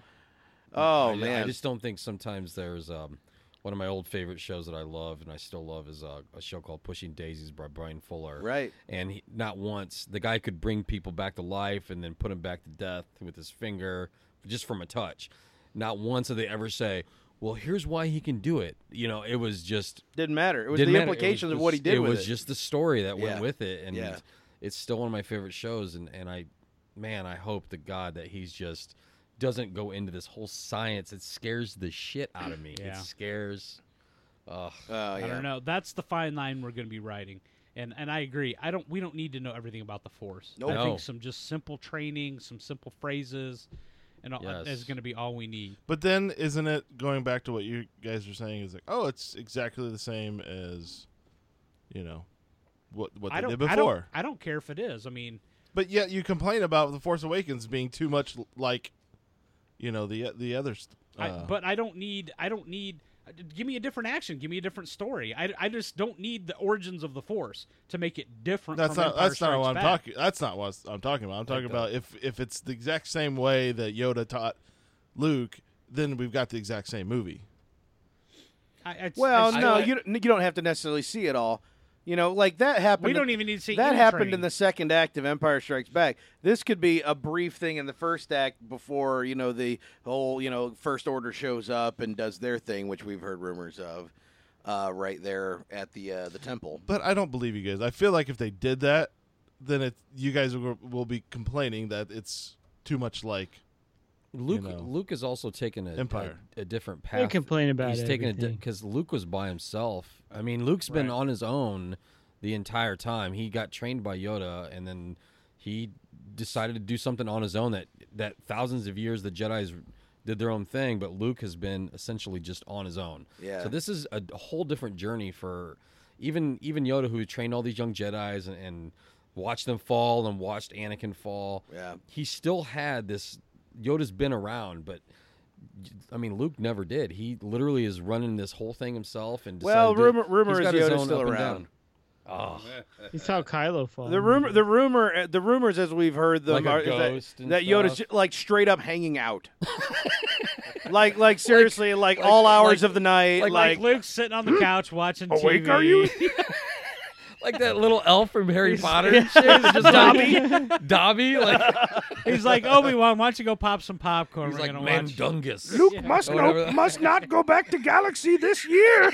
Speaker 1: oh
Speaker 3: I,
Speaker 1: man,
Speaker 3: I just don't think sometimes there's um, one of my old favorite shows that I love and I still love is uh, a show called Pushing Daisies by Brian Fuller.
Speaker 1: right.
Speaker 3: And he, not once the guy could bring people back to life and then put them back to death with his finger just from a touch. Not once did they ever say, "Well, here's why he can do it." You know, it was just
Speaker 1: Didn't matter. It was
Speaker 3: didn't
Speaker 1: the
Speaker 3: matter. It was
Speaker 1: implications of
Speaker 3: just-
Speaker 1: what he did
Speaker 3: It
Speaker 1: with
Speaker 3: was
Speaker 1: it.
Speaker 3: just the story that
Speaker 1: Yeah.
Speaker 3: went with it, and
Speaker 1: Yeah.
Speaker 3: it's still one of my favorite shows. And and I, man, I hope to God that he's just doesn't go into this whole science. It scares the shit out of me.
Speaker 4: Yeah.
Speaker 3: It scares. uh, Ugh.
Speaker 1: Oh, yeah.
Speaker 4: I don't know. That's the fine line we're going to be writing. And and I agree. I don't. We don't need to know everything about the force.
Speaker 1: Nope.
Speaker 4: I
Speaker 3: No.
Speaker 4: think some just simple training, some simple phrases, and all,
Speaker 3: Yes.
Speaker 4: is going to be all we need.
Speaker 12: But then, isn't it going back to what you guys are saying? Is like, oh, it's exactly the same as, you know, what what
Speaker 4: I
Speaker 12: they
Speaker 4: don't.
Speaker 12: did
Speaker 4: I don't.
Speaker 12: before.
Speaker 4: I don't care if it is. I mean,
Speaker 12: But yet, you complain about the Force Awakens being too much l- like, you know, the the other. s- Uh,
Speaker 4: I, but I don't need. I don't need Uh, d- Give me a different action. Give me a different story. I, I just don't need the origins of the Force to make it different.
Speaker 12: That's
Speaker 4: from
Speaker 12: not.
Speaker 4: Empire
Speaker 12: That's not what I'm
Speaker 4: Strikes Back.
Speaker 12: talking. That's not what I'm talking about. I'm talking about if if it's the exact same way that Yoda taught Luke, then we've got the exact same movie.
Speaker 4: I, it's-
Speaker 9: Well,
Speaker 4: it's-
Speaker 9: no,
Speaker 4: I-
Speaker 9: you don't- you don't have to necessarily see it all. You know, like that happened.
Speaker 4: We don't even need to see
Speaker 9: that
Speaker 4: in
Speaker 9: happened
Speaker 4: training.
Speaker 9: in the second act of Empire Strikes Back. This could be a brief thing in the first act before you know the whole you know First Order shows up and does their thing, which we've heard rumors of, uh, right there at the uh, the temple.
Speaker 12: But I don't believe you guys. I feel like if they did that, then it you guys will, will be complaining that it's too much like
Speaker 3: Luke
Speaker 12: know.
Speaker 3: Luke is also taking a
Speaker 12: Empire.
Speaker 3: a, a different path.
Speaker 5: They complain about
Speaker 3: He's taking a
Speaker 5: everything.
Speaker 3: because Luke was by himself. I mean, Luke's been
Speaker 4: Right.
Speaker 3: on his own the entire time. He got trained by Yoda, and then he decided to do something on his own. That that thousands of years the Jedi's did their own thing, but Luke has been essentially just on his own.
Speaker 9: Yeah.
Speaker 3: So this is a whole different journey for even even Yoda, who trained all these young Jedi's and. and Watched them fall and watched Anakin fall.
Speaker 9: Yeah.
Speaker 3: He still had this Yoda's been around, but I mean, Luke never did. He literally is running this whole thing himself, and
Speaker 1: Well,
Speaker 3: decided to-
Speaker 1: rumor- rumor
Speaker 3: he's
Speaker 1: is
Speaker 3: got his
Speaker 1: Yoda's
Speaker 3: own
Speaker 1: still
Speaker 3: up and
Speaker 1: around.
Speaker 3: down. Oh,
Speaker 5: He saw Kylo fall.
Speaker 1: The rumor, the rumor, uh, the rumors as we've heard them
Speaker 3: Like a
Speaker 1: are is that-
Speaker 3: ghost
Speaker 1: that,
Speaker 3: and
Speaker 1: Yoda's
Speaker 3: stuff.
Speaker 1: ju- like straight up hanging out, like like seriously, like, all hours
Speaker 3: like-
Speaker 1: of the night, like,
Speaker 4: like, Luke sitting on the couch watching
Speaker 2: Awake,
Speaker 4: TV.
Speaker 2: are you?
Speaker 3: like that little elf from Harry Potter and shit. It's just Dobby, Dobby, like
Speaker 4: He's like Obi Wan. Why don't you go pop some popcorn?
Speaker 3: he's
Speaker 4: We're
Speaker 3: like
Speaker 4: gonna watch.
Speaker 3: Mandungus.
Speaker 2: Luke must
Speaker 3: Or whatever
Speaker 2: not
Speaker 3: the-
Speaker 2: must not go back to Galaxy this year.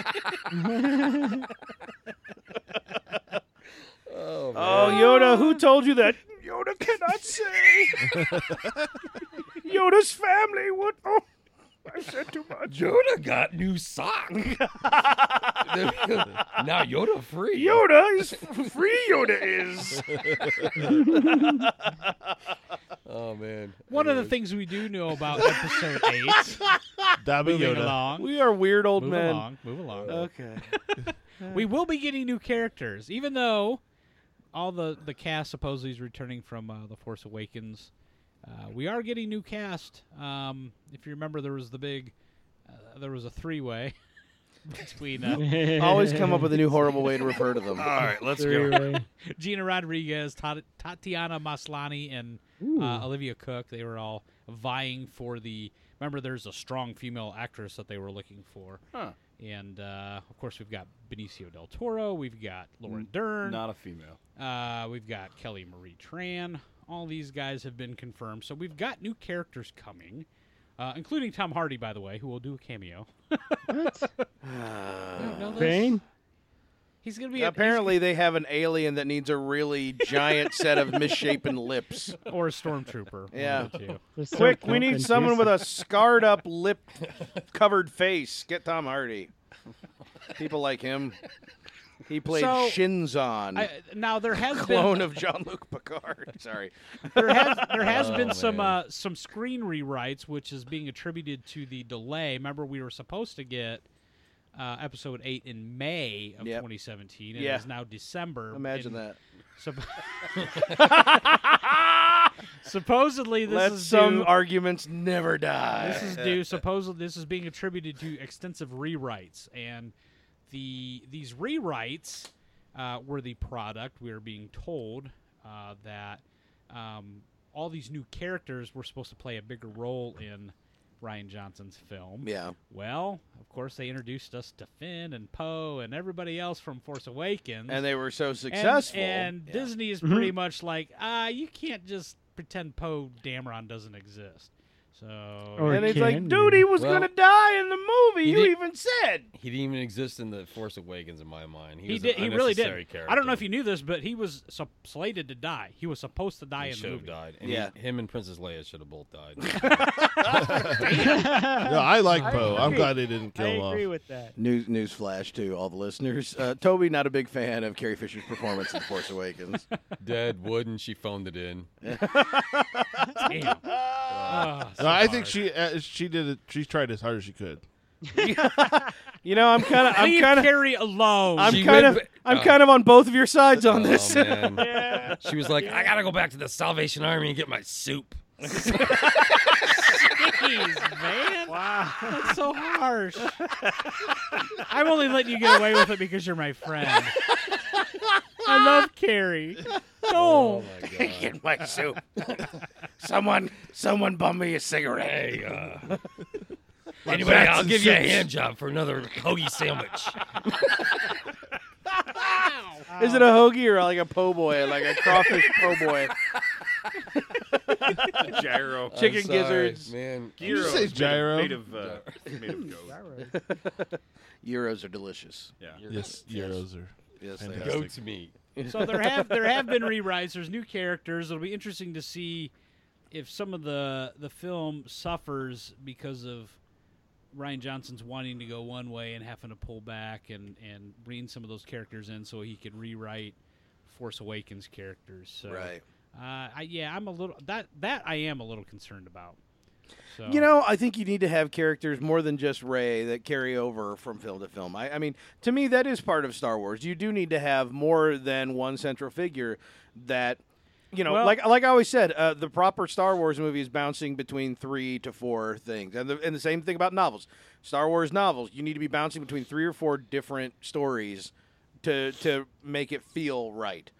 Speaker 3: Oh, man.
Speaker 1: oh Yoda, who told you that?
Speaker 2: Yoda cannot say. Yoda's family would. Oh, I said too much.
Speaker 3: Yoda got new sock. now Yoda free.
Speaker 2: Yoda is free. Yoda is.
Speaker 3: Oh man.
Speaker 4: One of the things we do know about Episode Eight.
Speaker 12: Dabby
Speaker 4: moving
Speaker 12: Yoda.
Speaker 4: along.
Speaker 1: We are weird old
Speaker 4: Move
Speaker 1: men.
Speaker 4: along. Move along.
Speaker 1: Okay,
Speaker 4: we will be getting new characters, even though all the the cast supposedly is returning from uh, the Force Awakens. Uh, we are getting new cast. Um, if you remember, there was the big, uh, there was a three way between uh,
Speaker 9: Always come up with a new horrible way to refer to them.
Speaker 2: All right, let's go.
Speaker 5: Three-way.
Speaker 4: Gina Rodriguez, Tat- Tatiana Maslany, and uh, Olivia Cook. They were all vying for the. Remember, there's a strong female actress that they were looking for.
Speaker 2: Huh.
Speaker 4: And uh, of course, we've got Benicio del Toro. We've got
Speaker 9: Mm,
Speaker 4: Lauren Dern.
Speaker 6: Not a female.
Speaker 4: Uh, we've got Kelly Marie Tran. All these guys have been confirmed. So we've got new characters coming, uh, including Tom Hardy, by the way, who will do a cameo.
Speaker 5: What?
Speaker 4: You don't know this?
Speaker 5: Bane?
Speaker 4: He's going to be a-
Speaker 9: Apparently, they have an alien that needs a really giant set of misshapen lips.
Speaker 4: he's- or a stormtrooper. one of
Speaker 9: Yeah.
Speaker 4: the two.
Speaker 5: They're so
Speaker 1: quick, we need
Speaker 5: confused.
Speaker 1: someone with a scarred up, lip covered face. Get Tom Hardy.
Speaker 9: People like him. He played
Speaker 4: So-
Speaker 9: Shinzon,
Speaker 4: I, now there has
Speaker 9: clone
Speaker 4: been
Speaker 9: of Jean Luc Picard. Sorry.
Speaker 4: there has there has been
Speaker 3: Oh,
Speaker 4: some uh,
Speaker 3: man.
Speaker 4: some screen rewrites, which is being attributed to the delay. Remember, we were supposed to get uh, episode eight in May of
Speaker 9: Yep.
Speaker 4: 2017, and
Speaker 9: Yeah.
Speaker 4: it is now December.
Speaker 9: Imagine
Speaker 4: and
Speaker 9: that.
Speaker 4: Sup- supposedly this
Speaker 1: Let
Speaker 4: is
Speaker 1: some
Speaker 4: due,
Speaker 1: arguments never die.
Speaker 4: this is due supposedly this is being attributed to extensive rewrites and the these rewrites uh, were the product we are being told uh, that um, all these new characters were supposed to play a bigger role in Ryan Johnson's film.
Speaker 9: Yeah.
Speaker 4: Well, of course they introduced us to Finn and Poe and everybody else from Force Awakens.
Speaker 9: And they were so
Speaker 4: And-
Speaker 9: successful.
Speaker 4: And,
Speaker 9: Yeah. Mm-hmm.
Speaker 4: Disney is pretty much like, ah, you can't just pretend Poe Dameron doesn't exist. So
Speaker 5: Or
Speaker 1: and it's
Speaker 5: can
Speaker 1: like,
Speaker 5: you?
Speaker 1: dude, he was
Speaker 3: Well,
Speaker 1: gonna die in the movie.
Speaker 3: he
Speaker 1: You
Speaker 3: did-
Speaker 1: even said.
Speaker 3: He didn't even exist in the Force Awakens in my mind. He,
Speaker 4: he
Speaker 3: was
Speaker 4: did.
Speaker 3: An
Speaker 4: He really did.
Speaker 3: unnecessary Character.
Speaker 4: I don't know if you knew this, but he was sup- slated to die. He was supposed to die
Speaker 3: He
Speaker 4: in the
Speaker 3: should have
Speaker 4: movie.
Speaker 3: died. And
Speaker 9: Yeah.
Speaker 3: he, him and Princess Leia should have both died.
Speaker 12: No, I like Poe. I'm
Speaker 5: agree.
Speaker 12: glad they didn't
Speaker 5: I
Speaker 12: kill him off.
Speaker 5: agree with that.
Speaker 9: News, news flash to all the listeners. Uh, Toby, not a big fan of Carrie Fisher's performance in Force Awakens.
Speaker 3: Dead wouldn't. She phoned it in.
Speaker 4: Damn. Ah, so
Speaker 12: No, I
Speaker 4: hard.
Speaker 12: think she uh, she did it. She tried as hard as she could.
Speaker 1: You know, I'm kind of, I'm
Speaker 4: Leave
Speaker 1: kind of,
Speaker 4: Carrie alone.
Speaker 1: I'm
Speaker 3: She
Speaker 1: kind of,
Speaker 3: went-
Speaker 1: I'm
Speaker 3: uh,
Speaker 1: kind of on both of your sides
Speaker 9: Uh,
Speaker 1: on this.
Speaker 3: Oh, man. She was like, I gotta go back to the Salvation Army and get my soup.
Speaker 4: Jeez, man.
Speaker 5: Wow.
Speaker 4: That's so harsh. I'm only letting you get away with it because you're my friend. I love Carrie. No.
Speaker 3: Oh, my God.
Speaker 13: Get my soup. someone, someone, bum me a cigarette.
Speaker 3: Anyway, I'll give you a hand job for another hoagie sandwich.
Speaker 14: Is it a hoagie or like a po' boy, like a crawfish po' boy?
Speaker 6: Gyro.
Speaker 3: I'm
Speaker 14: Chicken
Speaker 3: sorry,
Speaker 14: gizzards.
Speaker 3: man.
Speaker 6: Gyro.
Speaker 12: say
Speaker 6: is made of-
Speaker 12: gyro?
Speaker 6: Made of, uh, made of goat.
Speaker 1: Euros are delicious.
Speaker 6: Yeah.
Speaker 12: Yes, Euros are.
Speaker 1: Yes, they
Speaker 12: Fantastic.
Speaker 1: are.
Speaker 3: Goat's meat.
Speaker 4: So there have there have been rewrites. There's new characters. It'll be interesting to see if some of the the film suffers because of Ryan Johnson's wanting to go one way and having to pull back and and bring some of those characters in so he could rewrite Force Awakens characters. So,
Speaker 1: Right.
Speaker 4: Uh, I, yeah, I'm a little that that I am a little concerned about. So,
Speaker 1: You know, I think you need to have characters more than just Ray that carry over from film to film. I, I mean, to me, that is part of Star Wars. You do need to have more than one central figure that, you know,
Speaker 4: Well-
Speaker 1: like like I always said, uh, the proper Star Wars movie is bouncing between three to four things, and the, and the same thing about novels. Star Wars novels, you need to be bouncing between three or four different stories to to make it feel right.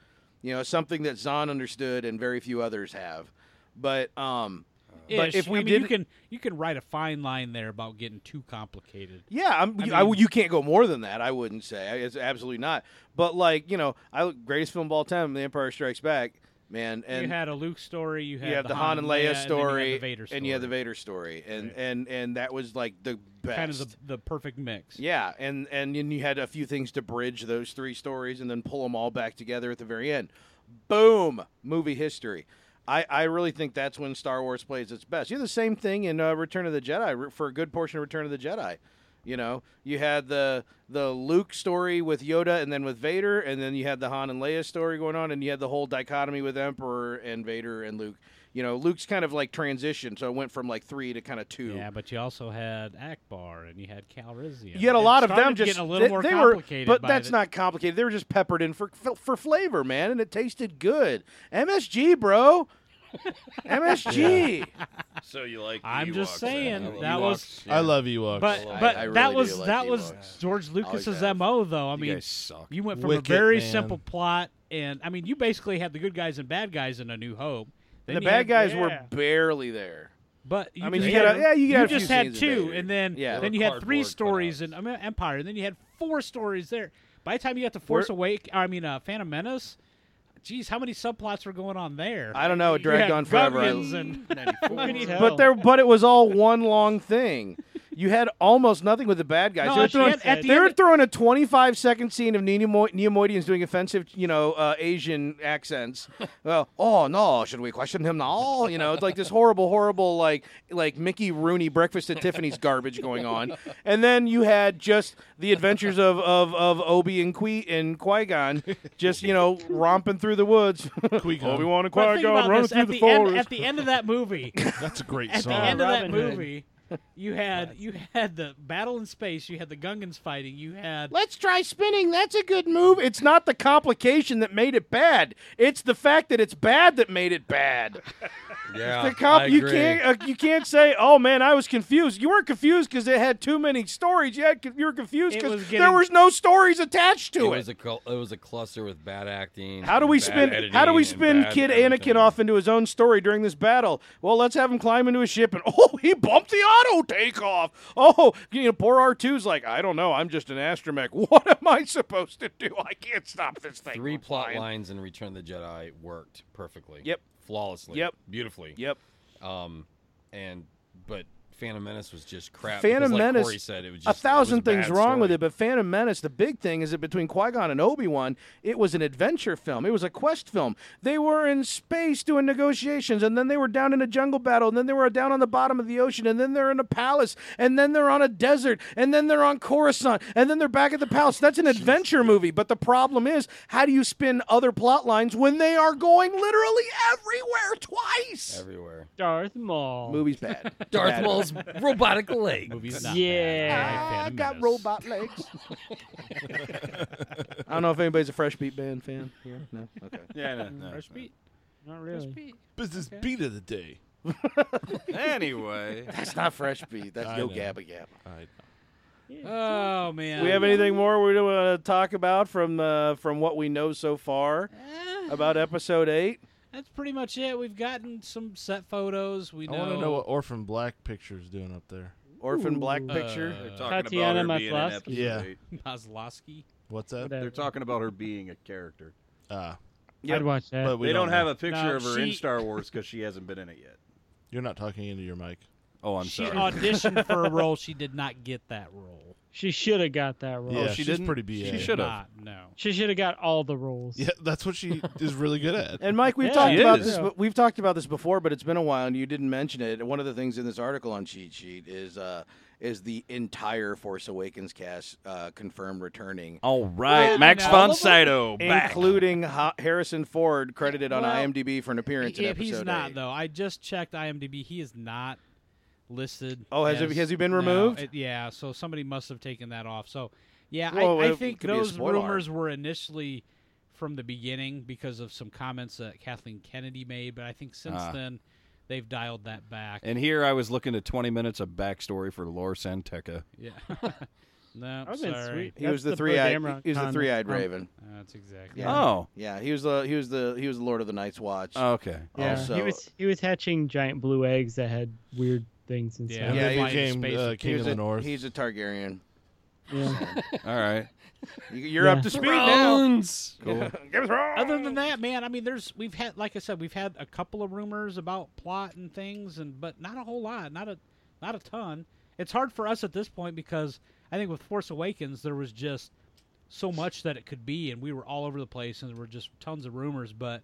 Speaker 1: You know, something that Zahn understood and very few others have. But um, but
Speaker 4: ish.
Speaker 1: if we
Speaker 4: I mean,
Speaker 1: did
Speaker 4: you can you can write a fine line there about getting too complicated.
Speaker 1: Yeah, I'm,
Speaker 4: I
Speaker 1: I
Speaker 4: mean-
Speaker 1: you can't go more than that. I wouldn't say I- it's absolutely not. But like you know, I greatest film of all time, The Empire Strikes Back, man, and
Speaker 4: you had a Luke story. You had
Speaker 1: you have
Speaker 4: the,
Speaker 1: the Han and Leia story,
Speaker 4: and then you had the Vader story.
Speaker 1: and you had the Vader story, and and and that was like the best.
Speaker 4: kind of the, the perfect mix.
Speaker 1: yeah, and and then you had a few things to bridge those three stories, and then pull them all back together at the very end. Boom, movie history. I, I really think that's when Star Wars plays its best. You had the same thing in uh, Return of the Jedi re- for a good portion of Return of the Jedi. You know, you had the the Luke story with Yoda, and then with Vader, and then you had the Han and Leia story going on, and you had the whole dichotomy with Emperor and Vader and Luke. You know, Luke's kind of like transitioned, so it went from like three to kind of two.
Speaker 4: Yeah, but you also had Akbar and you had Calrissian.
Speaker 1: You had a
Speaker 4: It
Speaker 1: lot of them
Speaker 4: started
Speaker 1: just
Speaker 4: getting a little
Speaker 1: they,
Speaker 4: more
Speaker 1: they
Speaker 4: complicated,
Speaker 1: were, but
Speaker 4: by
Speaker 1: that's
Speaker 4: the-
Speaker 1: not complicated. They were just peppered in for for flavor, man, and it tasted good. MSG, bro. MSG.
Speaker 6: So you like?
Speaker 4: I'm just
Speaker 6: Ewoks,
Speaker 4: saying
Speaker 6: huh?
Speaker 4: that was,
Speaker 12: I love Ewoks.
Speaker 4: but
Speaker 1: I-
Speaker 4: but
Speaker 1: I really
Speaker 4: that
Speaker 1: do
Speaker 4: was
Speaker 1: like
Speaker 4: that
Speaker 1: the
Speaker 4: was
Speaker 1: Ewoks.
Speaker 4: George Lucas's
Speaker 1: have.
Speaker 4: mo though. I mean,
Speaker 6: You
Speaker 4: you,
Speaker 6: guys suck.
Speaker 4: went from
Speaker 12: Wicked,
Speaker 4: a very
Speaker 12: man.
Speaker 4: simple plot, and I mean, you basically had the good guys and bad guys in A New Hope. Then
Speaker 1: the
Speaker 4: you
Speaker 1: bad
Speaker 4: had-
Speaker 1: guys
Speaker 5: yeah.
Speaker 1: were barely there.
Speaker 4: But you
Speaker 1: I mean,
Speaker 4: just
Speaker 1: you
Speaker 4: had,
Speaker 1: gotta- yeah, you gotta have a
Speaker 4: just
Speaker 1: few
Speaker 4: had
Speaker 1: scenes of
Speaker 4: two,
Speaker 1: Vader.
Speaker 4: and then
Speaker 1: Yeah.
Speaker 4: then you had three
Speaker 3: Cardboard
Speaker 4: stories
Speaker 3: cutouts.
Speaker 4: in I mean, Empire, and then you had four stories there. By the time you got to Force Awake, I mean uh, Phantom Menace, geez, how many subplots were going on there?
Speaker 1: I don't know. It
Speaker 4: You
Speaker 1: dragged
Speaker 4: had
Speaker 1: on forever. I-
Speaker 4: Gungans and
Speaker 1: but there, but it was all one long thing. You had almost nothing with the bad guys. they were
Speaker 4: No, at the
Speaker 1: throwing,
Speaker 4: end- at the
Speaker 1: they
Speaker 4: end-
Speaker 1: were throwing a 25 second scene of Neomo- Neomoidians doing offensive, you know, uh, Asian accents. well, oh no, should we question him now? You know, it's like this horrible, horrible, like like Mickey Rooney breakfast at Tiffany's garbage going on. And then you had just the adventures of of, of Obi and Qui and Qui Gon, just you know, romping through the woods.
Speaker 12: Qui-Gon.
Speaker 1: Obi Wan and Qui
Speaker 4: But think
Speaker 1: Gon
Speaker 4: about
Speaker 1: running
Speaker 4: this,
Speaker 1: through
Speaker 4: at
Speaker 1: the,
Speaker 4: the
Speaker 1: forest.
Speaker 4: end, at the end of that movie,
Speaker 12: That's a great
Speaker 4: at the
Speaker 12: song.
Speaker 4: end of that
Speaker 5: Robin Hood.
Speaker 4: movie, you had you had the battle in space, you had the Gungans fighting, you had
Speaker 1: Let's try spinning. That's a good move. It's not the complication that made it bad. It's the fact that it's bad that made it bad.
Speaker 3: Yeah,
Speaker 1: The comp-
Speaker 3: I
Speaker 1: you
Speaker 3: agree.
Speaker 1: can't uh, you can't say, "Oh man, I was confused." You weren't confused because it had too many stories. You, had, you were confused
Speaker 4: It
Speaker 1: because
Speaker 4: was
Speaker 1: there
Speaker 4: getting-
Speaker 1: was no stories attached
Speaker 3: It
Speaker 1: to it.
Speaker 3: was a cl- it was a cluster with bad acting.
Speaker 1: How do we
Speaker 3: bad
Speaker 1: spin?
Speaker 3: editing,
Speaker 1: How do we
Speaker 3: and
Speaker 1: spin
Speaker 3: bad
Speaker 1: Kid
Speaker 3: everything.
Speaker 1: Anakin off into his own story during this battle? Well, let's have him climb into a ship, and oh, he bumped the auto takeoff. Oh, you know, poor R 2s like, I don't know, I'm just an astromech. What am I supposed to do? I can't stop this thing.
Speaker 3: Three
Speaker 1: from
Speaker 3: plot
Speaker 1: flying."
Speaker 3: lines in Return of the Jedi worked perfectly.
Speaker 1: Yep.
Speaker 3: Flawlessly.
Speaker 1: Yep.
Speaker 3: Beautifully.
Speaker 1: Yep.
Speaker 3: Um, and but Phantom Menace was just crap.
Speaker 1: Phantom
Speaker 3: because like
Speaker 1: Menace,
Speaker 3: Corey said, it was
Speaker 1: a
Speaker 3: just,
Speaker 1: thousand things wrong with it,
Speaker 3: But
Speaker 1: but Phantom Menace, the big thing is that between Qui Gon and Obi Wan, it was an adventure film. It was a quest film. They were in space doing negotiations, and then they were down in a jungle battle, and then they were down on the bottom of the ocean, and then they're in a palace, and then they're on a desert, and then they're on Coruscant, and then they're back at the palace. That's an adventure movie, but the problem is, how do you spin other plot lines when they are going literally everywhere twice?
Speaker 3: everywhere.
Speaker 5: Darth Maul.
Speaker 1: Movie's bad.
Speaker 3: Darth
Speaker 1: Bad.
Speaker 3: Maul's robotic leg.
Speaker 4: movies. Not
Speaker 5: Yeah.
Speaker 4: bad.
Speaker 1: I
Speaker 4: Phantom
Speaker 1: got
Speaker 4: Menace.
Speaker 1: robot legs. I don't know if anybody's a Fresh Beat Band fan. Yeah, no. Okay.
Speaker 6: Yeah, no, no.
Speaker 4: Fresh meat.
Speaker 5: Not really.
Speaker 12: Business beat of the day.
Speaker 6: anyway,
Speaker 15: That's not fresh beef. That's
Speaker 12: I
Speaker 15: Yo
Speaker 12: know.
Speaker 15: Gabba Gabba.
Speaker 12: I,
Speaker 1: Uh,
Speaker 4: Oh man.
Speaker 16: we have anything more we want to talk about from uh, from what we know so far
Speaker 4: Eh,
Speaker 16: about episode eight?
Speaker 4: that's pretty much it. We've gotten some set photos. We
Speaker 12: I
Speaker 4: know.
Speaker 12: want to know what Orphan Black Picture's doing up there.
Speaker 16: Orphan Black
Speaker 4: Ooh.
Speaker 16: picture.
Speaker 4: Uh,
Speaker 6: they're talking
Speaker 5: Tatiana
Speaker 6: about her being an
Speaker 5: Maslowski.
Speaker 6: episode.
Speaker 12: Yeah.
Speaker 6: eight.
Speaker 4: Kozlowski.
Speaker 12: What's that?
Speaker 5: Whatever.
Speaker 6: They're talking about her being a character.
Speaker 12: Uh,
Speaker 5: I'd watch that.
Speaker 12: but we
Speaker 6: they don't, have
Speaker 12: know.
Speaker 6: a picture
Speaker 4: No,
Speaker 6: of her in
Speaker 4: she-
Speaker 6: Star Wars because she hasn't been in it yet.
Speaker 12: You're not talking into your mic.
Speaker 6: Oh, I'm
Speaker 4: she
Speaker 6: sorry.
Speaker 4: auditioned for a role. She did not get that role.
Speaker 5: She should have got that role.
Speaker 12: Yeah,
Speaker 6: Oh, she
Speaker 12: she's
Speaker 6: didn't?
Speaker 12: pretty
Speaker 6: She
Speaker 12: BA.
Speaker 6: should have.
Speaker 4: Not, no.
Speaker 5: She should have got all the roles.
Speaker 12: Yeah, that's what she is really good at.
Speaker 16: And Mike, we've
Speaker 5: Yeah,
Speaker 16: talked
Speaker 6: she
Speaker 16: about
Speaker 6: is.
Speaker 16: this.
Speaker 5: Yeah.
Speaker 16: But
Speaker 1: We've talked about this before, but it's been a while, and you didn't mention it. One of the things in this article on Cheat Sheet is uh, is the entire Force Awakens cast uh, confirmed returning,
Speaker 6: All right,
Speaker 4: Well,
Speaker 6: Max
Speaker 4: now-
Speaker 6: von Sydow back.
Speaker 1: including ha- Harrison Ford credited on
Speaker 4: Well,
Speaker 1: IMDb for an appearance in
Speaker 4: If
Speaker 1: episode
Speaker 4: he's not
Speaker 1: eight.
Speaker 4: though, I just checked IMDb. He is not listed.
Speaker 1: Oh, has
Speaker 4: as,
Speaker 1: he- has he been
Speaker 4: No,
Speaker 1: removed?
Speaker 4: it- yeah, so somebody must have taken that off. So, yeah,
Speaker 1: Well,
Speaker 4: I, I
Speaker 1: it
Speaker 4: think
Speaker 1: could be a
Speaker 4: those
Speaker 1: spoiler.
Speaker 4: rumors were initially from the beginning because of some comments that Kathleen Kennedy made, but I think since
Speaker 6: Ah.
Speaker 4: then they've dialed that back.
Speaker 6: And here I was looking at 20 minutes of backstory for Lore Santeca.
Speaker 4: yeah. no,
Speaker 5: That would've been
Speaker 4: sorry.
Speaker 5: sweet.
Speaker 1: He
Speaker 5: That's
Speaker 1: was the,
Speaker 5: the
Speaker 1: three-eyed.
Speaker 5: Poe Dameron
Speaker 1: He was the
Speaker 5: con-
Speaker 1: three-eyed
Speaker 5: con-
Speaker 1: Raven.
Speaker 4: That's exactly.
Speaker 5: Yeah.
Speaker 6: Oh,
Speaker 1: Yeah, he was the he was the he was the Lord of the Night's Watch.
Speaker 6: okay.
Speaker 5: Yeah, he
Speaker 1: Also-
Speaker 5: was he was hatching giant blue eggs that had weird things inside.
Speaker 4: Yeah.
Speaker 12: And
Speaker 1: Yeah,
Speaker 12: then
Speaker 1: he-
Speaker 12: became
Speaker 4: space-
Speaker 12: uh,
Speaker 1: He
Speaker 12: King
Speaker 1: was
Speaker 12: of the
Speaker 1: a-
Speaker 12: North.
Speaker 1: He's a Targaryen.
Speaker 5: Yeah.
Speaker 6: All right.
Speaker 1: You- You're
Speaker 5: Yeah.
Speaker 1: up to speed now.
Speaker 6: Cool.
Speaker 4: Other than that, man, I mean, there's we've had like I said, we've had a couple of rumors about plot and things, and but not a whole lot, not a not a ton. It's hard for us at this point because I think with Force Awakens there was just so much that it could be, and we were all over the place, and there were just tons of rumors. But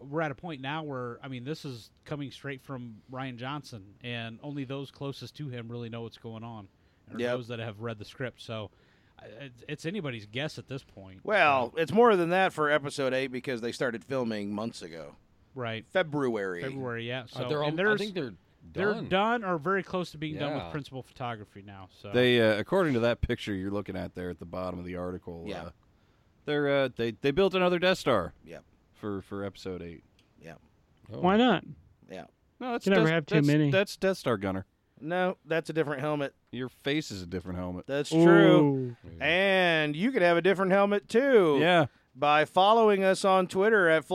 Speaker 4: we're at a point now where I mean, this is coming straight from Ryan Johnson, and only those closest to him really know what's going on, or
Speaker 1: Yep.
Speaker 4: those that have read the script. So I- it's- it's anybody's guess at this point.
Speaker 1: Well, it's more than that for episode eight because they started filming months ago,
Speaker 4: right.
Speaker 1: February.
Speaker 4: February, yeah. So
Speaker 3: they're
Speaker 4: and
Speaker 3: all, I
Speaker 4: there's-
Speaker 3: think they're done.
Speaker 4: they're done or very close to being done with
Speaker 3: Yeah.
Speaker 4: principal photography now. So
Speaker 6: They, uh, according to that picture you're looking at there at the bottom of the article,
Speaker 1: Yeah.
Speaker 6: uh, they're uh, they they built another Death Star.
Speaker 1: Yep.
Speaker 6: For for Episode Eight.
Speaker 3: Oh.
Speaker 5: Why not?
Speaker 6: No, that's
Speaker 5: Can never
Speaker 6: Death-
Speaker 5: have too
Speaker 6: that's-
Speaker 5: many.
Speaker 6: That's Death Star Gunner.
Speaker 1: No, that's a different helmet.
Speaker 6: Your face is a different helmet.
Speaker 1: That's true.
Speaker 5: Ooh.
Speaker 1: And you could have a different helmet too.
Speaker 6: Yeah.
Speaker 1: By following us on Twitter at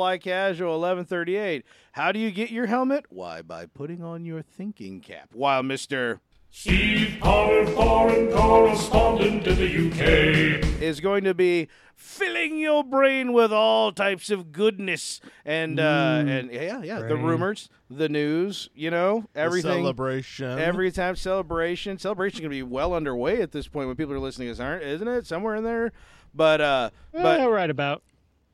Speaker 1: FlyCasual1138. How do you get your helmet? Why, by putting on your thinking cap. While Mr.
Speaker 15: Steve Power, foreign correspondent to the UK.
Speaker 1: is going to be filling your brain with all types of goodness and uh and yeah yeah the
Speaker 5: brain.
Speaker 1: rumors the news you know
Speaker 12: Mm. The
Speaker 1: everything
Speaker 12: celebration.
Speaker 1: every time celebration celebration's going to be well underway at this point when people are listening to this aren't isn't it somewhere in there but uh but
Speaker 5: Eh, right about.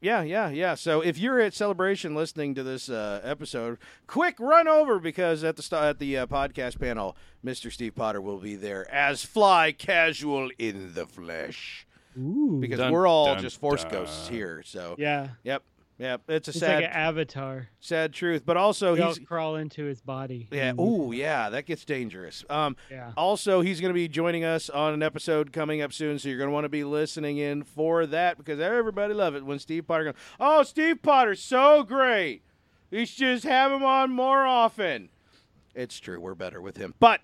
Speaker 1: yeah, yeah, yeah. So if you're at Celebration listening to this uh, episode, quick run over because at the st- at the uh, podcast panel, Mr. Steve Potter will be there as Fly Casual in the flesh
Speaker 5: Ooh.
Speaker 1: because
Speaker 6: Dun,
Speaker 1: we're all
Speaker 6: dun,
Speaker 1: just force
Speaker 6: dun.
Speaker 1: ghosts here. So
Speaker 5: yeah,
Speaker 1: yep, yep. It's a
Speaker 5: it's
Speaker 1: sad,
Speaker 5: like an avatar.
Speaker 1: sad truth, but also
Speaker 5: We all
Speaker 1: he's
Speaker 5: crawl into his body.
Speaker 1: yeah.
Speaker 5: And-
Speaker 1: Ooh, yeah. That gets dangerous. Um,
Speaker 5: Yeah.
Speaker 1: also, he's going to be joining us on an episode coming up soon, so you're going to want to be listening in for that because everybody love it when Steve Potter goes, "Oh, Steve Potter's so great. You should just have him on more often." It's true, we're better with him, but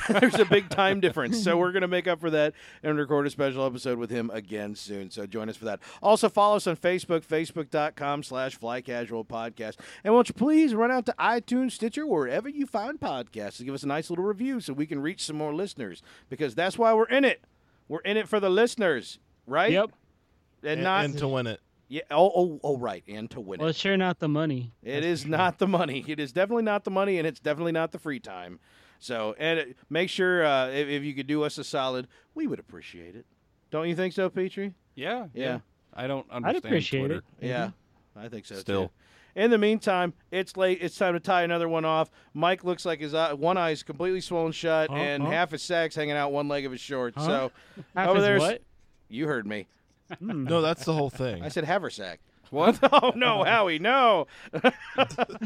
Speaker 1: there's a big time difference, so we're going to make up for that and record a special episode with him again soon. So join us for that. Also, follow us on Facebook, facebook.com/slash Fly Casual Podcast, and won't you please run out to iTunes, Stitcher, wherever you find podcasts, and give us a nice little review so we can reach some more listeners because that's why we're in it. We're in it for the listeners, right?
Speaker 5: Yep.
Speaker 1: and,
Speaker 12: and,
Speaker 1: not
Speaker 12: and to win it.
Speaker 1: yeah. Oh, oh, oh, right, and to win
Speaker 5: Well,
Speaker 1: it.
Speaker 5: it's sure not the money.
Speaker 1: It is not the money. It is definitely not the money, and it's definitely not the free time. So, and it- make sure uh, if, if you could do us a solid, we would appreciate it. Don't you think so, Petrie?
Speaker 6: Yeah.
Speaker 1: Yeah.
Speaker 6: I don't understand
Speaker 5: appreciate
Speaker 6: Twitter.
Speaker 5: it.
Speaker 1: Yeah, I think so.
Speaker 6: Still.
Speaker 1: too. In the meantime, it's late. It's time to tie another one off. Mike looks like his eye, one eye is completely swollen shut, and
Speaker 4: huh?
Speaker 1: half his sack's hanging out one leg of his shorts. So,
Speaker 5: Half
Speaker 1: over
Speaker 5: is
Speaker 1: Oh, there's
Speaker 5: what?
Speaker 1: you heard me.
Speaker 5: Hmm.
Speaker 12: No, that's the whole thing.
Speaker 1: I said haversack. What? oh no, Howie, no.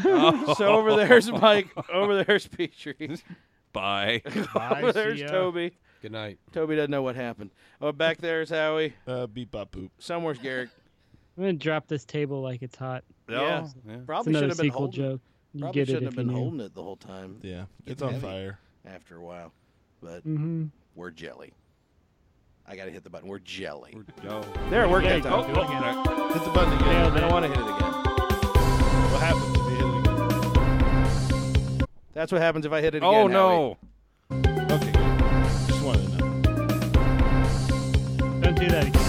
Speaker 1: so over there's Mike. Over there's Petrie.
Speaker 6: Bye.
Speaker 1: Over there's Toby.
Speaker 3: Good night.
Speaker 1: Toby doesn't know what happened. Oh, back there's Howie.
Speaker 12: uh, beep bop boop.
Speaker 1: Somewhere's Garrick.
Speaker 5: I'm gonna drop this table like it's hot.
Speaker 1: Yeah.
Speaker 6: Yeah.
Speaker 5: It's
Speaker 1: Probably should
Speaker 5: another
Speaker 1: have been
Speaker 5: sequel
Speaker 1: holding.
Speaker 5: joke. You
Speaker 1: Probably
Speaker 5: get it
Speaker 1: shouldn't
Speaker 5: if
Speaker 1: have been
Speaker 5: you knew.
Speaker 1: holding it the whole time.
Speaker 12: Yeah, it's
Speaker 1: Getting
Speaker 12: on
Speaker 1: heavy
Speaker 12: fire.
Speaker 1: after a while, but
Speaker 5: Mm-hmm.
Speaker 1: we're jelly. I gotta hit the button. We're jelly.
Speaker 17: There, it worked
Speaker 12: Yeah,
Speaker 17: that time.
Speaker 12: go- go- Hit the button again.
Speaker 17: I don't want to hit it again.
Speaker 12: What happens if you hit it again?
Speaker 17: That's what happens if I hit it again.
Speaker 6: Oh
Speaker 17: Howie.
Speaker 6: no!
Speaker 12: Okay, good. Just wanted to know.
Speaker 5: Don't do that again.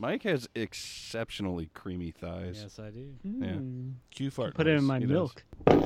Speaker 6: Mike has exceptionally creamy thighs.
Speaker 4: Yes, I do.
Speaker 6: Yeah.
Speaker 5: Mm.
Speaker 12: Q fart.
Speaker 5: Put it in
Speaker 12: noise.
Speaker 5: my
Speaker 12: He does.
Speaker 5: milk.